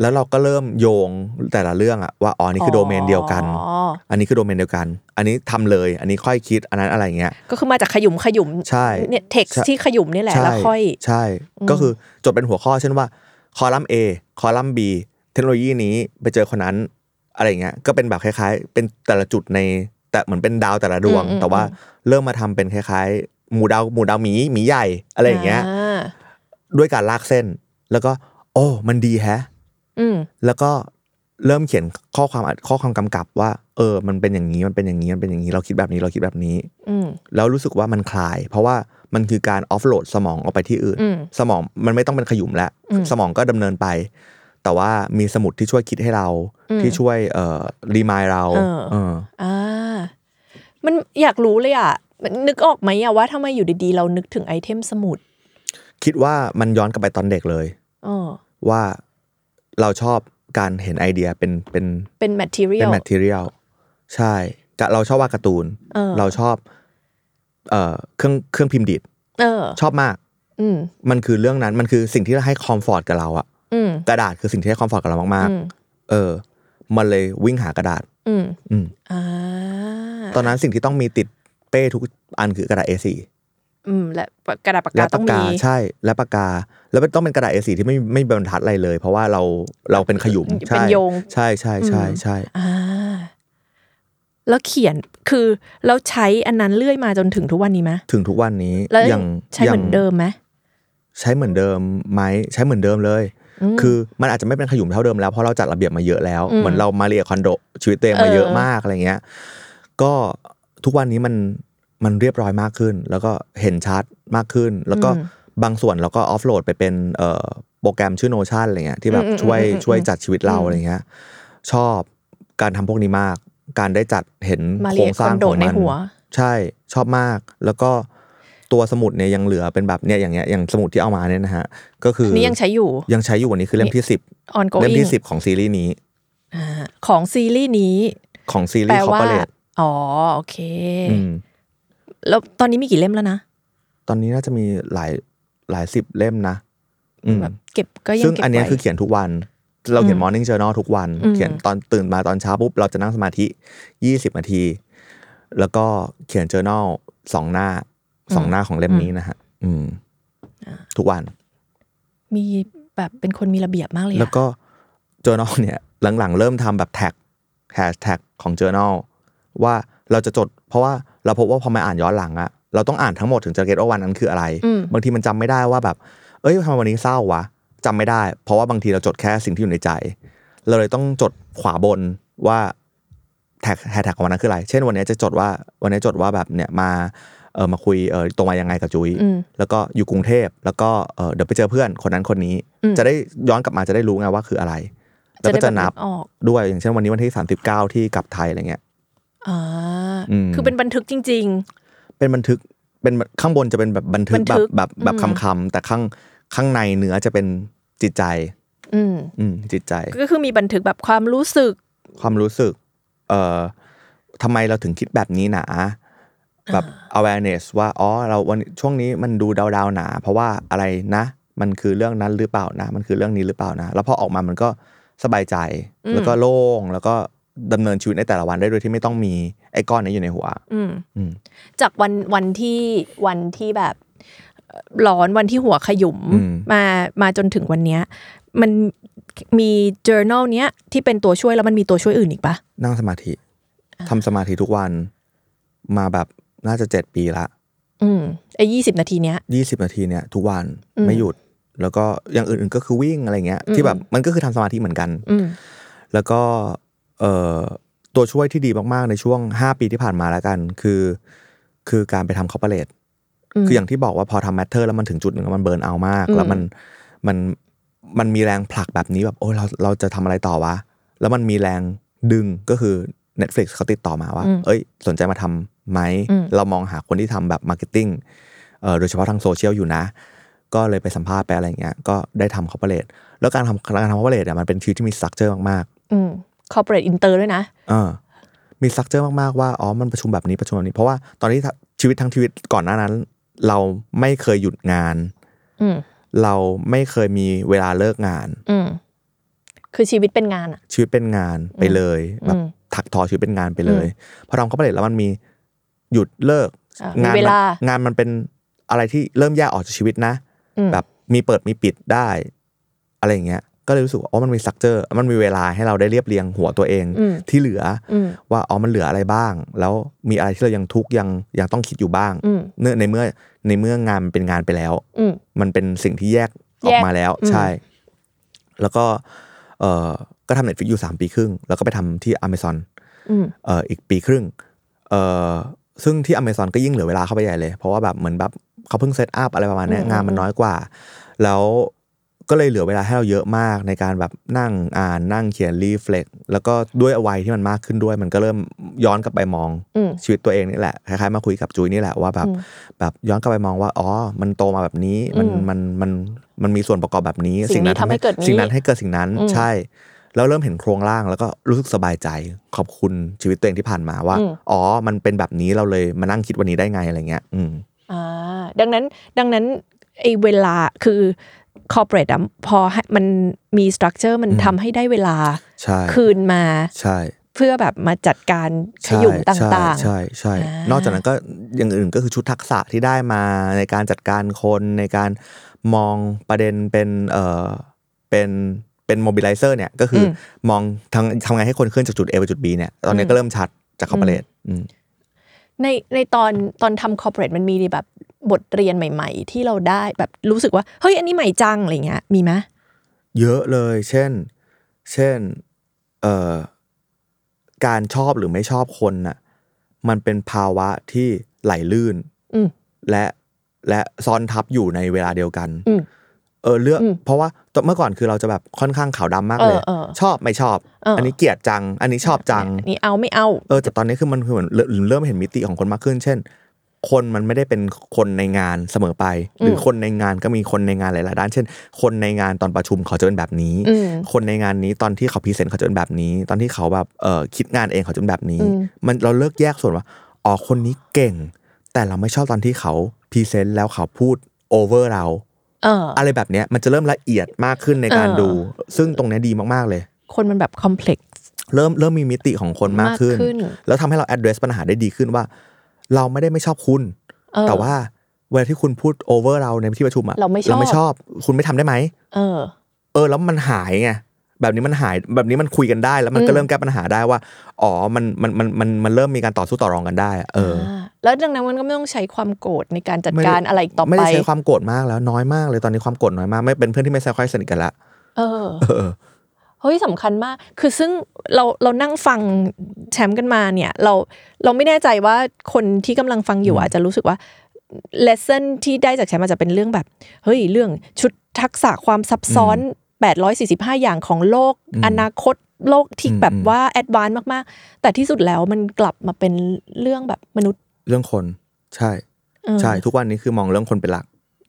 C: แล้วเราก็เริ่มโยงแต่ละเรื่องอะว่าอ๋ออันนี่คือโดเมนเดียวกัน
B: อ๋อ
C: อันนี้คือโดเมนเดียวกัน อันนี้ทำเลย อันนี้ค่อยคิดอันนั้นอะไรอย่างเงี้ย
B: ก็คือมาจากขยุมขยุม
C: ใช่
B: เนี่ยเท็กซ์
C: ใช่
B: ที่ขยุมนี่แหละ
C: ใช่
B: แล้วค่อย
C: ใช่ ก็คือจดเป็นหัวข้อเช่นว่าคอลัมน์ A คอลัมน์ B เทคโนโลยีนี้ไปเจอคนนั้นอะไรอย่างเงี้ยก็เป็นแบบคล้ายๆ เป็นแต่ละจุดในแต่เหมือนเป็นดาวแต่ละดวง
B: อืมอืม
C: แต่ว่าเริ่มมาทำเป็นคล้ายๆ หมู่ดาวหมู่ดาวหมีหมีใหญ่อะไรอย่างเงี้ย
B: อ่า
C: ด้วยการลากเส้น แล้วก็ โอ้มันดีแฮะ
B: อืม
C: แล้วก็เริ่มเขียนข้อความอัดข้อความกำกับว่า เออ มันเป็นอย่างนี้มันเป็นอย่างนี้มันเป็นอย่างนี้เราคิดแบบนี้เราคิดแบบนี้
B: อืม
C: แล้วรู้สึกว่ามันคลาย เพราะว่ามันคือการออฟโหลดสมองออกไปที่อื่น
B: อืม
C: สมองมันไม่ต้องเป็นขยุมแล้ว
B: อืม
C: สมองก็ดำเนินไป แต่ว่ามีสมุดที่ช่วยคิดให้เรา
B: อืม
C: ที่ช่วยเอ่อรีมายเรา
B: เออ
C: เออ
B: อ่ามันอยากรู้เลยอ่ะมันนึกออกไหมอ่ะว่าทำไมอยู่ดีๆ เรานึกถึงไอเทมสมุด
C: คิดว่ามันย้อนกลับไปตอนเด็กเลย
B: เออ
C: ว่าเราชอบการเห็นไอเดียเป็นเป็น
B: เป็น
C: เป็น
B: material
C: แมทเทียลใช่กะเราชอบวาดการ์ตูน
B: เออ
C: เราชอบเอ่อเครื่องเครื่องพิมพ์ดีด
B: เออ
C: ชอบมาก
B: อืม
C: มันคือเรื่องนั้นมันคือสิ่งที่ให้คอมฟอร์ตกับเราอะ
B: อืม
C: กระดาษคือสิ่งที่ให้คอมฟอร์ตกับเรามาก
B: อืม
C: ๆ เออ มันเลยวิ่งหากระดาษ
B: อืม
C: อืม
B: อ่า
C: ตอนนั้นสิ่งที่ต้องมีติดเป้ทุกอันคือกระดาษ A4
B: อืม และกระดาษปาก
C: และ
B: กาต้
C: ปา
B: อก ง
C: กา
B: มี
C: ใช่และปากกา แล้วมันต้องเป็นกระดาษ A4 ที่ไม่ไม่มีบรรทัดอะไรเลย เพราะว่าเราเราเป็นขยุม
B: เป็
C: ใช่
B: นโยง
C: ใช่ใช่ใช่ใช่
B: อ่า แล้วเขียนคือเราใช้อันนั้นเลื่อยมาจนถึงทุกวันนี้ไหม
C: ถึงทุกวันนี้
B: แล้ว
C: ยัง
B: ใช้เหมือน
C: ยัง
B: เดิมไหม
C: ใช้เหมือนเดิมไหมใช้เหมือนเดิมเลย
B: อืม
C: คือมันอาจจะไม่เป็นขยุมเท่าเดิมแล้วเพราะเราจัดระเบียบมาเยอะแล้ว
B: อืม
C: เหมือนเรามาเรียกคอนโดชีวิตตัวเองมาเยอะ
B: เออ
C: มากอะไรเงี้ย ก็ทุกวันนี้มันมันเรียบร้อยมากขึ้น แล้วก็เห็นชัดมากขึ้น แล้วก็บางส่วนเราก็ออฟโหลดไปเป็นเอ่อ โปรแกรมชื่อ Notion อะไรเงี้ยที่แบบ
B: อืมอืม
C: ช่วย
B: อืมอืม
C: ช่วยจัดชีวิตเรา
B: อืม
C: อะไรเงี้ยชอบการทำพวกนี้มาก การได้จัดเห็น
B: มา
C: โค
B: เรี
C: ร
B: ยน
C: งสร้าง
B: คอนโด
C: ของ
B: ใน
C: มัน
B: หัว
C: ใช่ชอบมาก แล้วก็ตัวสมุดเนี่ยยังเหลือเป็นแบบเนี่ยอย่างเงี้ยอย่างสมุดที่เอามาเนี่ยนะฮะก็คือ
B: นี่ยังใช้อยู่
C: ยังใช้อยู่วันนี้คือเล่มที่สิบ
B: ongoing
C: เล่มที่สิบของซีรีส์นี้
B: อ่าของซีรีส์นี้
C: ของซีรี
B: แปล
C: ส์คอร์
B: ว่า
C: เปอเรท
B: อ๋อ โอเค แล้วตอนนี้มีกี่เล่มแล้วนะ
C: ตอนนี้น่าจะมีหลายหลายสิบเล่มนะอืม
B: แบบเก็บก็ยัง
C: ซึ่ง
B: เก็บ
C: อันเนี้ย
B: ไว้
C: คือเขียนทุกวัน เราเขียน
B: อืม
C: Morning Journal ทุกวัน
B: อืม
C: เขียนตอนตื่นมาตอนเช้าปุ๊บ เราจะนั่งสมาธิ 20นาที แล้วก็เขียน Journal สองหน้าสองหน้าของเล่มนี้นะฮะอืมทุกวัน
B: มีแบบเป็นคนมีระเบียบมากเลยอะ
C: แล้วก็ Journal เนี่ย หลังๆ เริ่มทำแบบแท็กแฮชแท็กของ Journal ว่าเราจะจด เพราะว่าเราพบว่าพอมาอ่านย้อนหลังอะเราต้องอ่านทั้งหมดถึงจะเก็ตว่าวันนั้นคืออะไร
B: อืม
C: บางทีมันจำไม่ได้ว่าแบบ เอ้ยทำไมวันนี้เศร้าวะจำไม่ได้ เพราะว่าบางทีเราจดแค่สิ่งที่อยู่ในใจ เราเลยต้องจดขวาบนว่าแท็กแฮชแท็กของวันนั้นคืออะไร เช่นวันนี้จะจดว่าวันนี้จดว่าแบบเนี่ยมาเออมาคุยเออตรงมายังไงกับจุ้ย
B: อืม
C: แล้วก็อยู่กรุงเทพแล้วก็เออเดี๋ยวไปเจอเพื่อนคนนั้นคนนี้
B: อืม
C: จะได้ย้อนกลับมาจะได้รู้ไงว่าคืออะไร แล้วก็
B: ได้
C: จะนับ
B: แบบกออก
C: ด้วยอย่างเช่นวันนี้วันที่39ที่กลับไทยอะไรเงี้ย
B: อ่า
C: อืม
B: คือเป็นบันทึกจริง
C: เป็นบันทึกเป็นข้างบนจะเป็นแบบบันทึก
B: บัน
C: แบ
B: ทึ
C: บ
B: ก
C: แบบแบบ
B: อืม
C: คำคำๆแต่ข้างข้างในเนื้อจะเป็นจิตใจ
B: ๆ อืม
C: อืมจิตใจ
B: ก็คือมีบันทึกแบบความรู้สึก
C: ความรู้สึก เอ่อทำไมเราถึงคิดแบบนี้หนา แบบ awareness ว่าอ๋อเราวันช่วงนี้มันดูดาวๆหนา เพราะว่าอะไรนะ มันคือเรื่องนั้นหรือเปล่านะ มันคือเรื่องนี้หรือเปล่านะ แล้วพอออกมามันก็สบายใจ
B: อืม
C: แล้วก็โล่งแล้วก็ดำเนินชีวิตในแต่ละวันได้โดยที่ไม่ต้องมีไอ้ก้อนนี้อยู่ในหัว
B: อืม
C: อืม
B: จากวันวันที่วันที่แบบเอ่อร้อนวันที่หัวขยุม
C: อืม
B: มามาจนถึงวันเนี้ย มันมี journal เนี้ยที่เป็นตัวช่วยแล้วมันมีตัวช่วยอื่นอีกปะ
C: นั่งสมาธิทำสมาธิทุกวัน มาแบบน่าจะเจ็ดปีละ
B: อืมไอ้ยี่สิบนาทีเนี้ย
C: ยี่สิบนาทีเนี่ยทุกวัน
B: อืม
C: ไม่หยุด แล้วก็อย่างอื่นๆก็คือวิ่งอะไรเงี้ย
B: อืม
C: ที่แบบมันก็คือทำสมาธิเหมือนกัน
B: อืม
C: แล้วก็เอ่อตัวช่วยที่ดีมากๆในช่วง 5 ปีที่ผ่านมาแล้วกัน คือ คือการไปทำคอร์เปอเรท
B: อืม
C: คืออย่างที่บอกว่าพอทำแมทเทอร์แล้วมันถึงจุดหนึ่งแล้วมันเบิร์นเอามาก
B: อืม
C: แล้วมันมันมันมีแรงผลักแบบนี้แบบโอ้ยเราเราจะทำอะไรต่อวะ แล้วมันมีแรงดึงก็คือ Netflix เขาติดต่อมาว่า เอ้ย สนใจมาทำไหม
B: อืม
C: เรามองหาคนที่ทำแบบมาร์เก็ตติ้งโดยเฉพาะทางโซเชียลอยู่นะ ก็เลยไปสัมภาษณ์ไปอะไรอย่างเงี้ย ก็ได้ทำคอร์เปอเรทแล้วการทำการทำคอร์เปอเรทเนี่ยมันเป็นชีวิตที่มีสตรัคเจอร์มาก
B: อืม corporate inter ด้วยนะ
C: ๆเออมีสตรัคเจอร์มากๆว่า อ๋อ มันประชุมแบบนี้ประชุมแบบนี้ เพราะว่าตอนที่ชีวิตทั้งชีวิตก่อนหน้านั้น เราไม่เคยหยุดงาน
B: อืม
C: เราไม่เคยมีเวลาเลิกงาน
B: อืม คือชีวิตเป็นงานอ่ะ
C: ชีวิตเป็นงานไปเลย
B: อืม
C: แบบถักทอชีวิตเป็นงานไปเลยพอทำคอร์เปอเรทแล้วมันมีหยุดเลิก
B: อ่ะมี
C: มั
B: เวลา
C: งานมันเป็นอะไรที่เริ่มแยกออกจากชีวิตนะ
B: อืม
C: แบบมีเปิดมีปิดได้ อะไรอย่างเงี้ย ก็เลยรู้สึกว่าอ๋อมันมีสักเจอร์มันมีเวลาให้เราได้เรียบเรียงหัวตัวเอง
B: อืม
C: ที่เหลืออ
B: อืม
C: ว่าอ๋อมันเหลืออะไรบ้าง แล้วมีอะไรที่เรายังทุกข์ยังยังต้องคิดอยู่บ้าง
B: อืม
C: เนื่องในเมื่อในเมื่องานมันเป็นงานไปแล้ว
B: อืม
C: มันเป็นสิ่งที่แยกออกมาแล้ว
B: อืม
C: ใช่ แล้วก็เออก็ทำเน็ตฟิกอยู่ 3 ปีครึ่ง แล้วก็ไปทำที่ Amazon
B: อืม
C: เอ่ออีกปีครึ่งเอ่อซึ่งที่ Amazon ก็ยิ่งเหลือเวลาเข้าไปใหญ่เลย เพราะว่าแบบเหมือนแบบเขาเพิ่งเซตอัพอะไรประมาณเนี้ย
B: อืม
C: งานมันน้อยกว่า แล้วก็เลยเหลือเวลาให้เราเยอะมากในการแบบนั่งอ่านนั่งเขียนรีเฟล็กแล้วก็ด้วยวัยที่มันมากขึ้นด้วย มันก็เริ่มย้อนกลับไปมอง
B: อืม
C: ชีวิตตัวเองนี่แหละคล้ายๆมาคุยกับจุยนี่แหละว่าแบบ
B: อืม
C: แบบย้อนกลับไปมองว่าอ๋อ มันโตมาแบบนี้มัน
B: อืม
C: มันมันมันมีส่วนประกอบแบบนี้
B: สิ่งนี้ทำให้เกิดนี้
C: สิ่งนั้นให้เกิดสิ่งนั้น
B: อืม
C: ใช่ แล้วเริ่มเห็นโครงร่างแล้วก็รู้สึกสบายใจขอบคุณชีวิตตัวเองที่ผ่านมาว่า
B: อืม
C: อ๋อมันเป็นแบบนี้เราเลยมานั่งคิดวันนี้ได้ไงอะไรเงี้ย อืม
B: อ่าดังนั้นดังนั้นไอ้เวลาคือ corporate อะพอให้มันมีสตรัคเจอร์มัน
C: อืม
B: ทำให้ได้เวลา
C: ใช่
B: คืนมา
C: ใช่
B: เพื่อแบบมาจัดการข
C: ใช่
B: ยุมต่าง
C: ใช่ใช่
B: อ่าน
C: นอกจากนั้นก็อย่างอื่นก็คือชุดทักษะที่ได้มาในการจัดการคนในการมองประเด็นเป็นเอ่อเป็นเป็นโมบิลไลเซอร์เนี่ยก็คืออ
B: ม
C: มองทางทำไงให้คนเคลื่อนจากจุด A ไปจุด B เนี่ยตอนนี้
B: อืม
C: ก็เริ่มชัดจากคอร์เปอเรทอืม
B: ๆ ในในตอนตอนทำ corporate มันมีแบบบทเรียนใหม่ ๆ ที่เราได้แบบรู้สึกว่า เฮ้ย อันนี้ใหม่จังอะไรเงี้ยมีไหมย
C: เยอะเลย เช่น เช่น เอ่อ การชอบหรือไม่ชอบคนน่ะ มันเป็นภาวะที่ไหลลื่น
B: อืม
C: และและซ้อนทับอยู่ในเวลาเดียวกัน
B: อืม
C: เออเลือก
B: อืม
C: เพราะว่าตอนเมื่อก่อนคือเราจะแบบค่อนข้างขาวดำมากเล
B: เอ
C: ย
B: อเออ
C: ชอบไม่ชอบ
B: เอออั
C: อันนี้เกลียดจัง อันนี้ชอบจัง
B: อันนี่เอาไม่เอา
C: เออแต่ตอนนี้คือมันคือเหมือนเริ่มเริ่มเห็นมิติของคนมากขึ้น เช่น คนมันไม่ได้เป็นคนในงานเสมอไป หรืออ
B: ม
C: คนในงานก็มีคนในงานหลายๆด้าน เช่น คนในงานตอนประชุมเขาจะเป็นแบบนี้
B: อืม
C: คนในงานนี้ตอนที่เขาพรีเซนต์เขาจะเป็นแบบนี้ ตอนที่เขาแบบเออคิดงานเองเขาจะเป็นแบบนี้
B: อืม
C: มันเราเลิกแยกส่วนว่าอ๋อคนนี้เก่ง แต่เราไม่ชอบตอนที่เขาพรีเซนต์แล้วเขาพูดโอเวอร์เรา
B: เออ
C: อะไรแบบเนี้ยมันจะเริ่มละเอียดมากขึ้นในการ
B: เออ
C: ดู ซึ่งตรงเนี้ยดีมากๆเลย
B: คนมันแบบคอมเพล็กซ์
C: เริ่มเริ่มมีมิติของคนมากขึ้น
B: มากขึ้น
C: แล้วทำให้เรา address ปัญหาได้ดีขึ้นว่า เราไม่ได้ไม่ชอบคุณ
B: เออ
C: แต่ว่าเวลาที่คุณพูด over เราในที่ประชุมอะ
B: เราไม่ชอบ
C: เราไม่ชอบ คุณไม่ทำได้ไหม
B: เออ
C: เออ แล้วมันหายไง แบบนี้มันหาย แบบนี้มันคุยกันได้ แล้วมัน
B: อื
C: ก็
B: ม
C: เริ่มแก้ปัญหาได้ว่า อ๋อ มัน มัน มัน มัน มันเริ่มมีการต่อสู้ต่อรองกันได้อะเอออ
B: อ่าแล้วดังนั้นมันก็ไม่ต้องใช้ความโกรธในการจัด
C: ไม่ได้
B: การอะไรอีกต่อ
C: ไม่
B: ไป
C: ได้ใช้ความโกรธมากแล้ว น้อยมากเลย ตอนนี้ความโกรธน้อยมาก ไม่เป็นเพื่อนที่ไม่ค่อยสนิทกันละ
B: เออ
C: เออ
B: เฮ้ยสำคัญมาก คือซึ่งเราเรานั่งฟังแชมป์กันมาเนี่ย เราเราไม่แน่ใจว่าคนที่กำลังฟังอยู่อาจจะรู้สึกว่าเลสเซนที่ได้จากแชมป์อาจจะเป็นเรื่องแบบ เฮ้ยเรื่องชุดทักษะความซับซ้อน 845 อย่างของโลก
C: อืม
B: อนาคตโลกที่
C: อืม
B: แบบ
C: อืม
B: ว่าแอดวานซ์มากๆ แต่ที่สุดแล้วมันกลับมาเป็นเรื่องแบบมนุษย์
C: เรื่องคน ใช่
B: เออ
C: ใช่ ทุกวันนี้คือมองเรื่องคนเป็นหลัก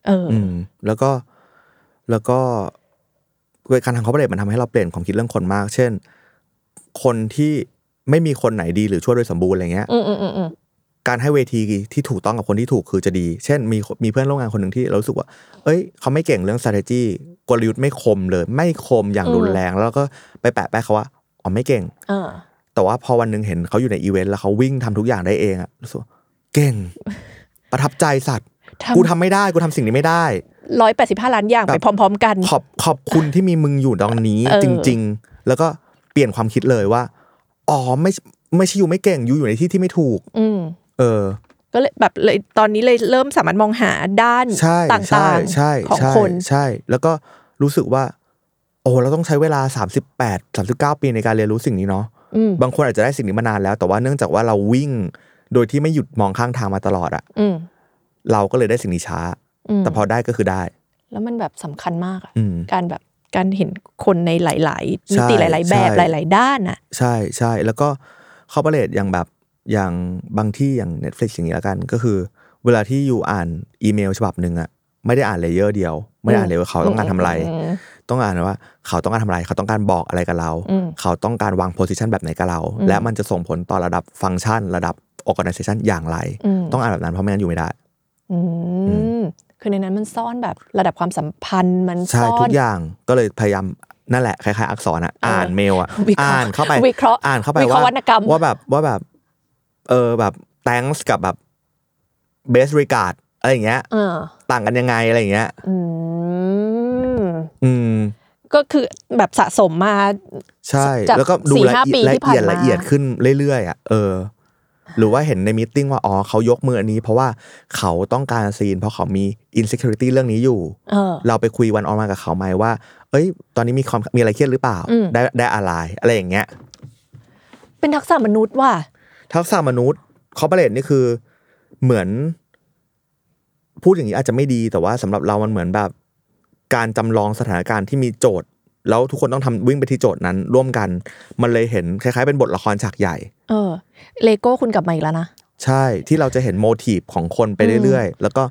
B: เอออ
C: อืมแล้วก็แล้วก็การทำคอร์ปอเรทมันทำให้เราเปลี่ยนความคิดเรื่องคนมาก เช่น คนที่ไม่มีคนไหนดีหรือชั่วโดยสมบูรณ์อะไรเงี้ย
B: อืมอืมอืมอืม
C: การให้เวทีที่ถูกต้องกับคนที่ถูกคือจะดี เช่น มีมีเพื่อนร่วมงานคนหนึ่งที่เรารู้สึกว่า เอ้ย เขาไม่เก่งเรื่อง strategy กลยุทธ์ไม่คมเลย ไม่คมอย่างรุนแรง แล้วก็ไปแปะแปะเขาว่าอ๋อไม่เก่ง
B: อ่า
C: แต่ว่าพอวันหนึ่งเห็นเขาอยู่ในอีเวนต์แล้วเขาวิ่งทำทุกอย่างได้เองอะรู้สึกว่าเก่ง ประทับใจสัตว์
B: ทำ
C: กูทำไม่ได้กูทำสิ่งนี้ไม่ได้
B: ร้อยแปดสิบห้าล้านอย่างไปพร้อม ๆ กัน
C: ขอบขอบคุณที่มีมึงอยู่ตรงนี้
B: เออ
C: จริง ๆ แล้วก็เปลี่ยนความคิดเลยว่า อ๋อไม่ไม่ใช่อยู่ไม่เก่งอยู่อยู่ในที่ที่ไม่ถูก
B: อืม
C: เออ
B: ก็เลยแบบเลยตอนนี้เลยเริ่มสามารถมองหาด้าน
C: ใช่ใช่
B: ต่าง
C: ใช่
B: ๆของ
C: ใช่
B: คน
C: ใช่ แล้วก็รู้สึกว่า โอ้เราต้องใช้เวลา 38 39 ปีในการเรียนรู้สิ่งนี้เนาะ
B: อืม
C: บางคนอาจจะได้สิ่งนี้มานานแล้ว แต่ว่าเนื่องจากว่าเราวิ่ง โดยที่ไม่หยุดมองข้างทางมาตลอดอะ
B: อืม
C: เราก็เลยได้สิ่งนี้ช้า
B: อืม
C: แต่พอได้ก็คือได้
B: แล้วมันแบบสำคัญมากอะ
C: อืม
B: การแบบการเห็นคนในหลาย ๆ มิติ
C: ใช่
B: หลาย ๆ แบบ
C: ใช่
B: หลาย ๆ ด้านอ่ะ
C: ใช่ใช่แล้วก็คอร์ปอเรทอย่างแบบอย่างบางที่อย่าง Netflix อย่างนี้ละกัน ก็คือ เวลาที่อยู่อ่านอีเมลฉบับหนึ่งอะไม่ได้อ่านเลเยอร์เดียว ไม่ได้อ่านเลยว่าเขาต้องการทำอะไร
B: อืม
C: ต้องอ่านว่าเขาต้องการทำอะไร เขาต้องการบอกอะไรกับเรา
B: อืม
C: เขาต้องการวางโพสิชันแบบไหนกับเรา และมันจะส่งผลต่อระดับฟังก์ชัน ระดับ organization อย่างไร
B: อืม
C: ต้องอ่านแบบนั้นเพราะไม่งั้นอยู่ไม่ได้
B: อืมคือในนั้นมันซ่อนแบบระดับความสัมพันธ์มัน
C: ใช่
B: ซ่อ
C: ทุ
B: น
C: กอย่างก็เลยพยายามนั่นแหละคล้ายๆ อักษรอ่ะอ่านเมลอ่ะ
B: วิเคราะห์
C: อ่านเข้าไป
B: วิเคราะห์
C: อ่านเข้าไป
B: วิเคราะห์วรรณกรรม
C: ว่าแบบว่าแบบเออแบบ thanks กับแบบ best regard อะไรอย่างเงี้ย
B: อ่า
C: ต่างกันยังไงอะไรอย่างเงี้ย
B: อืม
C: อืม
B: ก็คือแบบสะสมมา
C: ใช่
B: จาก
C: แล้วก็ดู
B: สี่
C: ละ
B: ห้า
C: เอี
B: ปี
C: ยด
B: ที่
C: ละเอีย
B: ผ่า
C: ด
B: นมา
C: ละเอียดขึ้นเรื่อยๆอ่ะเออ หรือว่าเห็นในมีตติ้งว่าอ๋อเขายกมืออันนี้ เพราะว่าเขาต้องการซีน เพราะเขามี insecurity เรื่องนี้อยู่
B: เออ
C: เราไปคุยวันออนมากับเขาไหมว่า เอ้ย ตอนนี้มีความมีอะไรเครียดหรือเปล่า
B: อืม
C: ได้ได้อะไรอะไรอย่างเงี้ย
B: เป็นทักษะมนุษย์ว่ะ
C: ทักษะมนุษย์คอร์ปอเรทนี่คือเหมือน พูดอย่างนี้อาจจะไม่ดีแต่ว่าสำหรับเรามันเหมือนแบบ การจำลองสถานการณ์ที่มีโจทย์ แล้วทุกคนต้องทำวิ่งไปที่โจทย์นั้น ร่วมกัน มันเลยเห็นคล้ายๆเป็นบทละครฉากใหญ่
B: เออ เลโก้คุณกลับมาอีกแล้วนะ
C: ใช่ที่เราจะเห็นโมทีฟของคนไปเรื่อยๆ แล้วก็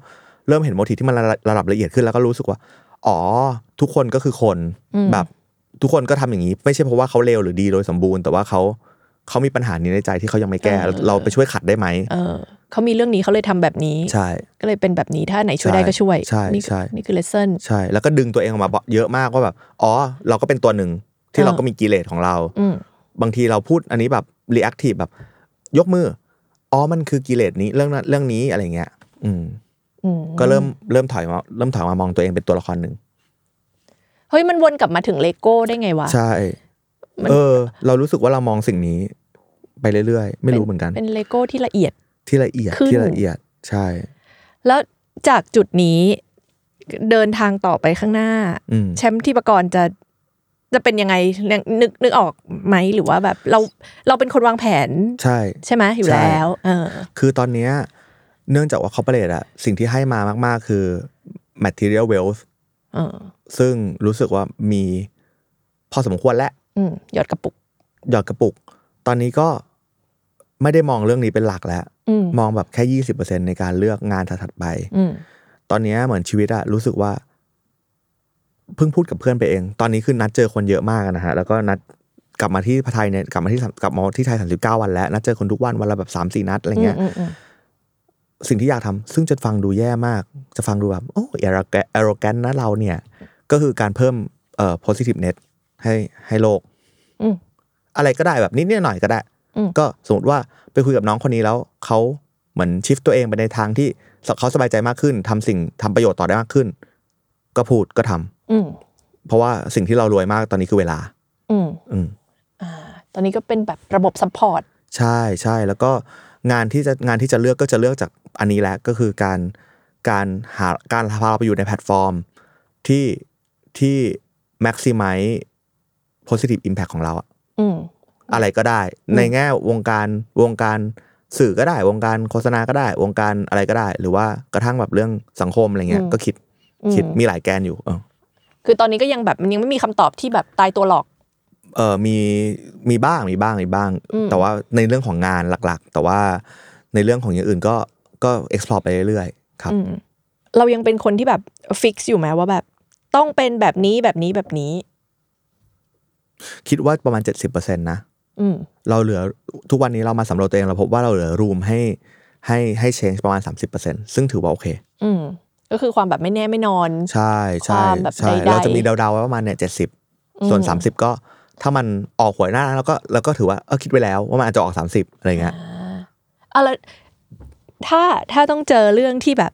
C: เริ่มเห็นโมทีฟที่มันระระดับละเอียดขึ้นแล้วก็รู้สึกว่า อ๋อ ทุกคนก็คือคน
B: อืม
C: แบบทุกคนก็ทำอย่างนี้ ไม่ใช่เพราะว่าเขาเลวหรือดีโดยสมบูรณ์ แต่ว่าเขาเขามีปัญหานี้ในใจที่เขายังไม่แก้เราเราไปช่วยขัดได้ไหม
B: เออเขามีเรื่องนี้เขาเลยทำแบบนี้
C: ใช่
B: ก็เลยเป็นแบบนี้ถ้าไหนช่วยได้
C: ใช่
B: ก็ช่วย
C: ใช่
B: นี่คือ
C: ใช่
B: นี่คือเลสเซน
C: ใช่ แล้วก็ดึงตัวเองออกมาเยอะมากว่าแบบ อ๋อ เราก็เป็นตัวหนึ่งที่
B: เออ
C: เราก็มีกิเลสของเรา
B: อืม
C: บางทีเราพูดอันนี้แบบรีแอคทีฟแบบ ยกมือ อ๋อ มันคือกิเลสนี้เรื่องนั้นเรื่องนี้อะไรเงี้ย อืม
B: อืม
C: ก็เริ่มเริ่มถอยมาเริ่มถอยมามองตัวเองเป็นตัวละครหนึ่ง
B: เฮ้ยมันวนกลับมาถึงเลโก้ได้ไงวะ
C: ใช่
B: มัน
C: เออ เรารู้สึกว่าเรามองสิ่งนี้ ไปเรื่อยๆ ไม่รู้เหมือนกัน
B: เป็นเลโก้ที่ละเอียด
C: ที่ละเอียด
B: ขึ้น
C: ที่ละเอียดใช่
B: แล้วจากจุดนี้เดินทางต่อไปข้างหน้า
C: อืม
B: แชมป์ที่ประกรณ์จะจะเป็นยังไงยังนึกนึกออกไหมหรือว่าแบบเราเราเป็นคนวางแผน
C: ใช่
B: ใช่ไหมอยู่
C: ใช่
B: แล้ว เออ
C: คือตอนเนี้ยเนื่องจากว่าคอร์เปอเรทอะสิ่งที่ให้มามาก ๆ คือ material wealth
B: เออ
C: ซึ่งรู้สึกว่ามีพอสมควรและ
B: อืมหยอดกระปุก
C: หยอดกระปุก ตอนนี้ก็ไม่ได้มองเรื่องนี้เป็นหลักแล้ว
B: อืม
C: มองแบบแค่ยี่สิบเปอร์เซ็นในการเลือกงานถัดๆไป
B: อืม
C: ตอนเนี้ยเหมือนชีวิตอะรู้สึกว่า เพิ่งพูดกับเพื่อนไปเอง ตอนนี้คือนัดเจอคนเยอะมากอะนะฮะ แล้วก็นัดกลับมาที่ไทยเนี่ยกลับมาที่สามกลับมาที่ไทยสามสิบเก้าวันแล้ว นัดเจอคนทุกวันวันละแบบสามสี่นัดอะไรเงี้ย
B: อืมอืม
C: สิ่งที่อยากทำซึ่งจะฟังดูแย่มาก จะฟังดูแบบ โอ้เอรแกเอรแกนนะเราเนี่ย ก็คือการเพิ่มเอ่อ positive net ให้ให้โลก
B: อืม
C: อะไรก็ได้แบบนิดๆหน่อยๆก็ได้
B: อืม
C: ก็สมมติว่าไปคุยกับน้องคนนี้แล้วเขาเหมือนชิฟตัวเองไปในทางที่เขาสบายใจมากขึ้นทำสิ่งทำประโยชน์ต่อได้มากขึ้น ก็พูดก็ทำ
B: อืม
C: เพราะว่าสิ่งที่เรารวยมากตอนนี้คือเวลา
B: อืม
C: อืม
B: อ่า ตอนนี้ก็เป็นแบบระบบซัพพอร์ต
C: ใช่ใช่แล้วก็งานที่จะงานที่จะเลือกก็จะเลือกจากอันนี้แหละก็คือการการหาการพาเราไปอยู่ในแพลตฟอร์ม ที่ที่ maximize positive impact ของเราอะ
B: อืม
C: อะไรก็ได้ ในแง่วงการวงการสื่อก็ได้ วงการโฆษณาก็ได้ วงการอะไรก็ได้ หรือว่ากระทั่งแบบเรื่องสังคมอะไรเงี้ย
B: อืม
C: ก็คิด
B: อืม
C: คิดมีหลายแกนอยู่ เออ
B: คือตอนนี้ก็ยังแบบมันยังไม่มีคำตอบที่แบบตายตัวหรอก
C: เออมีมีบ้างมีบ้างมีบ้าง
B: อืม
C: แต่ว่าในเรื่องของงานหลักๆ แต่ว่าในเรื่องของอย่างอื่นก็ก็ explore ไปเรื่อยๆครับ
B: อืมเรายังเป็นคนที่แบบฟิกซ์อยู่ไหมว่าแบบต้องเป็นแบบนี้แบบนี้แบบนี้
C: คิดว่าประมาณ 70%นะ
B: อืม
C: เราเหลือทุกวันนี้เรามาสำรวจตัวเองเราพบว่าเราเหลือรูมให้ให้ให้ change ประมาณ 30%ซึ่งถือว่าโอเค
B: อืม ก็คือความแบบไม่แน่ไม่นอน
C: ใช่ใช่
B: ความแบบ
C: ใช่
B: ใดๆ
C: เราจะมีเดาๆไว้ประมาณเนี่ยเจ็ดสิบส่วน
B: อืม
C: สามสิบก็ถ้ามันออกหวยหน้าแล้วก็แล้วก็ถือว่าเออคิดไว้แล้วว่ามันอาจจะออกสามสิบอะไรเงี้ย
B: อะไรถ้าถ้าต้องเจอเรื่องที่แบบ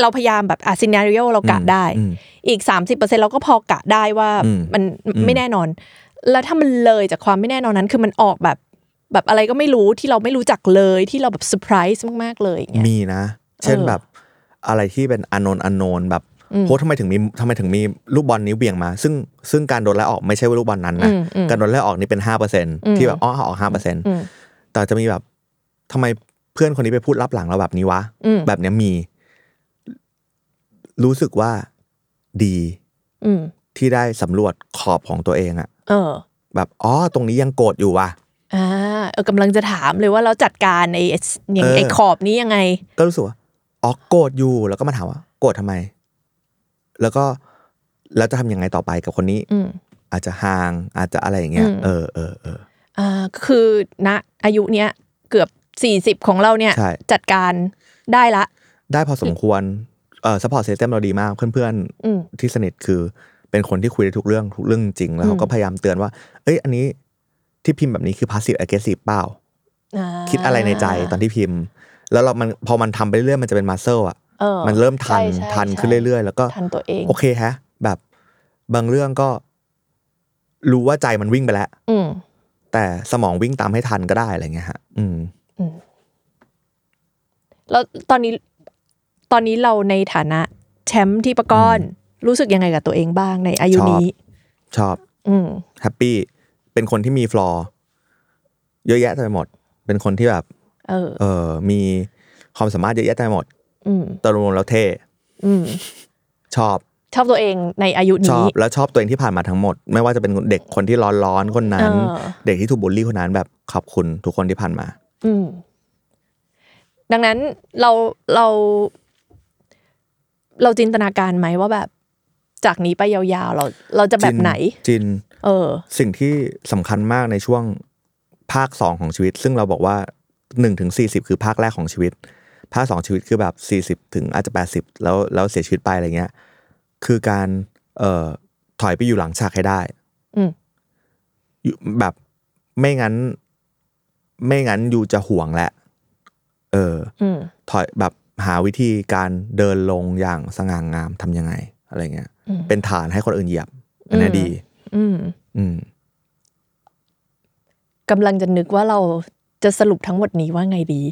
B: เราพยายามแบบอ่ะซีนาริโอเรากะได้
C: อืม
B: อีก 30%เราก็พอกะได้ว่า
C: อืม
B: มันไม่แน่นอน แล้วถ้ามันเลยจากความไม่แน่นอนนั้นคือมันออกแบบ แบบอะไรก็ไม่รู้ที่เราไม่รู้จักเลยที่เราแบบเซอร์ไพรส์มากๆเลยอย่างเงี้ย
C: มีนะ เช่น
B: เออ
C: แบบอะไรที่เป็นอนนอนอนนแบบ
B: อืม
C: โหทำไมถึงมีทำไมถึงมีลูกบอลนิ้วเบี่ยงมา ซึ่งซึ่งการโดนไล่ออกไม่ใช่ว่าลูกบอลนั้นนะ
B: อืมอืม
C: การโดนไล่ออกนี่เป็นห้าเปอร์เซ็น
B: ม
C: ที่แบบอ้อออกห้าเปอร์เซ็น
B: อืม
C: แต่จะมีแบบทำไมเพื่อนคนนี้ไปพูดรับหลังเราแบบนี้วะ
B: อืม
C: แบบเนี้ยมี รู้สึกว่าดี
B: อืม
C: ที่ได้สำรวจขอบของตัวเองอะ
B: เออ
C: แบบอ๋อตรงนี้ยังโกรธอยู่ว่ะ
B: อ่าเออกำลังจะถามเลยว่าเราจัดการไอ้ไอ้อย่าง
C: เออ
B: ไอ้ขอบนี้ยังไง
C: ก็รู้สึกว่าอ๋อโกรธอยู่แล้วก็มาถามว่าโกรธทำไม แล้วก็แล้วจะทำยังไงต่อไปกับคนนี้
B: อืม
C: อาจจะห่างอาจจะอะไรอย่างเงี้ย
B: อืม
C: เออเออเออ
B: อ่าคือณอายุเนี้ยเกือบสี่สิบของเราเนี่ย
C: ใช่
B: จัดการได้ละ
C: ได้พอสมควรเออ support system เราดีมากเพื่อน
B: อืม
C: ๆที่สนิทคือเป็นคนที่คุยได้ทุกเรื่องทุกเรื่องจริงแล้วเขาก็พยายามเตือนว่า เอ้ยอันนี้ที่พิมพ์แบบนี้คือ passive aggressive เปล่า
B: า
C: คิดอะไรในใจตอนที่พิมพ์ แล้วเรามันพอมันทำไปเรื่อยๆมันจะเป็นมาเซลอะ
B: ออ
C: มันเริ่มทัน
B: ใช่ใช่
C: ทัน
B: ใช่
C: ขึ้นเรื่อย ๆ แล้วก็
B: ทันตัวเอง
C: โอเคฮะ แบบบางเรื่องก็ รู้ว่าใจมันวิ่งไปแล้ว
B: อืม
C: แต่สมองวิ่งตามให้ทันก็ได้อะไรเงี้ยฮะ อืม
B: แล้วตอนนี้ตอนนี้เราในฐานะแชมป์ที่ประกอนรู้สึกยังไงกับตัวเองบ้างในอายุ
C: ชอบ
B: นี้
C: ชอบ
B: อืม
C: แฮปปี้เป็นคนที่มีฟลอร์เยอะแยะเต็มไปหมด เป็นคนที่แบบ
B: เออ
C: เออมีความสามารถเยอะแยะเต็มไปหมด
B: อืม
C: แตรวมๆแล้วเท่
B: อืม
C: ชอบ
B: ชอบตัวเองในอายุ
C: ชอ
B: นี้
C: บแล้วชอบตัวเองที่ผ่านมาทั้งหมด ไม่ว่าจะเป็นเด็กคนที่ร้อนร้อนๆคนนั้น
B: เออ
C: เด็กที่ถูกบูลลี่คนนั้นแบบขอบคุณทุกคนที่ผ่านมา
B: อืม ดังนั้นเราเรา เราจินตนาการไหมว่าแบบ จากนี้ไปยาวๆ เรา เราจะแบบไหน
C: จิน
B: เออ
C: สิ่งที่สำคัญมากในช่วงภาคสองของชีวิต ซึ่งเราบอกว่า1นถึงสีคือภาคแรกของชีวิต ภาคสองชีวิตคือแบบ 40 ถึงอาจจะ 80 แล้วแล้วเสียชีวิตไปอะไรเงี้ยคือการเอ่อถอยไปอยู่หลังฉากให้ได้
B: อืม
C: อยู่แบบไม่งั้น ไม่งั้นอยู่จะห่วงแหละเออ
B: อืม
C: ถอยแบบหาวิธีการเดินลงอย่างสง่างามทำยังไง อะไรเงี้ย
B: อืม
C: เป็นฐานให้คนอื่นเหยียบ อันนี้ดี
B: อืม
C: อืม
B: กำลังจะนึกว่าเราจะสรุปทั้งหมดนี้ว่าไงดี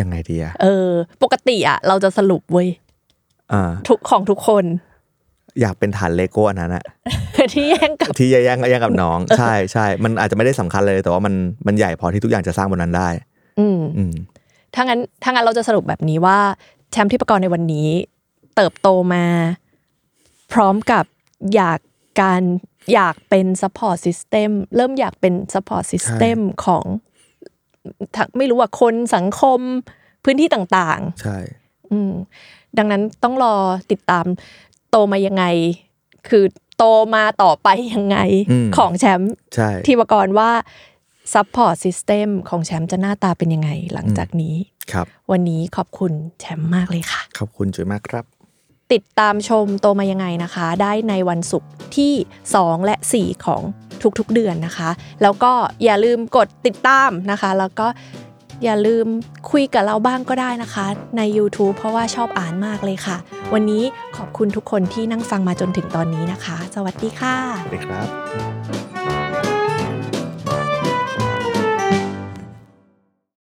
C: ยังไงดีอะ
B: เออ ปกติอะเราจะสรุปเว้ย
C: อ่า
B: ทุกของทุกคน
C: อยากเป็นฐานเลโก้อันนั้นอะ
B: ที่แย่งกับ
C: ที่แย่งแย่งกับ น้อง ใช่ใช่มันอาจจะไม่ได้สำคัญเลยแต่ว่ามันมันใหญ่พอที่ทุกอย่างจะสร้างบนนั้นได้
B: อืม
C: อืม
B: ถ้างั้นถ้างั้นเราจะสรุปแบบนี้ว่า แชมป์ที่ประกอบในวันนี้ เติบโตมา พร้อมกับอยากการอยากเป็น support system เริ่มอยากเป็น support system ของทั้งไม่รู้ว่าคนสังคมพื้นที่ต่าง
C: ใช่
B: ๆ อืมดังนั้นต้องรอติดตามโตมายังไง คือโตมาต่อไปยังไงของแชมป์
C: ใช่
B: ทีวกรว่า Support System ของแชมป์จะหน้าตาเป็นยังไงหลังจากนี้
C: ครับ
B: วันนี้ขอบคุณแชมป์มากเลยค่ะ
C: ขอบคุณจุ๋ยมากครับ
B: ติดตามชมโตมายังไงนะคะ ได้ในวันศุกร์ที่ 2 และ 4 ของทุกๆเดือนนะคะ แล้วก็อย่าลืมกดติดตามนะคะ แล้วก็อย่าลืมคุยกับเราบ้างก็ได้นะคะ ใน YouTube เพราะว่าชอบอ่านมากเลยค่ะ วันนี้ขอบคุณทุกคนที่นั่งฟังมาจนถึงตอนนี้นะคะ สวัสดีค่ะ
C: สวัสดีครับ